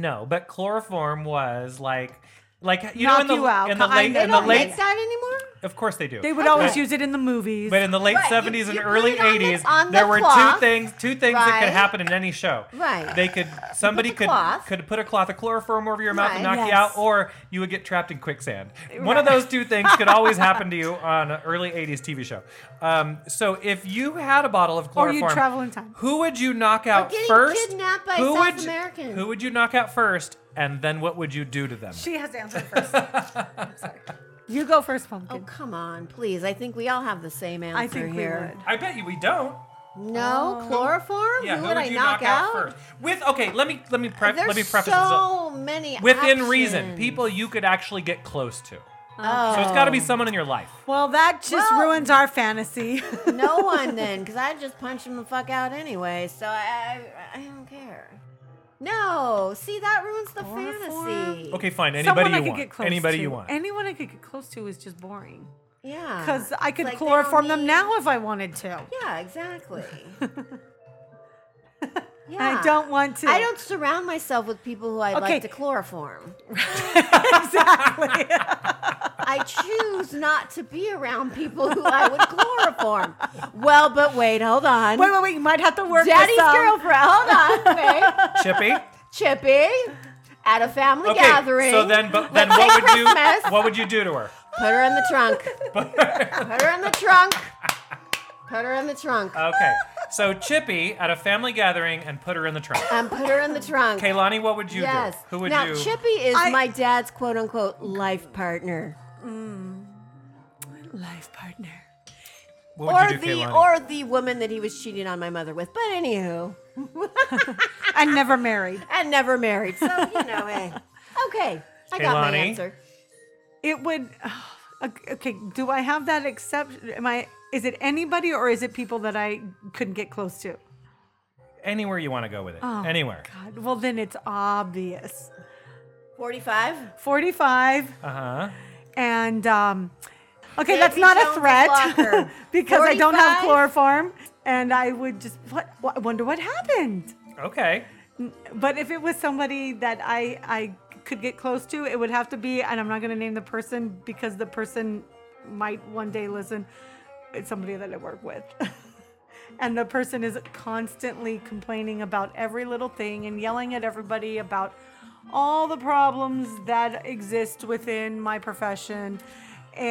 [SPEAKER 1] No, but chloroform was like, like you
[SPEAKER 2] Knock
[SPEAKER 1] know, in the
[SPEAKER 2] you out,
[SPEAKER 1] in the
[SPEAKER 2] kind
[SPEAKER 1] late
[SPEAKER 2] of.
[SPEAKER 3] They
[SPEAKER 1] in the
[SPEAKER 3] don't
[SPEAKER 1] late,
[SPEAKER 3] make that anymore.
[SPEAKER 1] of course they do.
[SPEAKER 2] They would always use it in the movies.
[SPEAKER 1] but in the late
[SPEAKER 3] Right, you-
[SPEAKER 1] seventies and
[SPEAKER 3] you put
[SPEAKER 1] early
[SPEAKER 3] it on the-
[SPEAKER 1] eighties,
[SPEAKER 3] on the
[SPEAKER 1] there were two
[SPEAKER 3] cloth.
[SPEAKER 1] things, two things that could
[SPEAKER 3] Right.
[SPEAKER 1] happen in any show.
[SPEAKER 3] Right.
[SPEAKER 1] They could somebody
[SPEAKER 3] the
[SPEAKER 1] could
[SPEAKER 3] cloth.
[SPEAKER 1] could put a cloth of chloroform over your mouth and knock
[SPEAKER 2] Right.
[SPEAKER 1] you
[SPEAKER 2] Yes.
[SPEAKER 1] out, or you would get trapped in quicksand. One of those two things could
[SPEAKER 3] <laughs>
[SPEAKER 1] always happen to you on an early eighties TV show. Um, so if you had a bottle of
[SPEAKER 2] Or you'd
[SPEAKER 1] chloroform,
[SPEAKER 2] travel in time.
[SPEAKER 1] Who would you knock out
[SPEAKER 3] getting
[SPEAKER 1] first?
[SPEAKER 3] kidnapped by
[SPEAKER 1] who
[SPEAKER 3] South
[SPEAKER 1] would,
[SPEAKER 3] Americans.
[SPEAKER 1] Who would you knock out first, and then what would you do to them?
[SPEAKER 2] she has to
[SPEAKER 1] <laughs>
[SPEAKER 2] answer first. I'm sorry. You go first,
[SPEAKER 3] Oh
[SPEAKER 2] pumpkin.
[SPEAKER 3] come on, please! I think we all have the same answer
[SPEAKER 2] I think we Oh.
[SPEAKER 3] here.
[SPEAKER 2] would.
[SPEAKER 1] I bet you we don't.
[SPEAKER 3] No chloroform.
[SPEAKER 1] Yeah,
[SPEAKER 3] who,
[SPEAKER 1] who,
[SPEAKER 3] would, I
[SPEAKER 1] you
[SPEAKER 3] knock, out?
[SPEAKER 1] first? With okay, let me let me prep,
[SPEAKER 3] There's
[SPEAKER 1] let me preface this up.
[SPEAKER 3] so many
[SPEAKER 1] Within reason,
[SPEAKER 3] options.
[SPEAKER 1] people you could actually get close to.
[SPEAKER 3] Oh.
[SPEAKER 1] So it's got to be someone in your life.
[SPEAKER 2] Well, that just
[SPEAKER 3] Well-
[SPEAKER 2] ruins our fantasy. <laughs>
[SPEAKER 1] <laughs>
[SPEAKER 3] no one then, because I just punch him the fuck out anyway. So I, I, I don't care. No, see that ruins the
[SPEAKER 2] Chloroform?
[SPEAKER 3] fantasy.
[SPEAKER 1] Okay, fine.
[SPEAKER 2] Someone
[SPEAKER 1] Anybody
[SPEAKER 2] I
[SPEAKER 1] you
[SPEAKER 2] could
[SPEAKER 1] want.
[SPEAKER 2] get close
[SPEAKER 1] Anybody
[SPEAKER 2] to.
[SPEAKER 1] you want.
[SPEAKER 2] Anyone I could get close to is just boring.
[SPEAKER 3] Yeah.
[SPEAKER 2] Because I
[SPEAKER 3] It's
[SPEAKER 2] could
[SPEAKER 3] like they don't
[SPEAKER 2] chloroform them
[SPEAKER 3] need-
[SPEAKER 2] now if I wanted to.
[SPEAKER 3] Yeah, exactly.
[SPEAKER 2] <laughs> I don't want to.
[SPEAKER 3] I
[SPEAKER 2] <laughs>
[SPEAKER 3] don't surround myself with people who I'd
[SPEAKER 2] Okay.
[SPEAKER 3] like to chloroform.
[SPEAKER 2] exactly.
[SPEAKER 3] I choose not to be around people who I would chloroform. Well, but wait, hold on.
[SPEAKER 2] wait, wait, wait. You might have to work.
[SPEAKER 3] Daddy's
[SPEAKER 2] this out.
[SPEAKER 3] girlfriend. Hold
[SPEAKER 2] <laughs>
[SPEAKER 3] on, wait.
[SPEAKER 1] Chippy.
[SPEAKER 3] Chippy at a family
[SPEAKER 1] Okay.
[SPEAKER 3] gathering.
[SPEAKER 1] So then, but then, what would you
[SPEAKER 3] Christmas.
[SPEAKER 1] what would you do to her?
[SPEAKER 3] Put her in the
[SPEAKER 2] <laughs>
[SPEAKER 3] trunk. Put her in the trunk. Put her in the trunk.
[SPEAKER 1] Okay. So Chippy at a family gathering and put her in the trunk.
[SPEAKER 2] Uh,
[SPEAKER 3] And put her in the trunk.
[SPEAKER 1] Kaylani, what would you
[SPEAKER 3] yes.
[SPEAKER 1] do? Who would
[SPEAKER 3] now,
[SPEAKER 1] you?
[SPEAKER 3] Chippy is
[SPEAKER 2] I-
[SPEAKER 3] my dad's quote unquote life partner.
[SPEAKER 2] Life partner.
[SPEAKER 1] What would
[SPEAKER 3] Or
[SPEAKER 1] you do,
[SPEAKER 3] the
[SPEAKER 1] Kaylani?
[SPEAKER 3] or the woman that he was cheating on my mother with. But anywho.
[SPEAKER 2] And never married.
[SPEAKER 3] And never married. So you
[SPEAKER 1] <laughs>
[SPEAKER 3] know, hey. Okay. I got my
[SPEAKER 1] Kaylani?
[SPEAKER 3] answer.
[SPEAKER 2] It would. Okay. Do I have that exception? Am I? Is it anybody or is it people that I couldn't get close to?
[SPEAKER 1] anywhere you want to go with it. anywhere.
[SPEAKER 2] God. Well, then it's obvious.
[SPEAKER 3] Forty five.
[SPEAKER 2] Forty-five.
[SPEAKER 1] Uh huh.
[SPEAKER 2] and um, okay,
[SPEAKER 3] Davy
[SPEAKER 2] that's not
[SPEAKER 3] Jones
[SPEAKER 2] a
[SPEAKER 3] and Walker.
[SPEAKER 2] threat <laughs> because I don't have
[SPEAKER 3] 45?
[SPEAKER 2] chloroform, and I would just what, what I wonder what happened.
[SPEAKER 1] Okay.
[SPEAKER 2] But if it was somebody that I I could get close to, it would have to be, and I'm not going to name the person because the person might one day listen. It's somebody that I work with. <laughs> And the person is constantly complaining about every little thing and yelling at everybody about all the problems that exist within my profession.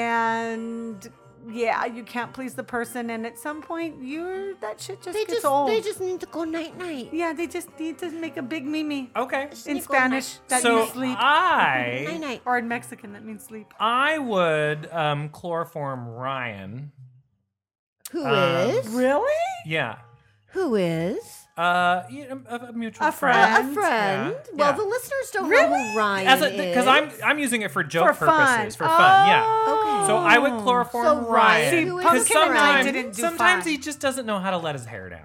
[SPEAKER 2] And yeah, you can't please the person. And at some point, you're that shit just
[SPEAKER 3] They
[SPEAKER 2] gets
[SPEAKER 3] just
[SPEAKER 2] old.
[SPEAKER 3] they just need to go night night.
[SPEAKER 2] yeah, they just need to make a big mimi
[SPEAKER 1] Okay.
[SPEAKER 2] in
[SPEAKER 3] Sneak all night.
[SPEAKER 2] Spanish that
[SPEAKER 1] so
[SPEAKER 2] means sleep,
[SPEAKER 3] <laughs>
[SPEAKER 1] I
[SPEAKER 3] Night night.
[SPEAKER 2] or in Mexican that means sleep.
[SPEAKER 1] I would um, chloroform Ryan.
[SPEAKER 3] Who
[SPEAKER 1] Um,
[SPEAKER 3] is?
[SPEAKER 2] Really?
[SPEAKER 1] Yeah.
[SPEAKER 3] Who is?
[SPEAKER 1] Uh, you know, a, a mutual
[SPEAKER 2] A
[SPEAKER 1] friend.
[SPEAKER 3] A friend.
[SPEAKER 1] Yeah,
[SPEAKER 3] Well,
[SPEAKER 1] yeah.
[SPEAKER 3] the listeners don't know
[SPEAKER 2] Really?
[SPEAKER 3] who Ryan
[SPEAKER 1] As
[SPEAKER 3] is.
[SPEAKER 1] because I'm I'm using it for joke
[SPEAKER 2] For fun.
[SPEAKER 1] purposes for fun. Yeah.
[SPEAKER 2] Oh.
[SPEAKER 1] So I would chloroform
[SPEAKER 3] So Ryan,
[SPEAKER 1] Ryan
[SPEAKER 2] See,
[SPEAKER 3] who is
[SPEAKER 2] Pumpkin
[SPEAKER 1] because
[SPEAKER 2] and I
[SPEAKER 1] sometimes
[SPEAKER 2] didn't do
[SPEAKER 1] sometimes
[SPEAKER 2] fun.
[SPEAKER 1] he just doesn't know how to let his hair down.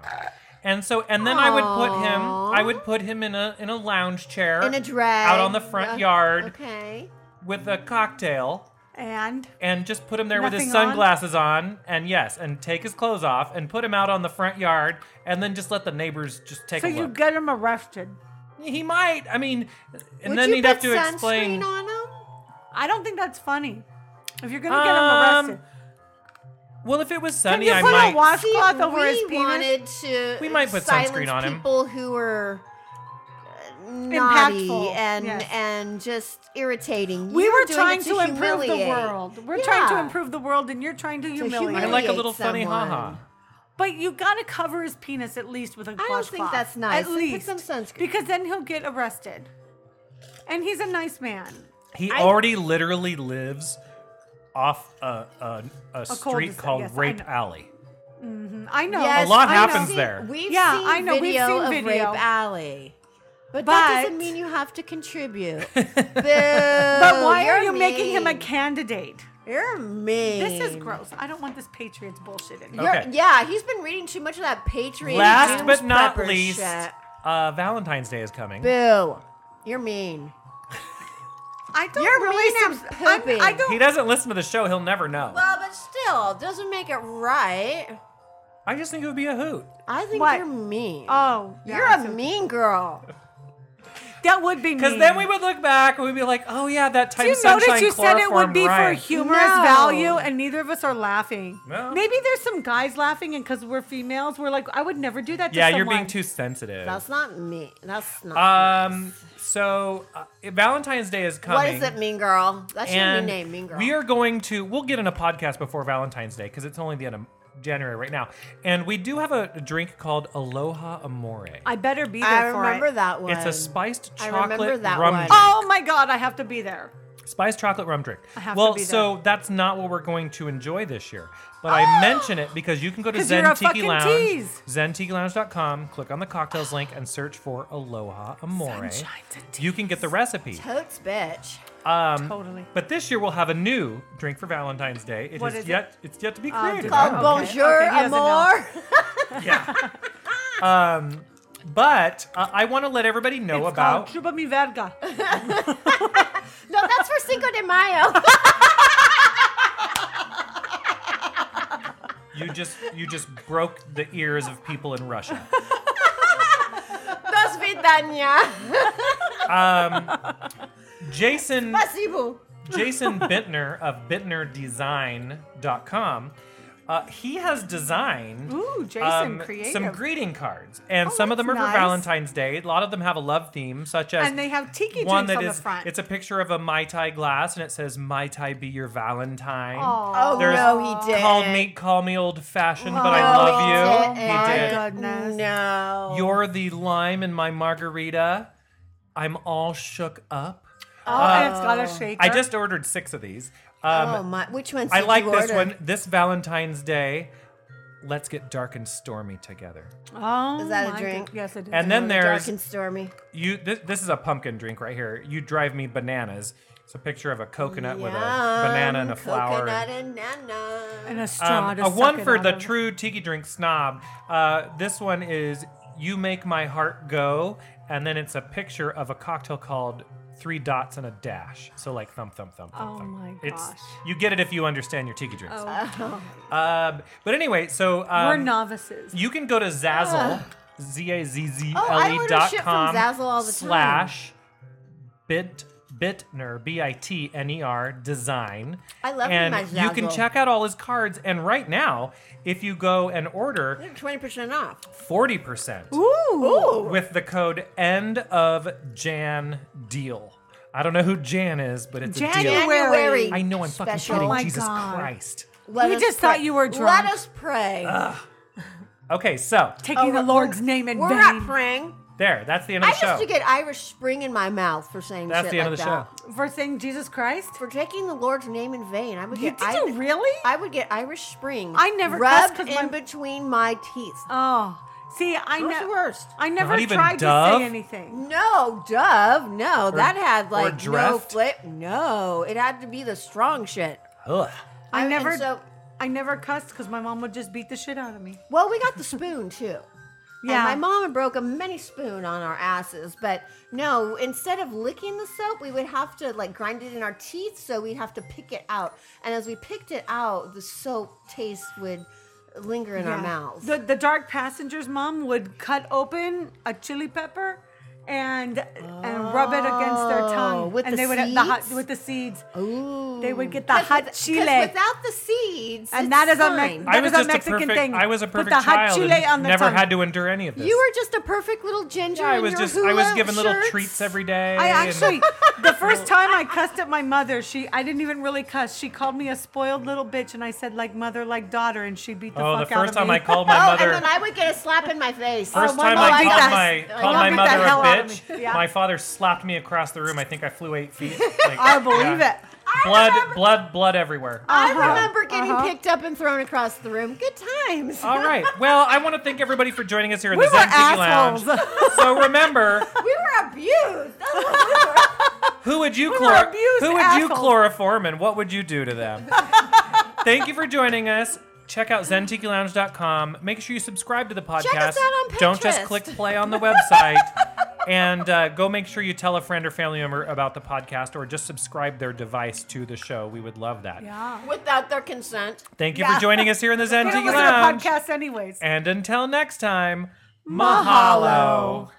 [SPEAKER 1] And so, and then I would put him. I would put him in a in a lounge chair,
[SPEAKER 3] in a drag
[SPEAKER 1] out on the front
[SPEAKER 3] Uh,
[SPEAKER 1] yard
[SPEAKER 3] Okay.
[SPEAKER 1] with a cocktail,
[SPEAKER 2] And
[SPEAKER 1] and just put him there with his
[SPEAKER 2] Nothing on?
[SPEAKER 1] sunglasses on? and yes, and take his clothes off and put him out on the front yard and then just let the neighbors just take
[SPEAKER 2] so
[SPEAKER 1] a
[SPEAKER 2] you
[SPEAKER 1] look.
[SPEAKER 2] get him arrested.
[SPEAKER 1] he might. I mean, and
[SPEAKER 3] Would
[SPEAKER 1] then
[SPEAKER 3] you
[SPEAKER 1] he'd have
[SPEAKER 3] put
[SPEAKER 1] to
[SPEAKER 3] sunscreen
[SPEAKER 1] explain.
[SPEAKER 3] on him?
[SPEAKER 2] I don't think that's funny. If you're gonna get him arrested,
[SPEAKER 1] Um, Well, if it was
[SPEAKER 2] Can
[SPEAKER 1] sunny,
[SPEAKER 2] you
[SPEAKER 1] I
[SPEAKER 2] put a
[SPEAKER 1] might.
[SPEAKER 2] wa- Washcloth
[SPEAKER 3] See,
[SPEAKER 2] over
[SPEAKER 3] we
[SPEAKER 2] his penis?
[SPEAKER 3] wanted to.
[SPEAKER 1] We might put
[SPEAKER 3] silence
[SPEAKER 1] sunscreen on him.
[SPEAKER 3] People who were uh, naughty
[SPEAKER 2] Impactful,
[SPEAKER 3] and
[SPEAKER 2] yes.
[SPEAKER 3] and just irritating.
[SPEAKER 2] we
[SPEAKER 3] You
[SPEAKER 2] were
[SPEAKER 3] doing
[SPEAKER 2] trying
[SPEAKER 3] it
[SPEAKER 2] to, improve the
[SPEAKER 3] humiliate.
[SPEAKER 2] world. We're trying to
[SPEAKER 3] Yeah.
[SPEAKER 2] improve the world, and you're trying to humiliate.
[SPEAKER 1] I
[SPEAKER 3] humiliate.
[SPEAKER 1] like a little funny
[SPEAKER 3] someone.
[SPEAKER 1] haha.
[SPEAKER 2] But you gotta cover his penis at least with a
[SPEAKER 3] don't
[SPEAKER 2] washcloth.
[SPEAKER 3] think that's nice.
[SPEAKER 2] At
[SPEAKER 3] Put
[SPEAKER 2] least
[SPEAKER 3] some sunscreen.
[SPEAKER 2] because then he'll get arrested. And he's a nice man.
[SPEAKER 1] He
[SPEAKER 3] I-
[SPEAKER 1] already literally lives off a, a, a,
[SPEAKER 2] cul-de-sac,
[SPEAKER 1] street called
[SPEAKER 2] yes, I
[SPEAKER 1] Rape
[SPEAKER 2] know.
[SPEAKER 1] Alley.
[SPEAKER 2] I know.
[SPEAKER 3] Yes,
[SPEAKER 1] A lot
[SPEAKER 2] I know.
[SPEAKER 1] happens
[SPEAKER 3] See,
[SPEAKER 1] there.
[SPEAKER 3] We've
[SPEAKER 2] Yeah,
[SPEAKER 3] seen
[SPEAKER 2] I know, we've
[SPEAKER 3] video
[SPEAKER 2] seen
[SPEAKER 3] of
[SPEAKER 2] video.
[SPEAKER 3] Rape Alley. But, that
[SPEAKER 2] But-
[SPEAKER 3] doesn't mean you have to contribute.
[SPEAKER 1] <laughs>
[SPEAKER 2] But why are you making him a candidate?
[SPEAKER 3] You're mean.
[SPEAKER 2] This is gross. I don't want this Patriots bullshit in here.
[SPEAKER 3] You're-
[SPEAKER 1] Okay.
[SPEAKER 3] Yeah, he's been reading too much of that Patriot.
[SPEAKER 1] Last
[SPEAKER 3] James
[SPEAKER 1] but not
[SPEAKER 3] Pepper
[SPEAKER 1] least,
[SPEAKER 3] shit.
[SPEAKER 1] uh, Valentine's Day is coming.
[SPEAKER 3] Boo. You're mean.
[SPEAKER 2] I don't
[SPEAKER 3] You're
[SPEAKER 2] really
[SPEAKER 3] mean and
[SPEAKER 2] subs- I'm-
[SPEAKER 3] poopy.
[SPEAKER 2] I don't
[SPEAKER 1] He doesn't listen to the show. He'll never know.
[SPEAKER 3] Well, but still, doesn't make it right.
[SPEAKER 1] I just think it would be a hoot.
[SPEAKER 3] I think
[SPEAKER 2] What?
[SPEAKER 3] you're mean.
[SPEAKER 2] Oh, yeah,
[SPEAKER 3] you're
[SPEAKER 2] that's
[SPEAKER 3] a
[SPEAKER 2] okay.
[SPEAKER 3] mean girl.
[SPEAKER 2] That would be
[SPEAKER 1] Because then we would look back and we'd be like, oh yeah, that
[SPEAKER 2] Do
[SPEAKER 1] time
[SPEAKER 2] you notice
[SPEAKER 1] sunshine
[SPEAKER 2] you said it would
[SPEAKER 1] chloroform
[SPEAKER 2] be
[SPEAKER 1] rhyme.
[SPEAKER 2] for humorous
[SPEAKER 3] No.
[SPEAKER 2] value, and neither of us are laughing.
[SPEAKER 1] No.
[SPEAKER 2] Maybe there's some guys laughing, and because we're females, we're like, I would never do that. To
[SPEAKER 1] Yeah, you're
[SPEAKER 2] someone."
[SPEAKER 1] being too sensitive.
[SPEAKER 3] That's not me. That's not.
[SPEAKER 1] um. So uh, Valentine's Day is
[SPEAKER 3] nice. What
[SPEAKER 1] coming.
[SPEAKER 3] is it, mean girl? That's your new
[SPEAKER 1] And
[SPEAKER 3] name, mean girl.
[SPEAKER 1] we are going to. We'll get in a podcast before Valentine's Day because it's only the end of January right now, and we do have a drink called Aloha Amore.
[SPEAKER 2] I better be there
[SPEAKER 3] I
[SPEAKER 2] for
[SPEAKER 3] remember
[SPEAKER 2] it.
[SPEAKER 3] that one.
[SPEAKER 1] it's a spiced
[SPEAKER 3] I remember
[SPEAKER 1] chocolate
[SPEAKER 3] that
[SPEAKER 1] rum
[SPEAKER 3] one.
[SPEAKER 1] drink.
[SPEAKER 2] Oh my god, I have to be there.
[SPEAKER 1] Spiced chocolate rum drink.
[SPEAKER 2] I have to
[SPEAKER 1] well,
[SPEAKER 2] be there.
[SPEAKER 1] so that's not what we're going to enjoy this year. But
[SPEAKER 2] <gasps>
[SPEAKER 1] I mention it because you can go to
[SPEAKER 2] 'Cause you're a
[SPEAKER 1] Zen Tiki
[SPEAKER 2] fucking
[SPEAKER 1] Lounge,
[SPEAKER 2] tease.
[SPEAKER 1] zentikilounge.com, click on the cocktails link, and search for Aloha Amore. You can get the recipe.
[SPEAKER 3] Totes, bitch.
[SPEAKER 1] Oh,
[SPEAKER 2] totally.
[SPEAKER 1] But this year we'll have a new drink for Valentine's Day. It is
[SPEAKER 2] What is it? Um,
[SPEAKER 1] yet it's yet to be created.
[SPEAKER 2] did I-
[SPEAKER 3] Oh,
[SPEAKER 1] I don't know.
[SPEAKER 2] okay,
[SPEAKER 3] bonjour,
[SPEAKER 2] okay, he doesn't know.
[SPEAKER 3] amour.
[SPEAKER 1] Yeah. um, but uh, I want to let everybody know
[SPEAKER 2] It's
[SPEAKER 1] about
[SPEAKER 2] called Chupa Mi Verga.
[SPEAKER 3] <laughs> no, that's for Cinco de <laughs> Mayo.
[SPEAKER 1] you just you just broke the ears of people in Russia.
[SPEAKER 3] Dos vidania.
[SPEAKER 1] Jason
[SPEAKER 3] Pasibu.
[SPEAKER 1] Jason Bittner of BittnerDesign.com. Uh, he has designed
[SPEAKER 2] Ooh, Jason, creative.
[SPEAKER 1] Um, some greeting cards, and
[SPEAKER 2] Oh,
[SPEAKER 1] some of
[SPEAKER 2] that's
[SPEAKER 1] them are
[SPEAKER 2] nice.
[SPEAKER 1] for Valentine's Day. A lot of them have a love theme, such as
[SPEAKER 2] And they have tiki
[SPEAKER 1] one
[SPEAKER 2] drinks
[SPEAKER 1] that
[SPEAKER 2] on the
[SPEAKER 1] is-
[SPEAKER 2] front.
[SPEAKER 1] It's a picture of a mai tai glass, and it says "Mai tai be your Valentine."
[SPEAKER 2] Aw.
[SPEAKER 3] Oh,
[SPEAKER 1] There's
[SPEAKER 3] no, he did.
[SPEAKER 1] Called me, call me old fashioned, but I
[SPEAKER 2] Oh,
[SPEAKER 1] love you. He
[SPEAKER 2] he didn't.
[SPEAKER 3] Oh,
[SPEAKER 1] did.
[SPEAKER 2] My goodness.
[SPEAKER 3] No.
[SPEAKER 1] You're the lime in my margarita. I'm all shook up.
[SPEAKER 2] Oh, and it's got a shaker.
[SPEAKER 1] uh, I just ordered six of these. Um,
[SPEAKER 3] oh my. Which one's
[SPEAKER 1] I
[SPEAKER 3] did
[SPEAKER 1] like
[SPEAKER 3] you
[SPEAKER 1] this
[SPEAKER 3] order?
[SPEAKER 1] one. This Valentine's Day, let's get dark and stormy together.
[SPEAKER 2] Oh,
[SPEAKER 3] Is that a
[SPEAKER 2] my
[SPEAKER 3] drink?
[SPEAKER 2] God. Yes, it is.
[SPEAKER 1] And then
[SPEAKER 3] Dark
[SPEAKER 1] there's
[SPEAKER 3] and stormy.
[SPEAKER 1] you. This, this is a pumpkin drink right here. You drive me bananas. It's a picture of a coconut with a banana and a
[SPEAKER 3] Yum,
[SPEAKER 1] flower.
[SPEAKER 3] Coconut
[SPEAKER 1] and-
[SPEAKER 3] and nana.
[SPEAKER 2] and a straw
[SPEAKER 1] Um,
[SPEAKER 2] to
[SPEAKER 1] a
[SPEAKER 2] suck
[SPEAKER 1] one
[SPEAKER 2] it
[SPEAKER 1] for
[SPEAKER 2] out
[SPEAKER 1] the
[SPEAKER 2] of.
[SPEAKER 1] true tiki drink snob. Uh, this one is "You Make My Heart Go," and then it's a picture of a cocktail called Three Dots and a Dash. So like thump thump thump. thump
[SPEAKER 2] Oh
[SPEAKER 1] thump.
[SPEAKER 2] my
[SPEAKER 1] It's,
[SPEAKER 2] gosh.
[SPEAKER 1] you get it if you understand your tiki drinks.
[SPEAKER 2] Oh,
[SPEAKER 1] Um, but anyway, so um,
[SPEAKER 2] we're novices.
[SPEAKER 1] You can go to Zazzle, Z A Z Z
[SPEAKER 3] Oh, I
[SPEAKER 1] L E
[SPEAKER 3] order
[SPEAKER 1] dot
[SPEAKER 3] shit
[SPEAKER 1] com
[SPEAKER 3] from Zazzle all the time.
[SPEAKER 1] slash bit bitner b i t n e r design.
[SPEAKER 3] I love me
[SPEAKER 1] and
[SPEAKER 3] my
[SPEAKER 1] you can
[SPEAKER 3] Zazzle.
[SPEAKER 1] check out all his cards. And right now, if you go and order
[SPEAKER 3] Twenty percent off.
[SPEAKER 1] forty percent
[SPEAKER 2] Ooh.
[SPEAKER 1] with the code end of Jan deal. I don't know who Jan is, but it's a deal.
[SPEAKER 2] January.
[SPEAKER 1] I know I'm fucking
[SPEAKER 3] Special.
[SPEAKER 1] kidding.
[SPEAKER 2] Oh my
[SPEAKER 1] Jesus
[SPEAKER 2] God.
[SPEAKER 1] Christ.
[SPEAKER 3] Let
[SPEAKER 2] We
[SPEAKER 3] us
[SPEAKER 2] just
[SPEAKER 3] pray.
[SPEAKER 2] thought you were drunk.
[SPEAKER 3] Let us pray.
[SPEAKER 1] Okay, so
[SPEAKER 2] Taking
[SPEAKER 3] Oh,
[SPEAKER 2] the
[SPEAKER 3] we're-
[SPEAKER 2] Lord's name in
[SPEAKER 3] we're
[SPEAKER 2] vain.
[SPEAKER 3] not praying.
[SPEAKER 1] there. That's the end of
[SPEAKER 3] I
[SPEAKER 1] the show.
[SPEAKER 3] used to get Irish spring in my mouth for saying
[SPEAKER 1] That's
[SPEAKER 3] shit
[SPEAKER 1] the end
[SPEAKER 3] like
[SPEAKER 1] of the
[SPEAKER 3] that.
[SPEAKER 1] show.
[SPEAKER 2] For saying Jesus Christ?
[SPEAKER 3] For taking the Lord's name in vain, I would
[SPEAKER 2] You
[SPEAKER 3] get.
[SPEAKER 2] did you
[SPEAKER 3] Irish,
[SPEAKER 2] really?
[SPEAKER 3] I would get Irish spring.
[SPEAKER 2] I never cussed
[SPEAKER 3] rubbed
[SPEAKER 2] 'cause
[SPEAKER 3] in
[SPEAKER 2] my-
[SPEAKER 3] between my teeth.
[SPEAKER 2] oh, see, I
[SPEAKER 3] That's the
[SPEAKER 2] never,
[SPEAKER 3] worst.
[SPEAKER 2] I never
[SPEAKER 1] Not even
[SPEAKER 2] tried to
[SPEAKER 1] Dove?
[SPEAKER 2] say anything.
[SPEAKER 3] No, Dove. No, that had
[SPEAKER 1] or
[SPEAKER 3] like no
[SPEAKER 1] Dreft?
[SPEAKER 3] flip. No, it had to be the strong shit.
[SPEAKER 1] Ugh.
[SPEAKER 2] I
[SPEAKER 3] and
[SPEAKER 2] never,
[SPEAKER 3] so-
[SPEAKER 2] I never cussed because my mom would just beat the shit out of me.
[SPEAKER 3] Well, we got the spoon too.
[SPEAKER 2] Yeah,
[SPEAKER 3] And my mom had broke a mini spoon on our asses, but no, instead of licking the soap, we would have to like grind it in our teeth, so we'd have to pick it out. And as we picked it out, the soap taste would linger in our
[SPEAKER 2] Yeah.
[SPEAKER 3] mouths.
[SPEAKER 2] The the dark passenger's mom would cut open a chili pepper. And and rub it against their
[SPEAKER 3] Oh,
[SPEAKER 2] tongue,
[SPEAKER 3] with
[SPEAKER 2] and
[SPEAKER 3] the
[SPEAKER 2] they would the hot
[SPEAKER 3] seeds?
[SPEAKER 2] with the seeds.
[SPEAKER 3] Ooh.
[SPEAKER 2] They would get the hot chili,
[SPEAKER 3] Because without the seeds,
[SPEAKER 2] and
[SPEAKER 3] it's
[SPEAKER 2] that is a
[SPEAKER 3] fine.
[SPEAKER 2] me-
[SPEAKER 1] I
[SPEAKER 2] that
[SPEAKER 1] was
[SPEAKER 2] is a
[SPEAKER 1] just
[SPEAKER 2] Mexican
[SPEAKER 1] a perfect,
[SPEAKER 2] thing.
[SPEAKER 1] I was a
[SPEAKER 2] Put
[SPEAKER 1] perfect
[SPEAKER 2] the hot
[SPEAKER 1] child
[SPEAKER 2] chile
[SPEAKER 1] and
[SPEAKER 2] on the
[SPEAKER 1] never
[SPEAKER 2] tongue.
[SPEAKER 1] had to endure any of this.
[SPEAKER 3] you were just a perfect little ginger.
[SPEAKER 1] yeah, I
[SPEAKER 3] in
[SPEAKER 1] was
[SPEAKER 3] your
[SPEAKER 1] just I was
[SPEAKER 3] hula
[SPEAKER 1] given little
[SPEAKER 3] shirts.
[SPEAKER 1] treats every day.
[SPEAKER 2] I
[SPEAKER 1] <laughs> and-
[SPEAKER 2] actually The first time I cussed at my mother, she I didn't even really cuss. She called me a spoiled little bitch, and I said like mother, like daughter, and she beat the
[SPEAKER 1] Oh, the
[SPEAKER 2] fuck out
[SPEAKER 1] first
[SPEAKER 2] of
[SPEAKER 1] time
[SPEAKER 2] me.
[SPEAKER 1] I called my
[SPEAKER 3] oh,
[SPEAKER 1] mother.
[SPEAKER 3] and then I would get a slap in my face.
[SPEAKER 1] First
[SPEAKER 2] my
[SPEAKER 1] time
[SPEAKER 2] mom
[SPEAKER 1] I
[SPEAKER 2] beat
[SPEAKER 1] called
[SPEAKER 2] that-
[SPEAKER 1] my,
[SPEAKER 2] my
[SPEAKER 1] called
[SPEAKER 2] mom
[SPEAKER 1] my
[SPEAKER 2] beat the
[SPEAKER 1] mother
[SPEAKER 2] hell out
[SPEAKER 1] a
[SPEAKER 2] of me.
[SPEAKER 1] bitch,
[SPEAKER 2] Yeah.
[SPEAKER 1] my father slapped me across the room. I think I flew eight
[SPEAKER 2] <laughs>
[SPEAKER 1] feet. Like,
[SPEAKER 2] I believe
[SPEAKER 1] yeah.
[SPEAKER 2] it.
[SPEAKER 1] Blood, blood, blood everywhere.
[SPEAKER 3] Oh, I
[SPEAKER 2] Uh-huh,
[SPEAKER 3] remember getting picked up and thrown across the room. Good times.
[SPEAKER 1] All right. Well, I want to thank everybody for joining us here in
[SPEAKER 2] We
[SPEAKER 1] the
[SPEAKER 2] were
[SPEAKER 1] Zen Tiki Lounge.
[SPEAKER 2] assholes. <laughs>
[SPEAKER 1] So remember,
[SPEAKER 3] we were abused. That's what
[SPEAKER 1] who would you
[SPEAKER 2] were
[SPEAKER 1] chlor-
[SPEAKER 2] abused
[SPEAKER 1] who would you
[SPEAKER 2] assholes.
[SPEAKER 1] chloroform and what would you do to them? thank you for joining us. Check out zentikilounge.com. Make sure you subscribe to the podcast.
[SPEAKER 3] us out on
[SPEAKER 1] Don't just
[SPEAKER 3] Pinterest.
[SPEAKER 1] click play on the website. and uh, go make sure you tell a friend or family member about the podcast or just subscribe their device to the show. We would love that.
[SPEAKER 2] Yeah.
[SPEAKER 3] we were. Without their consent.
[SPEAKER 1] Thank you
[SPEAKER 2] Yeah.
[SPEAKER 1] for joining us here in the Zen
[SPEAKER 2] But
[SPEAKER 1] Tiki
[SPEAKER 2] it was our
[SPEAKER 1] Lounge.
[SPEAKER 2] podcast anyways.
[SPEAKER 1] And until next time,
[SPEAKER 2] Mahalo.
[SPEAKER 1] mahalo.